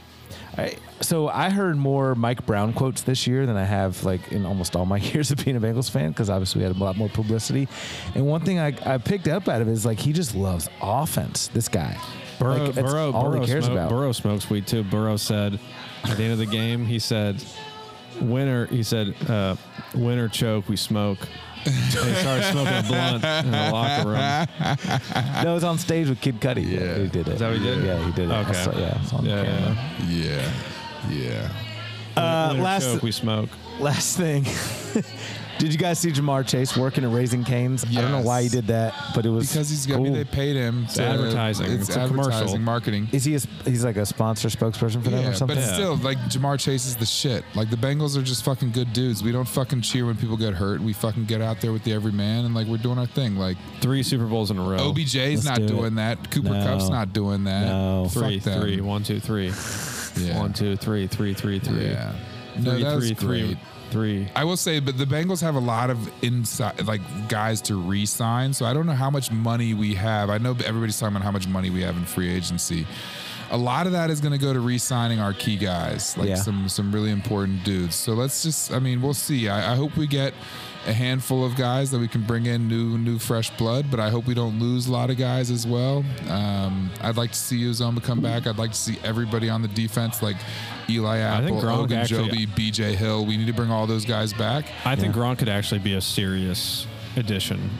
[SPEAKER 2] I, so I heard more Mike Brown quotes this year than I have like in almost all my [laughs] years of being a Bengals fan because obviously we had a lot more publicity. And one thing I, I picked up out of it is like he just loves offense. This guy,
[SPEAKER 4] Burrow,
[SPEAKER 2] Like, that's
[SPEAKER 4] Burrow,
[SPEAKER 2] all
[SPEAKER 4] Burrow,
[SPEAKER 2] he cares
[SPEAKER 4] smoke-
[SPEAKER 2] about.
[SPEAKER 4] Burrow smokes weed too. Burrow said at the end of the game, he said, "Winner," he said, uh, "Winner choke, we smoke." and he started smoking a blunt in the locker room.
[SPEAKER 2] No, it was on stage with Kid Cudi.
[SPEAKER 3] Yeah.
[SPEAKER 2] he did it.
[SPEAKER 4] Is that what he did?
[SPEAKER 2] Yeah, he did it. I
[SPEAKER 4] Okay.
[SPEAKER 2] saw- yeah, it's on
[SPEAKER 4] Yeah,
[SPEAKER 2] camera.
[SPEAKER 4] yeah.
[SPEAKER 3] Yeah, yeah.
[SPEAKER 2] Uh,
[SPEAKER 4] Winner
[SPEAKER 2] last
[SPEAKER 4] choke, we smoke.
[SPEAKER 2] last thing. [laughs] did you guys see Jamar Chase working at Raising Canes? I don't know why he
[SPEAKER 3] Yes.
[SPEAKER 2] did that, but it was
[SPEAKER 3] Because he's gonna
[SPEAKER 2] cool.
[SPEAKER 3] be. They paid him. to-
[SPEAKER 4] advertising.
[SPEAKER 3] It's,
[SPEAKER 4] It's a commercial.
[SPEAKER 3] advertising, marketing.
[SPEAKER 2] Is he a, sp- he's like a sponsor spokesperson for them or something?
[SPEAKER 3] But
[SPEAKER 4] Yeah.
[SPEAKER 3] still, like Jamar Chase is the shit. Like the Bengals are just fucking good dudes. We don't fucking cheer when people get hurt. We fucking get out there with the every man and like we're doing our thing. Like
[SPEAKER 4] Three Super Bowls in a row.
[SPEAKER 3] OBJ's
[SPEAKER 2] Oh, Let's
[SPEAKER 3] not
[SPEAKER 2] do it.
[SPEAKER 3] doing that. Cooper
[SPEAKER 2] No.
[SPEAKER 3] Cup's not doing that.
[SPEAKER 2] No.
[SPEAKER 3] Oh, Fuck
[SPEAKER 4] Oh, three,
[SPEAKER 3] them.
[SPEAKER 4] three, one, two, three.
[SPEAKER 3] Yeah.
[SPEAKER 4] One, two, three, three, three, three.
[SPEAKER 3] Yeah. No,
[SPEAKER 4] Three,
[SPEAKER 3] that was
[SPEAKER 4] three, three,
[SPEAKER 3] great.
[SPEAKER 4] three.
[SPEAKER 3] I will say, but the Bengals have a lot of inside like guys to re-sign. So I don't know how much money we have. I know everybody's talking about how much money we have in free agency. A lot of that is going to go to re-signing our key guys, like
[SPEAKER 2] Yeah.
[SPEAKER 3] some some really important dudes. So let's just, I mean, we'll see. I, I hope we get a handful of guys that we can bring in new new fresh blood, but I hope we don't lose a lot of guys as well. Um, I'd like to see Uzoma come back. I'd like to see everybody on the defense, like Eli
[SPEAKER 4] think
[SPEAKER 3] Apple,
[SPEAKER 4] Gronk
[SPEAKER 3] Ogunjobi,
[SPEAKER 4] actually-
[SPEAKER 3] BJ Hill. We need to bring all those guys back.
[SPEAKER 4] I think Gronk could actually be a serious addition.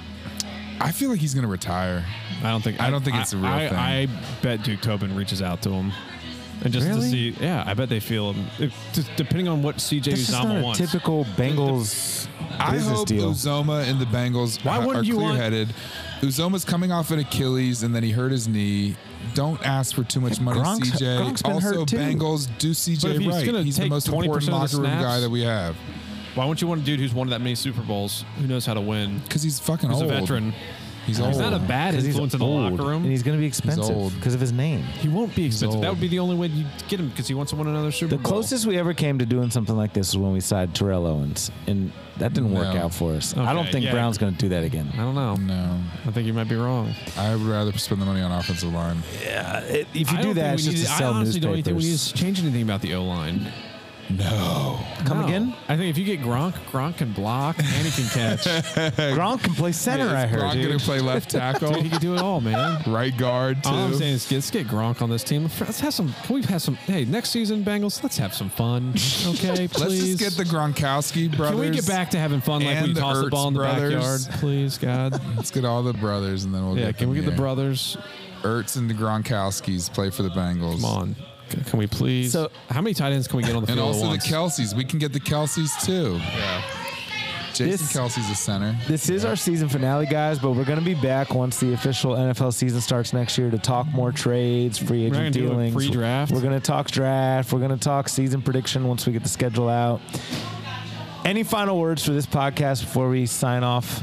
[SPEAKER 3] I feel like he's going to retire.
[SPEAKER 4] I don't think.
[SPEAKER 3] I don't think it's a real
[SPEAKER 4] I,
[SPEAKER 3] thing.
[SPEAKER 4] I bet Duke Tobin reaches out to him, and just to
[SPEAKER 2] Really?
[SPEAKER 4] see. Yeah, I bet they feel him. If- just depending on what CJ
[SPEAKER 2] This is not
[SPEAKER 4] Uzama
[SPEAKER 2] a
[SPEAKER 4] wants.
[SPEAKER 2] typical Bengals
[SPEAKER 3] I
[SPEAKER 2] business
[SPEAKER 3] hope
[SPEAKER 2] deal.
[SPEAKER 3] Uzoma and the Bengals
[SPEAKER 4] Why
[SPEAKER 3] are-
[SPEAKER 4] wouldn't
[SPEAKER 3] are
[SPEAKER 4] you want-
[SPEAKER 3] clear-headed. Uzoma's coming off an Achilles, and then he hurt his knee. Don't ask for too much money,
[SPEAKER 2] Gronk's-
[SPEAKER 3] CJ.
[SPEAKER 2] Gronk's been
[SPEAKER 3] also,
[SPEAKER 2] hurt, too.
[SPEAKER 3] Bengals do
[SPEAKER 4] But
[SPEAKER 3] CJ
[SPEAKER 4] if he's
[SPEAKER 3] right.
[SPEAKER 4] gonna
[SPEAKER 3] He's the
[SPEAKER 4] take
[SPEAKER 3] most
[SPEAKER 4] 20%
[SPEAKER 3] important
[SPEAKER 4] of the
[SPEAKER 3] locker room
[SPEAKER 4] snaps-
[SPEAKER 3] guy that we have
[SPEAKER 4] Why wouldn't you want a dude who's won that many Super Bowls, who knows how to win,
[SPEAKER 3] because he's fucking
[SPEAKER 4] who's
[SPEAKER 3] old.
[SPEAKER 4] a veteran?
[SPEAKER 3] He's old.
[SPEAKER 4] He's not a bad
[SPEAKER 2] 'cause he's
[SPEAKER 4] influence in the
[SPEAKER 2] old,
[SPEAKER 4] locker room.
[SPEAKER 2] and he's going to be expensive
[SPEAKER 3] old.
[SPEAKER 2] because of his name.
[SPEAKER 4] he won't be expensive. That
[SPEAKER 3] old.
[SPEAKER 4] would be the only way you get him because he wants to win another
[SPEAKER 2] The
[SPEAKER 4] Super Bowl.
[SPEAKER 2] closest we ever came to doing something like this was when we signed Terrell Owens, and that didn't work
[SPEAKER 3] No.
[SPEAKER 2] out for us. I don't
[SPEAKER 4] Okay,
[SPEAKER 2] think
[SPEAKER 4] yeah.
[SPEAKER 2] Brown's going to do that again.
[SPEAKER 4] I don't know.
[SPEAKER 3] No,
[SPEAKER 4] I think you might be wrong.
[SPEAKER 3] I would rather spend the money on offensive line.
[SPEAKER 2] If you
[SPEAKER 4] I
[SPEAKER 2] do
[SPEAKER 4] don't think
[SPEAKER 2] that,
[SPEAKER 4] we
[SPEAKER 2] it's just
[SPEAKER 4] need
[SPEAKER 2] to
[SPEAKER 4] to-
[SPEAKER 2] sell
[SPEAKER 4] I honestly don't
[SPEAKER 2] newspapers.
[SPEAKER 4] think we need to change anything about the O line.
[SPEAKER 3] No,
[SPEAKER 2] Come
[SPEAKER 4] No.
[SPEAKER 2] again?
[SPEAKER 4] I think if you get Gronk, Gronk can block and he can
[SPEAKER 2] [laughs]
[SPEAKER 4] catch.
[SPEAKER 2] Gronk can play center. I heard.
[SPEAKER 3] Gronk going to play
[SPEAKER 4] [laughs]
[SPEAKER 3] left
[SPEAKER 4] Dude,
[SPEAKER 3] tackle,
[SPEAKER 4] he can do it all, man.
[SPEAKER 3] right guard too.
[SPEAKER 4] All I'm saying is, let's get Gronk on this team. Let's have some. Can we have some? Hey, next season, Bengals. Let's have
[SPEAKER 3] [laughs]
[SPEAKER 4] some fun, okay? Please.
[SPEAKER 3] Let's just get the Gronkowski brothers.
[SPEAKER 4] Can we get back to having fun like we
[SPEAKER 3] and the
[SPEAKER 4] toss the
[SPEAKER 3] Ertz
[SPEAKER 4] ball in the
[SPEAKER 3] brothers.
[SPEAKER 4] backyard, please,
[SPEAKER 3] [laughs]
[SPEAKER 4] God?
[SPEAKER 3] Let's get all the brothers, and then we'll
[SPEAKER 4] yeah.
[SPEAKER 3] get
[SPEAKER 4] Can we
[SPEAKER 3] them
[SPEAKER 4] get the
[SPEAKER 3] here.
[SPEAKER 4] brothers?
[SPEAKER 3] Ertz and the Gronkowskis play for the Bengals.
[SPEAKER 4] Come on. C- Can we please?
[SPEAKER 2] So-
[SPEAKER 4] how many tight ends can we get on the
[SPEAKER 3] And
[SPEAKER 4] field at
[SPEAKER 3] also the
[SPEAKER 4] once?
[SPEAKER 3] Kelseys. We can get the Kelseys too. Yeah. Jason
[SPEAKER 2] This-
[SPEAKER 3] Kelsey's a center.
[SPEAKER 2] This is our season finale, guys, but we're going to be back once the official NFL season starts next year to talk more trades, free
[SPEAKER 4] not gonna
[SPEAKER 2] agent
[SPEAKER 4] do a
[SPEAKER 2] dealings.
[SPEAKER 4] free draft?
[SPEAKER 2] We're going to talk draft. We're going to talk season prediction once we get the schedule out. Any final words for this podcast before we sign off?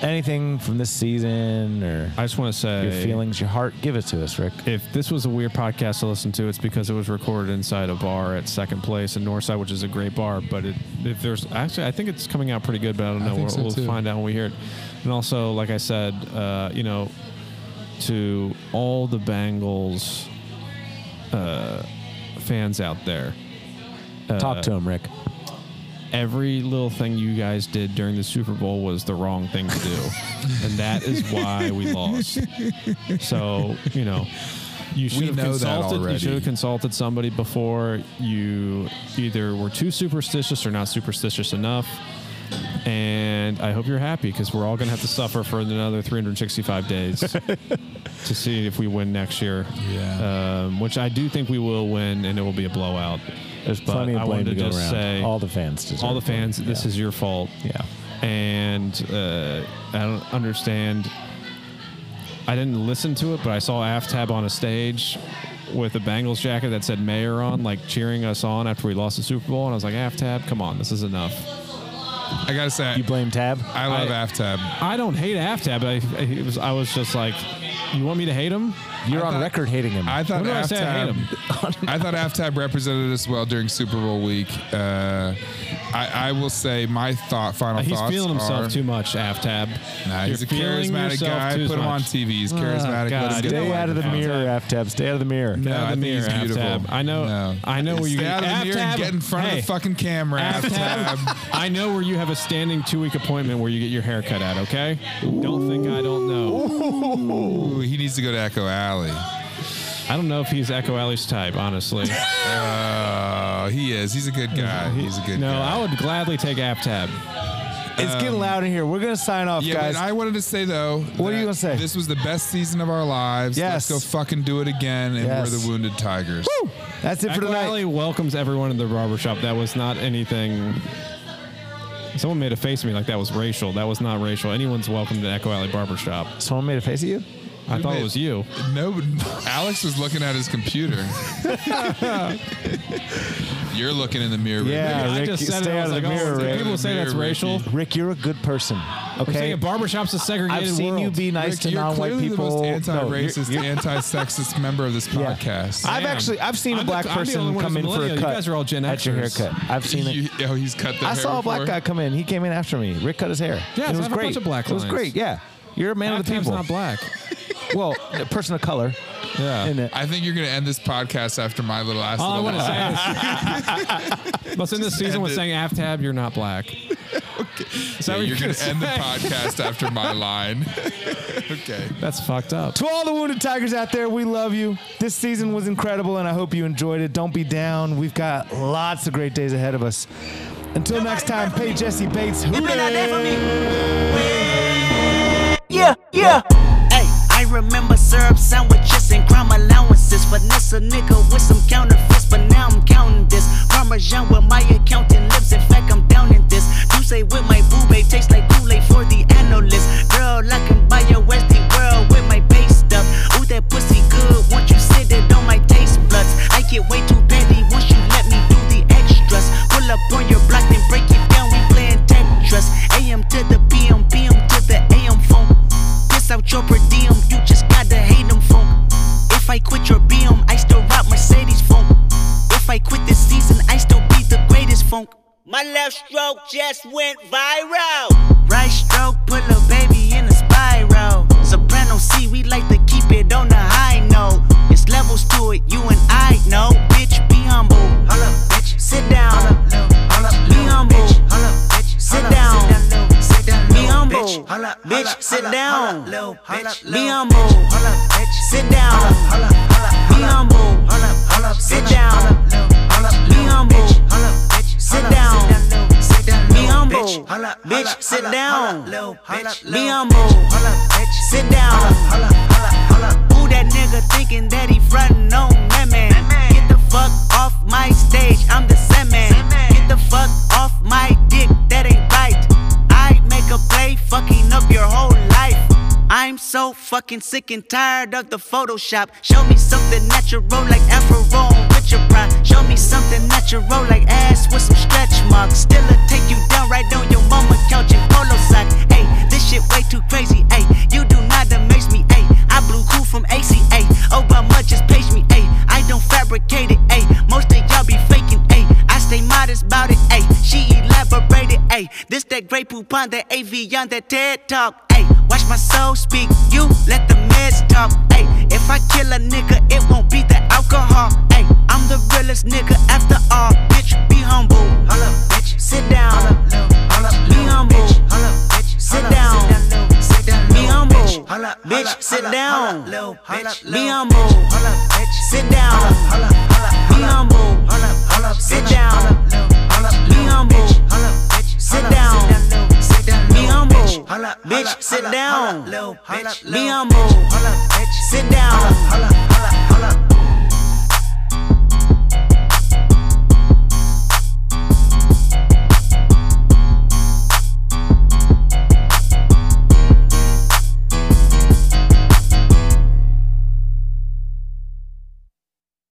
[SPEAKER 2] Anything from this season or
[SPEAKER 4] I just want to say,
[SPEAKER 2] your feelings, your heart? Give it to us, Rick.
[SPEAKER 4] if this was a weird podcast to listen to, it's because it was recorded inside a bar at Second Place in Northside, which is a great bar. But it, if there's actually, I think it's coming out pretty good, but I don't know.
[SPEAKER 3] think
[SPEAKER 4] we'll
[SPEAKER 3] so,
[SPEAKER 4] we'll
[SPEAKER 3] too.
[SPEAKER 4] find out when we hear it. And also, like I said, uh, you know, to all the Bengals uh, fans out there, Uh,
[SPEAKER 2] talk to him, Rick.
[SPEAKER 4] every little thing you guys did during the Super Bowl was the wrong thing to
[SPEAKER 2] [laughs]
[SPEAKER 4] do. and that is why we lost. So, you know, you should
[SPEAKER 3] We
[SPEAKER 4] have
[SPEAKER 3] know that
[SPEAKER 4] consulted you should
[SPEAKER 3] already.
[SPEAKER 4] have consulted somebody before you either were too superstitious or not superstitious enough. And I hope you're happy because we're all going to have to suffer for another 365
[SPEAKER 2] [laughs]
[SPEAKER 4] days to see if we win next year.
[SPEAKER 3] Yeah.
[SPEAKER 4] Um, which I do think we will win, and it will be a blowout.
[SPEAKER 2] There's
[SPEAKER 4] But
[SPEAKER 2] plenty
[SPEAKER 4] I
[SPEAKER 2] of blame
[SPEAKER 4] wanted
[SPEAKER 2] to go
[SPEAKER 4] just
[SPEAKER 2] around.
[SPEAKER 4] say-
[SPEAKER 2] all the fans deserve
[SPEAKER 4] all the
[SPEAKER 2] blame.
[SPEAKER 4] fans, this
[SPEAKER 2] Yeah.
[SPEAKER 4] is your fault.
[SPEAKER 2] yeah.
[SPEAKER 4] And uh, I don't understand. I didn't listen to it, but I saw Aftab on a stage with a Bengals jacket that said Mayor on, like cheering us on after we lost the Super Bowl. And I was like, Aftab, come on, this is enough.
[SPEAKER 3] I gotta say,
[SPEAKER 2] You blame Tab?
[SPEAKER 3] I love
[SPEAKER 4] Uh, I-
[SPEAKER 3] Aftab.
[SPEAKER 4] I don't hate Aftab, but I, I, it was, I was just like, you want me to hate him?
[SPEAKER 2] You're
[SPEAKER 3] I
[SPEAKER 2] on
[SPEAKER 3] thought-
[SPEAKER 2] record hating him.
[SPEAKER 3] I thought
[SPEAKER 4] When do I say I hate him? [laughs]
[SPEAKER 3] Aftab. I thought Aftab represented us well during Super Bowl week. Uh, I, I will say my thought, final
[SPEAKER 4] He's
[SPEAKER 3] thoughts
[SPEAKER 4] feeling himself
[SPEAKER 3] are,
[SPEAKER 4] too much, Aftab.
[SPEAKER 3] Nah, he's
[SPEAKER 4] You're
[SPEAKER 3] a
[SPEAKER 4] feeling
[SPEAKER 3] charismatic
[SPEAKER 4] yourself
[SPEAKER 3] guy.
[SPEAKER 4] too
[SPEAKER 3] Put him on
[SPEAKER 4] much. Ah,
[SPEAKER 3] TV. He's charismatic. Let him
[SPEAKER 4] God.
[SPEAKER 3] get
[SPEAKER 4] Stay
[SPEAKER 2] Stay
[SPEAKER 3] the
[SPEAKER 2] out of the
[SPEAKER 3] microphone.
[SPEAKER 2] mirror, Aftab. Stay out of the mirror.
[SPEAKER 3] No,
[SPEAKER 4] Out
[SPEAKER 3] I
[SPEAKER 4] of
[SPEAKER 3] think
[SPEAKER 4] the
[SPEAKER 3] he's
[SPEAKER 4] mirror,
[SPEAKER 3] beautiful.
[SPEAKER 4] Aftab. I know- I know where
[SPEAKER 3] Stay
[SPEAKER 4] you-
[SPEAKER 3] out of the mirror and
[SPEAKER 4] Aftab,
[SPEAKER 3] get in front
[SPEAKER 4] hey.
[SPEAKER 3] of the fucking camera. Aftab.
[SPEAKER 4] I know where you have a standing two week appointment where you get your hair cut at, okay? Don't think I don't know.
[SPEAKER 3] [laughs] Ooh, he needs to go to Echo Alley.
[SPEAKER 4] I don't know if he's Echo Alley's type, honestly.
[SPEAKER 3] Oh, he is. He's a good guy. He's a good
[SPEAKER 4] No,
[SPEAKER 3] guy.
[SPEAKER 4] I would gladly take Aftab. um,
[SPEAKER 2] It's getting loud in here. We're going to sign off,
[SPEAKER 3] Yeah,
[SPEAKER 2] guys.
[SPEAKER 3] but I wanted to say though.
[SPEAKER 2] What are you
[SPEAKER 3] that
[SPEAKER 2] gonna say?
[SPEAKER 3] This was the best season of our lives.
[SPEAKER 2] Yes.
[SPEAKER 3] Let's go fucking do it again, and
[SPEAKER 2] Yes.
[SPEAKER 3] we're the wounded tigers.
[SPEAKER 2] That's it for
[SPEAKER 4] Echo
[SPEAKER 2] tonight.
[SPEAKER 4] Alley welcomes everyone in the barbershop. That was not anything. Someone made a face at me like that was racial. That was not racial. Anyone's welcome to Echo Alley Barbershop.
[SPEAKER 2] Someone made a face at you?
[SPEAKER 4] I thought it
[SPEAKER 3] made-
[SPEAKER 4] was you.
[SPEAKER 3] No, Alex was looking at his [laughs] computer. You're looking in the mirror.
[SPEAKER 2] Yeah.
[SPEAKER 4] I
[SPEAKER 2] Rick,
[SPEAKER 4] just said
[SPEAKER 2] stay
[SPEAKER 4] it. I
[SPEAKER 2] out
[SPEAKER 4] was
[SPEAKER 2] of the
[SPEAKER 4] like, oh,
[SPEAKER 2] mirror,
[SPEAKER 4] do
[SPEAKER 2] Rick.
[SPEAKER 4] people say that's
[SPEAKER 3] Mirror,
[SPEAKER 4] racial.
[SPEAKER 3] Ricky.
[SPEAKER 2] Rick, you're a good person.
[SPEAKER 4] I'm
[SPEAKER 2] Okay?
[SPEAKER 4] saying a barbershop's a segregated
[SPEAKER 2] I've seen you
[SPEAKER 4] world.
[SPEAKER 2] be nice
[SPEAKER 3] Rick,
[SPEAKER 2] to
[SPEAKER 3] you're
[SPEAKER 2] non-white
[SPEAKER 3] clearly
[SPEAKER 2] people.
[SPEAKER 3] the
[SPEAKER 2] No,
[SPEAKER 3] most
[SPEAKER 2] you're-
[SPEAKER 3] anti-racist, anti-sexist member of this
[SPEAKER 2] [laughs] Yeah.
[SPEAKER 3] podcast.
[SPEAKER 2] I've
[SPEAKER 4] am.
[SPEAKER 2] actually I've seen a
[SPEAKER 4] I'm the-
[SPEAKER 2] black
[SPEAKER 4] I'm the
[SPEAKER 2] person
[SPEAKER 4] only one
[SPEAKER 2] come
[SPEAKER 4] who's
[SPEAKER 2] in for a
[SPEAKER 4] millennial.
[SPEAKER 2] cut.
[SPEAKER 4] You guys are all Gen
[SPEAKER 2] at your
[SPEAKER 4] Xers.
[SPEAKER 2] haircut. I've
[SPEAKER 4] [laughs]
[SPEAKER 2] seen it.
[SPEAKER 3] You- [laughs] oh, he's cut their
[SPEAKER 2] I
[SPEAKER 3] hair
[SPEAKER 2] saw a black
[SPEAKER 3] before.
[SPEAKER 2] guy come in. He came in after me. Rick cut his hair. And
[SPEAKER 4] Yeah, so
[SPEAKER 2] it
[SPEAKER 4] I
[SPEAKER 2] was
[SPEAKER 4] have a
[SPEAKER 2] great.
[SPEAKER 4] bunch of black
[SPEAKER 2] It was
[SPEAKER 4] lines.
[SPEAKER 2] great. Yeah, you're a man of the
[SPEAKER 4] Aftab's
[SPEAKER 2] people.
[SPEAKER 4] not black.
[SPEAKER 2] Well, a person of color.
[SPEAKER 4] Yeah.
[SPEAKER 2] In it.
[SPEAKER 3] I think you're going to end this podcast after my little
[SPEAKER 2] Oh,
[SPEAKER 3] ass.
[SPEAKER 4] All I
[SPEAKER 3] little
[SPEAKER 4] want to say [laughs] is, let's end this season
[SPEAKER 3] end
[SPEAKER 4] with
[SPEAKER 3] it.
[SPEAKER 4] saying Aftab, you're not black. [laughs] okay. Is that
[SPEAKER 3] Yeah,
[SPEAKER 4] what
[SPEAKER 3] you're going to end the
[SPEAKER 4] say?
[SPEAKER 3] podcast
[SPEAKER 2] [laughs]
[SPEAKER 3] after my line. [laughs] okay.
[SPEAKER 4] That's fucked up.
[SPEAKER 2] To all the wounded tigers out there, we love you. This season was incredible, and I hope you enjoyed it. Don't be down. We've got lots of great days ahead of us. Until next time, pay Jesse Bates. Who
[SPEAKER 7] Yeah, yeah. Hey, I remember syrup sandwiches and crime allowances. Finesse a nigga with some counterfeits, but now I'm counting this. Parmesan with my accountant lips. In fact, I'm down in this. Juice with my boo babe tastes like Kool-Aid for the analyst. Girl, I can buy a Westy world with my base stuff. Ooh, that pussy good. Once you sit it on my taste buds, I get way too petty once you let me do the extras. Pull up on your block then break it down. We playing Tetris. AM to the PM, PM to the AM phone. Piss out your per diem, you just gotta hate them funk. If I quit your BM, I still rock Mercedes funk. If I quit this season, I still be the greatest funk. My left stroke just went viral. Right stroke put a baby in a spiral. Soprano C, we like to keep it on the high note. It's levels to it, you and I know. Bitch, be humble. Hold up, bitch. Sit down. Be humble. Sit down. Be humble. Bitch, sit down. Be humble. Sit down. Be humble. Sit down. Be humble. Sit down. Be humble. Bitch, sit down. Be humble. Sit down. Who that nigga thinking that he frontin' on that man? Get the fuck off my stage. I'm the Sandman. Get the fuck off my dick. That ain't right. I make a play, fucking up your whole life. I'm so fucking sick and tired of the Photoshop. Show me something natural like Afro and Richard Pryor. Show me something natural like ass with some stretch marks. Still, it take you down right on your mama couch in polo sock. Hey, this shit way too crazy. Hey, you do not amaze me. Hey, I blew cool from ACA. Obama just paged me. Hey, I don't fabricate it. Hey, most of y'all be faking. Hey, I stay modest about it. Hey, she elaborated. Hey, this that great poupon, that AV on that TED talk. Hey, watch my soul speak. You let the meds talk. Hey, if I kill a nigga, it won't be the alcohol. Hey, I'm the realest nigga after all. Bitch, be humble. Hold up, bitch. Sit Sit down. Be humble. Sit down. Be humble. Bitch, sit down. Be humble. Sit down. Be humble. Sit down. Be humble. Sit down. Be humble. Bitch, sit down. Be humble. Sit down.